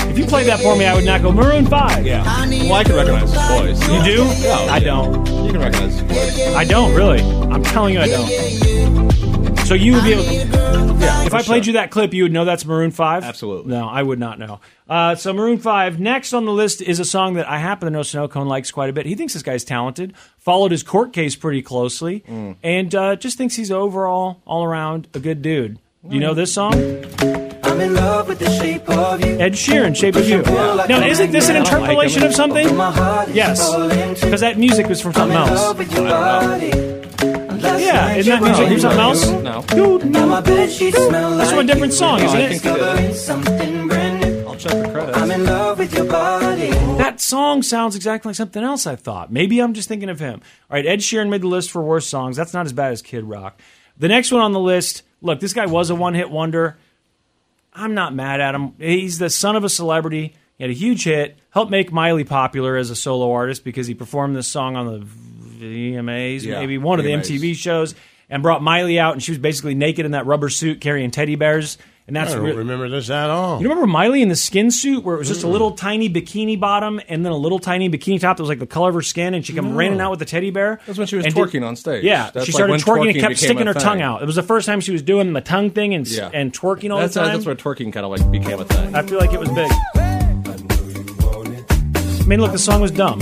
S5: If you played that for me, I would not go Maroon Five. Yeah,
S20: Well, I
S5: can recognize
S20: his
S5: voice. You do?
S20: Yeah.
S5: I don't.
S6: You can recognize his
S20: voice.
S5: I don't really. I'm telling you, I don't. So you would be able. Yeah. If
S6: for
S5: I played
S6: sure.
S5: you that clip, you would know that's Maroon Five.
S6: Absolutely.
S5: No, I would not know. Uh, so Maroon Five. Next on the list is a song that I happen to know Snow Cone likes quite a bit. He thinks this guy's talented. Followed his court case pretty closely,
S6: Mm.
S5: and uh, just thinks he's overall, all around, a good dude. You know this song?
S20: I'm in love with the shape of you.
S5: Ed Sheeran, Shape of You. Now, isn't this an interpolation of something? Yes, because that music was from something else. Yeah, isn't that music from something else?
S20: No.
S5: Now
S20: my bed sheets smell
S5: That's from a
S20: like
S5: different
S20: you.
S5: song,
S20: No,
S5: isn't
S20: I
S5: it?
S20: think they did. Something brand new. I'll check the credits. I'm in love with your body.
S5: That song sounds exactly like something else I thought. Maybe I'm just thinking of him. All right, Ed Sheeran made the list for worst songs. That's not as bad as Kid Rock. The next one on the list, look, this guy was a one hit wonder. I'm not mad at him. He's the son of a celebrity. He had a huge hit, helped make Miley popular as a solo artist because he performed this song on the VMAs,
S6: Yeah,
S5: maybe one of the
S6: VMAs.
S5: MTV shows, and brought Miley out, and she was basically naked in that rubber suit carrying teddy bears. And that's
S4: I don't
S5: re-
S4: remember this at
S6: Oh.
S4: all.
S5: you remember Miley in the skin suit where it was just a
S4: Mm-mm.
S5: little tiny bikini bottom and then a little tiny bikini top that was like the color of her skin and she come
S6: No.
S5: running out with the teddy bear?
S6: That's when she was
S5: And
S6: twerking on stage.
S5: Yeah,
S6: That's
S5: she
S6: like
S5: started
S6: when
S5: twerking,
S6: twerking
S5: and kept
S6: became
S5: sticking
S6: a
S5: her tongue
S6: thing.
S5: out. It was the first time she was doing the tongue thing and, s-
S6: Yeah.
S5: and twerking all
S6: that's, uh,
S5: the time.
S6: that's where twerking kind of like became a thing.
S5: I feel like it was big. I mean, look, the song was dumb.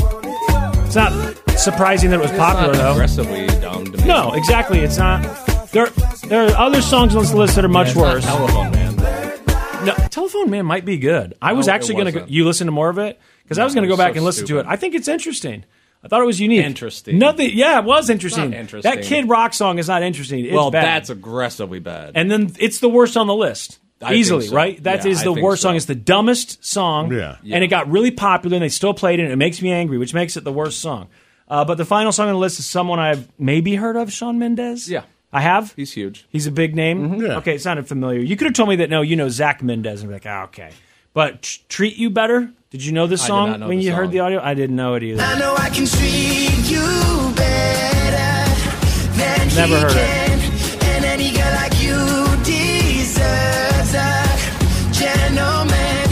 S5: It's not surprising that it was
S6: It's
S5: popular
S6: not
S5: though.
S6: Aggressively dumb to me.
S5: No, exactly. It's not. There, there are other songs on this list that are much
S6: it's not
S5: worse.
S6: Telephone Man.
S5: No, Telephone Man might be good. I was
S6: No, it
S5: actually going to.
S6: wasn't.
S5: You listen to more of it because I
S6: No,
S5: was going to go
S6: it was
S5: back
S6: so
S5: and listen to
S6: stupid.
S5: it. I think it's interesting. I thought it was unique.
S6: Interesting.
S5: Nothing. Yeah, it was interesting.
S6: not interesting.
S5: That Kid Rock song is not interesting. It's
S6: well,
S5: bad.
S6: that's aggressively bad.
S5: and then it's the worst on the list.
S6: I think
S5: Easily,
S6: so.
S5: right? That is
S6: Yeah, I
S5: the
S6: think
S5: worst
S6: so.
S5: song. It's the dumbest song.
S6: Yeah.
S5: And it got really popular and they still played it and it makes me angry, which makes it the worst song. Uh, but the final song on the list is someone I've maybe heard of, Sean Mendez.
S6: Yeah.
S5: I have?
S6: He's huge.
S5: He's a big name. Okay, it sounded familiar. You could have told me that. No, you know Zach Mendez, and be like, oh, okay. But T- treat you better. Did you know this
S6: I did
S5: song
S6: not know
S5: when
S6: the
S5: you heard
S6: song.
S5: the audio? I didn't know it
S20: I
S5: either.
S20: know I can treat you better than
S5: Never
S20: he
S5: heard it.
S20: can. And any girl like you deserves a gentleman.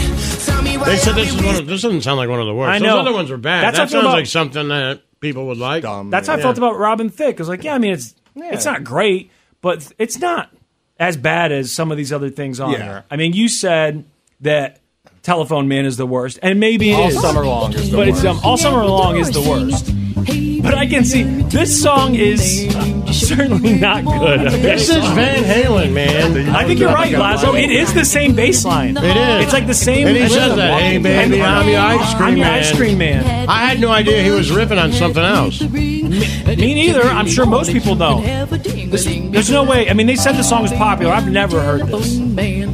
S20: Tell me why
S4: They said
S20: are
S4: this
S20: we
S4: is one of, this doesn't sound like one of the worst.
S5: I know.
S4: Those other ones are bad.
S5: That's how I
S4: that
S5: feel
S4: sounds
S5: about-
S4: like something that people would like.
S5: That's how I felt about Robin Thicke. I was like, yeah, I mean, it's it's not great, but it's not as bad as some of these other things on
S6: Yeah.
S5: there. I mean, you said that Telephone Man is the worst, and maybe it
S6: All
S5: is.
S6: Summer Long is the
S5: but it's dumb.
S6: worst.
S5: All summer long is the worst. But I can see this song is certainly not good.
S4: This is Van Halen, man.
S5: I think you're right, Lazo. It is the same bass line.
S4: It is.
S5: It's like the same.
S4: And he
S5: rhythm.
S4: says that, hey baby,
S5: And-
S4: I'm your ice cream
S5: I'm your
S4: man.
S5: ice cream man.
S4: I had no idea he was ripping on something else.
S5: Me neither. I'm sure most people don't. Oh. This- There's no way. I mean, they said the song was popular. I've never heard this.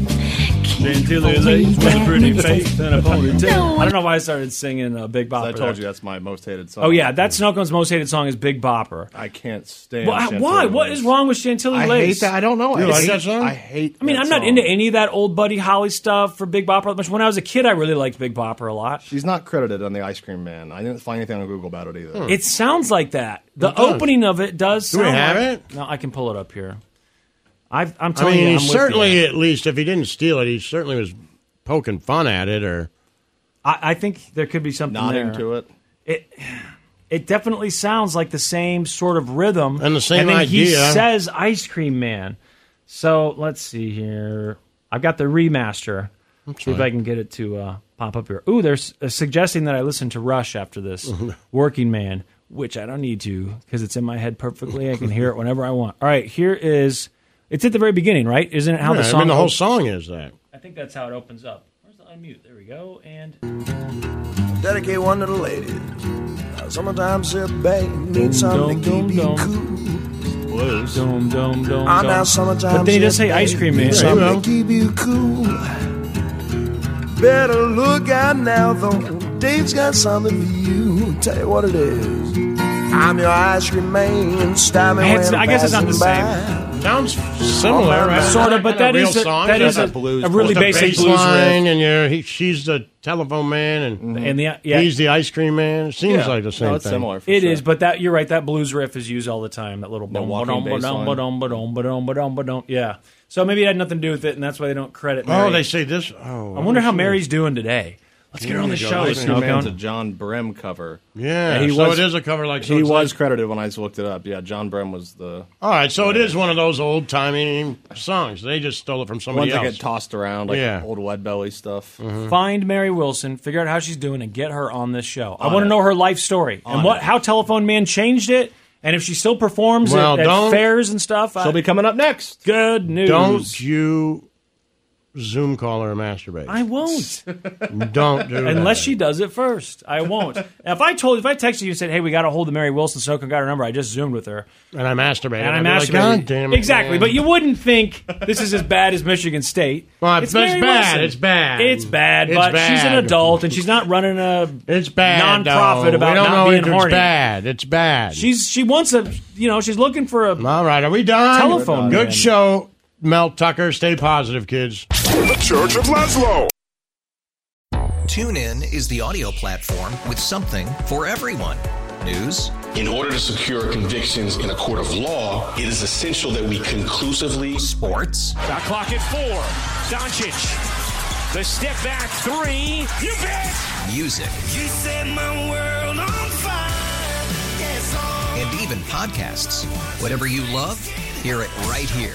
S5: Gentilly ladies with a pretty face and a ponytail. I don't know why I started singing uh, Big Bopper.
S6: I
S5: there.
S6: told you that's my most hated song.
S5: Oh yeah, that's Snow Cone's most hated song is Big Bopper.
S6: I can't stand.
S5: Why?
S6: Chantilly
S5: why? What
S6: Lace.
S5: is wrong with Chantilly
S6: I
S5: Lace?
S6: hate that. I don't know.
S4: You
S6: I
S4: like
S6: hate,
S4: that song?
S6: I hate.
S5: I mean, I'm not into any of that old Buddy Holly stuff for Big Bopper. that much. When I was a kid, I really liked Big Bopper a lot.
S6: She's not credited on the Ice Cream Man. I didn't find anything on Google about it either.
S5: Hmm. It sounds like that. The
S6: It does.
S5: opening of it does.
S6: Do we
S5: sound
S6: have
S5: like- No, I can pull it up here. I've, I'm
S4: I
S5: telling
S4: mean,
S5: you,
S4: he
S5: I'm with you.
S4: certainly, at least, if he didn't steal it, he certainly was poking fun at it. Or
S5: I, I think there could be something
S6: Not
S5: there.
S6: into it.
S5: It it definitely sounds like the same sort of rhythm
S4: And the same
S5: then He
S4: idea.
S5: says "Ice Cream Man." So let's see here. I've got the remaster. See if
S4: fine.
S5: I can get it to uh, pop up here. Ooh, they're s- uh, suggesting that I listen to Rush after this Working Man, which I don't need to because it's in my head perfectly. I can hear it whenever I want. All right, here is. It's at the very beginning, right? Isn't it how the
S4: Yeah,
S5: song?
S4: I mean, the whole song is that.
S5: I think that's how it opens up. Where's the unmute? There we go. And
S19: Dedicate one to the ladies. Sometimes a bang needs something to keep you cool.
S5: blues. Dum, dum, dum,
S10: I'm
S5: dum.
S10: out Ah, summertime.
S5: But then he does say ice cream man.
S10: Something to keep you cool. Better look out now, though. Dave's got something for you. Tell you what it is. I'm your ice cream man. Stop me
S5: I, had-
S10: when
S5: I guess it's not the
S10: passing by.
S5: same.
S4: Sounds
S10: similar, right?
S5: Sort of, but that is a, that is a, a really basic blues
S4: line,
S5: riff.
S4: and you're, he, she's the telephone man, and,
S5: Mm-hmm. And the- yeah.
S4: he's the ice cream man. It seems like the same thing.
S5: It is, but that you're right. That blues riff is used all the time. That little boom,
S4: walking
S5: ba-dum,
S4: bass
S5: ba-dum,
S4: line.
S5: ba-dum, ba-dum, ba-dum, ba-dum, ba-dum. Yeah. So maybe it had nothing to do with it, and that's why they don't credit.
S4: Oh,
S5: Mary.
S4: they say this. Oh,
S5: I wonder how
S4: see.
S5: Mary's doing today. Let's get her on the
S6: Here
S5: show.
S6: you go.
S5: Snow
S6: Ice Man's a
S5: Cone.
S6: John Brem cover.
S4: Yeah, so it is a cover like- so
S6: he
S4: it's
S6: was credited when I looked it up. Yeah, John Brem was the
S4: All right, so it is one of those old timey songs. They just stole it from somebody
S6: ones that
S4: else.
S6: get tossed around, like
S4: Yeah.
S6: old lead belly stuff.
S5: Find Mary Wilson, figure out how she's doing, and get her on this show. I
S6: On
S5: want
S6: it.
S5: to know her life story
S6: On
S5: and what how Telephone Man changed it, and if she still performs
S4: Well,
S5: at, at
S4: don't-
S5: fairs and stuff. I-
S4: She'll be
S6: coming up next.
S5: Good news.
S4: Don't you Zoom call her and masturbate.
S5: I won't.
S4: Don't do that.
S5: Unless she does it first, I won't. now, if I told, if I texted you and said, "Hey, we got to hold of Mary Wilson," so I got her number. I just zoomed with her,
S4: and I masturbated.
S5: and I
S4: I'd
S5: masturbated.
S4: be like, God damn it,
S5: exactly,
S4: man.
S5: but you wouldn't think this is as bad as Michigan State.
S4: Well, it's,
S5: Mary
S4: bad.
S5: Wilson.
S4: It's bad.
S5: It's bad,
S4: It's
S5: but she's an
S4: bad.
S5: adult and she's not running a
S4: it's bad.
S5: nonprofit
S4: though.
S5: about
S4: we
S5: not
S4: don't know
S5: being
S4: if
S5: horny.
S4: It's bad. It's bad.
S5: She's she wants a you know she's looking for a
S4: All right, are we done?
S5: telephone.
S4: Good
S5: man.
S4: show, Mel Tucker. Stay positive, kids.
S22: The Church of Laszlo.
S2: TuneIn is the audio platform with something for everyone. News.
S23: In order to secure convictions in a court of law, it is essential that we conclusively.
S2: Sports.
S24: The clock at four. Doncic. The step back three. You bet.
S2: Music.
S24: You set my world on fire. Yes, oh.
S2: and even podcasts. Whatever you love, hear it right here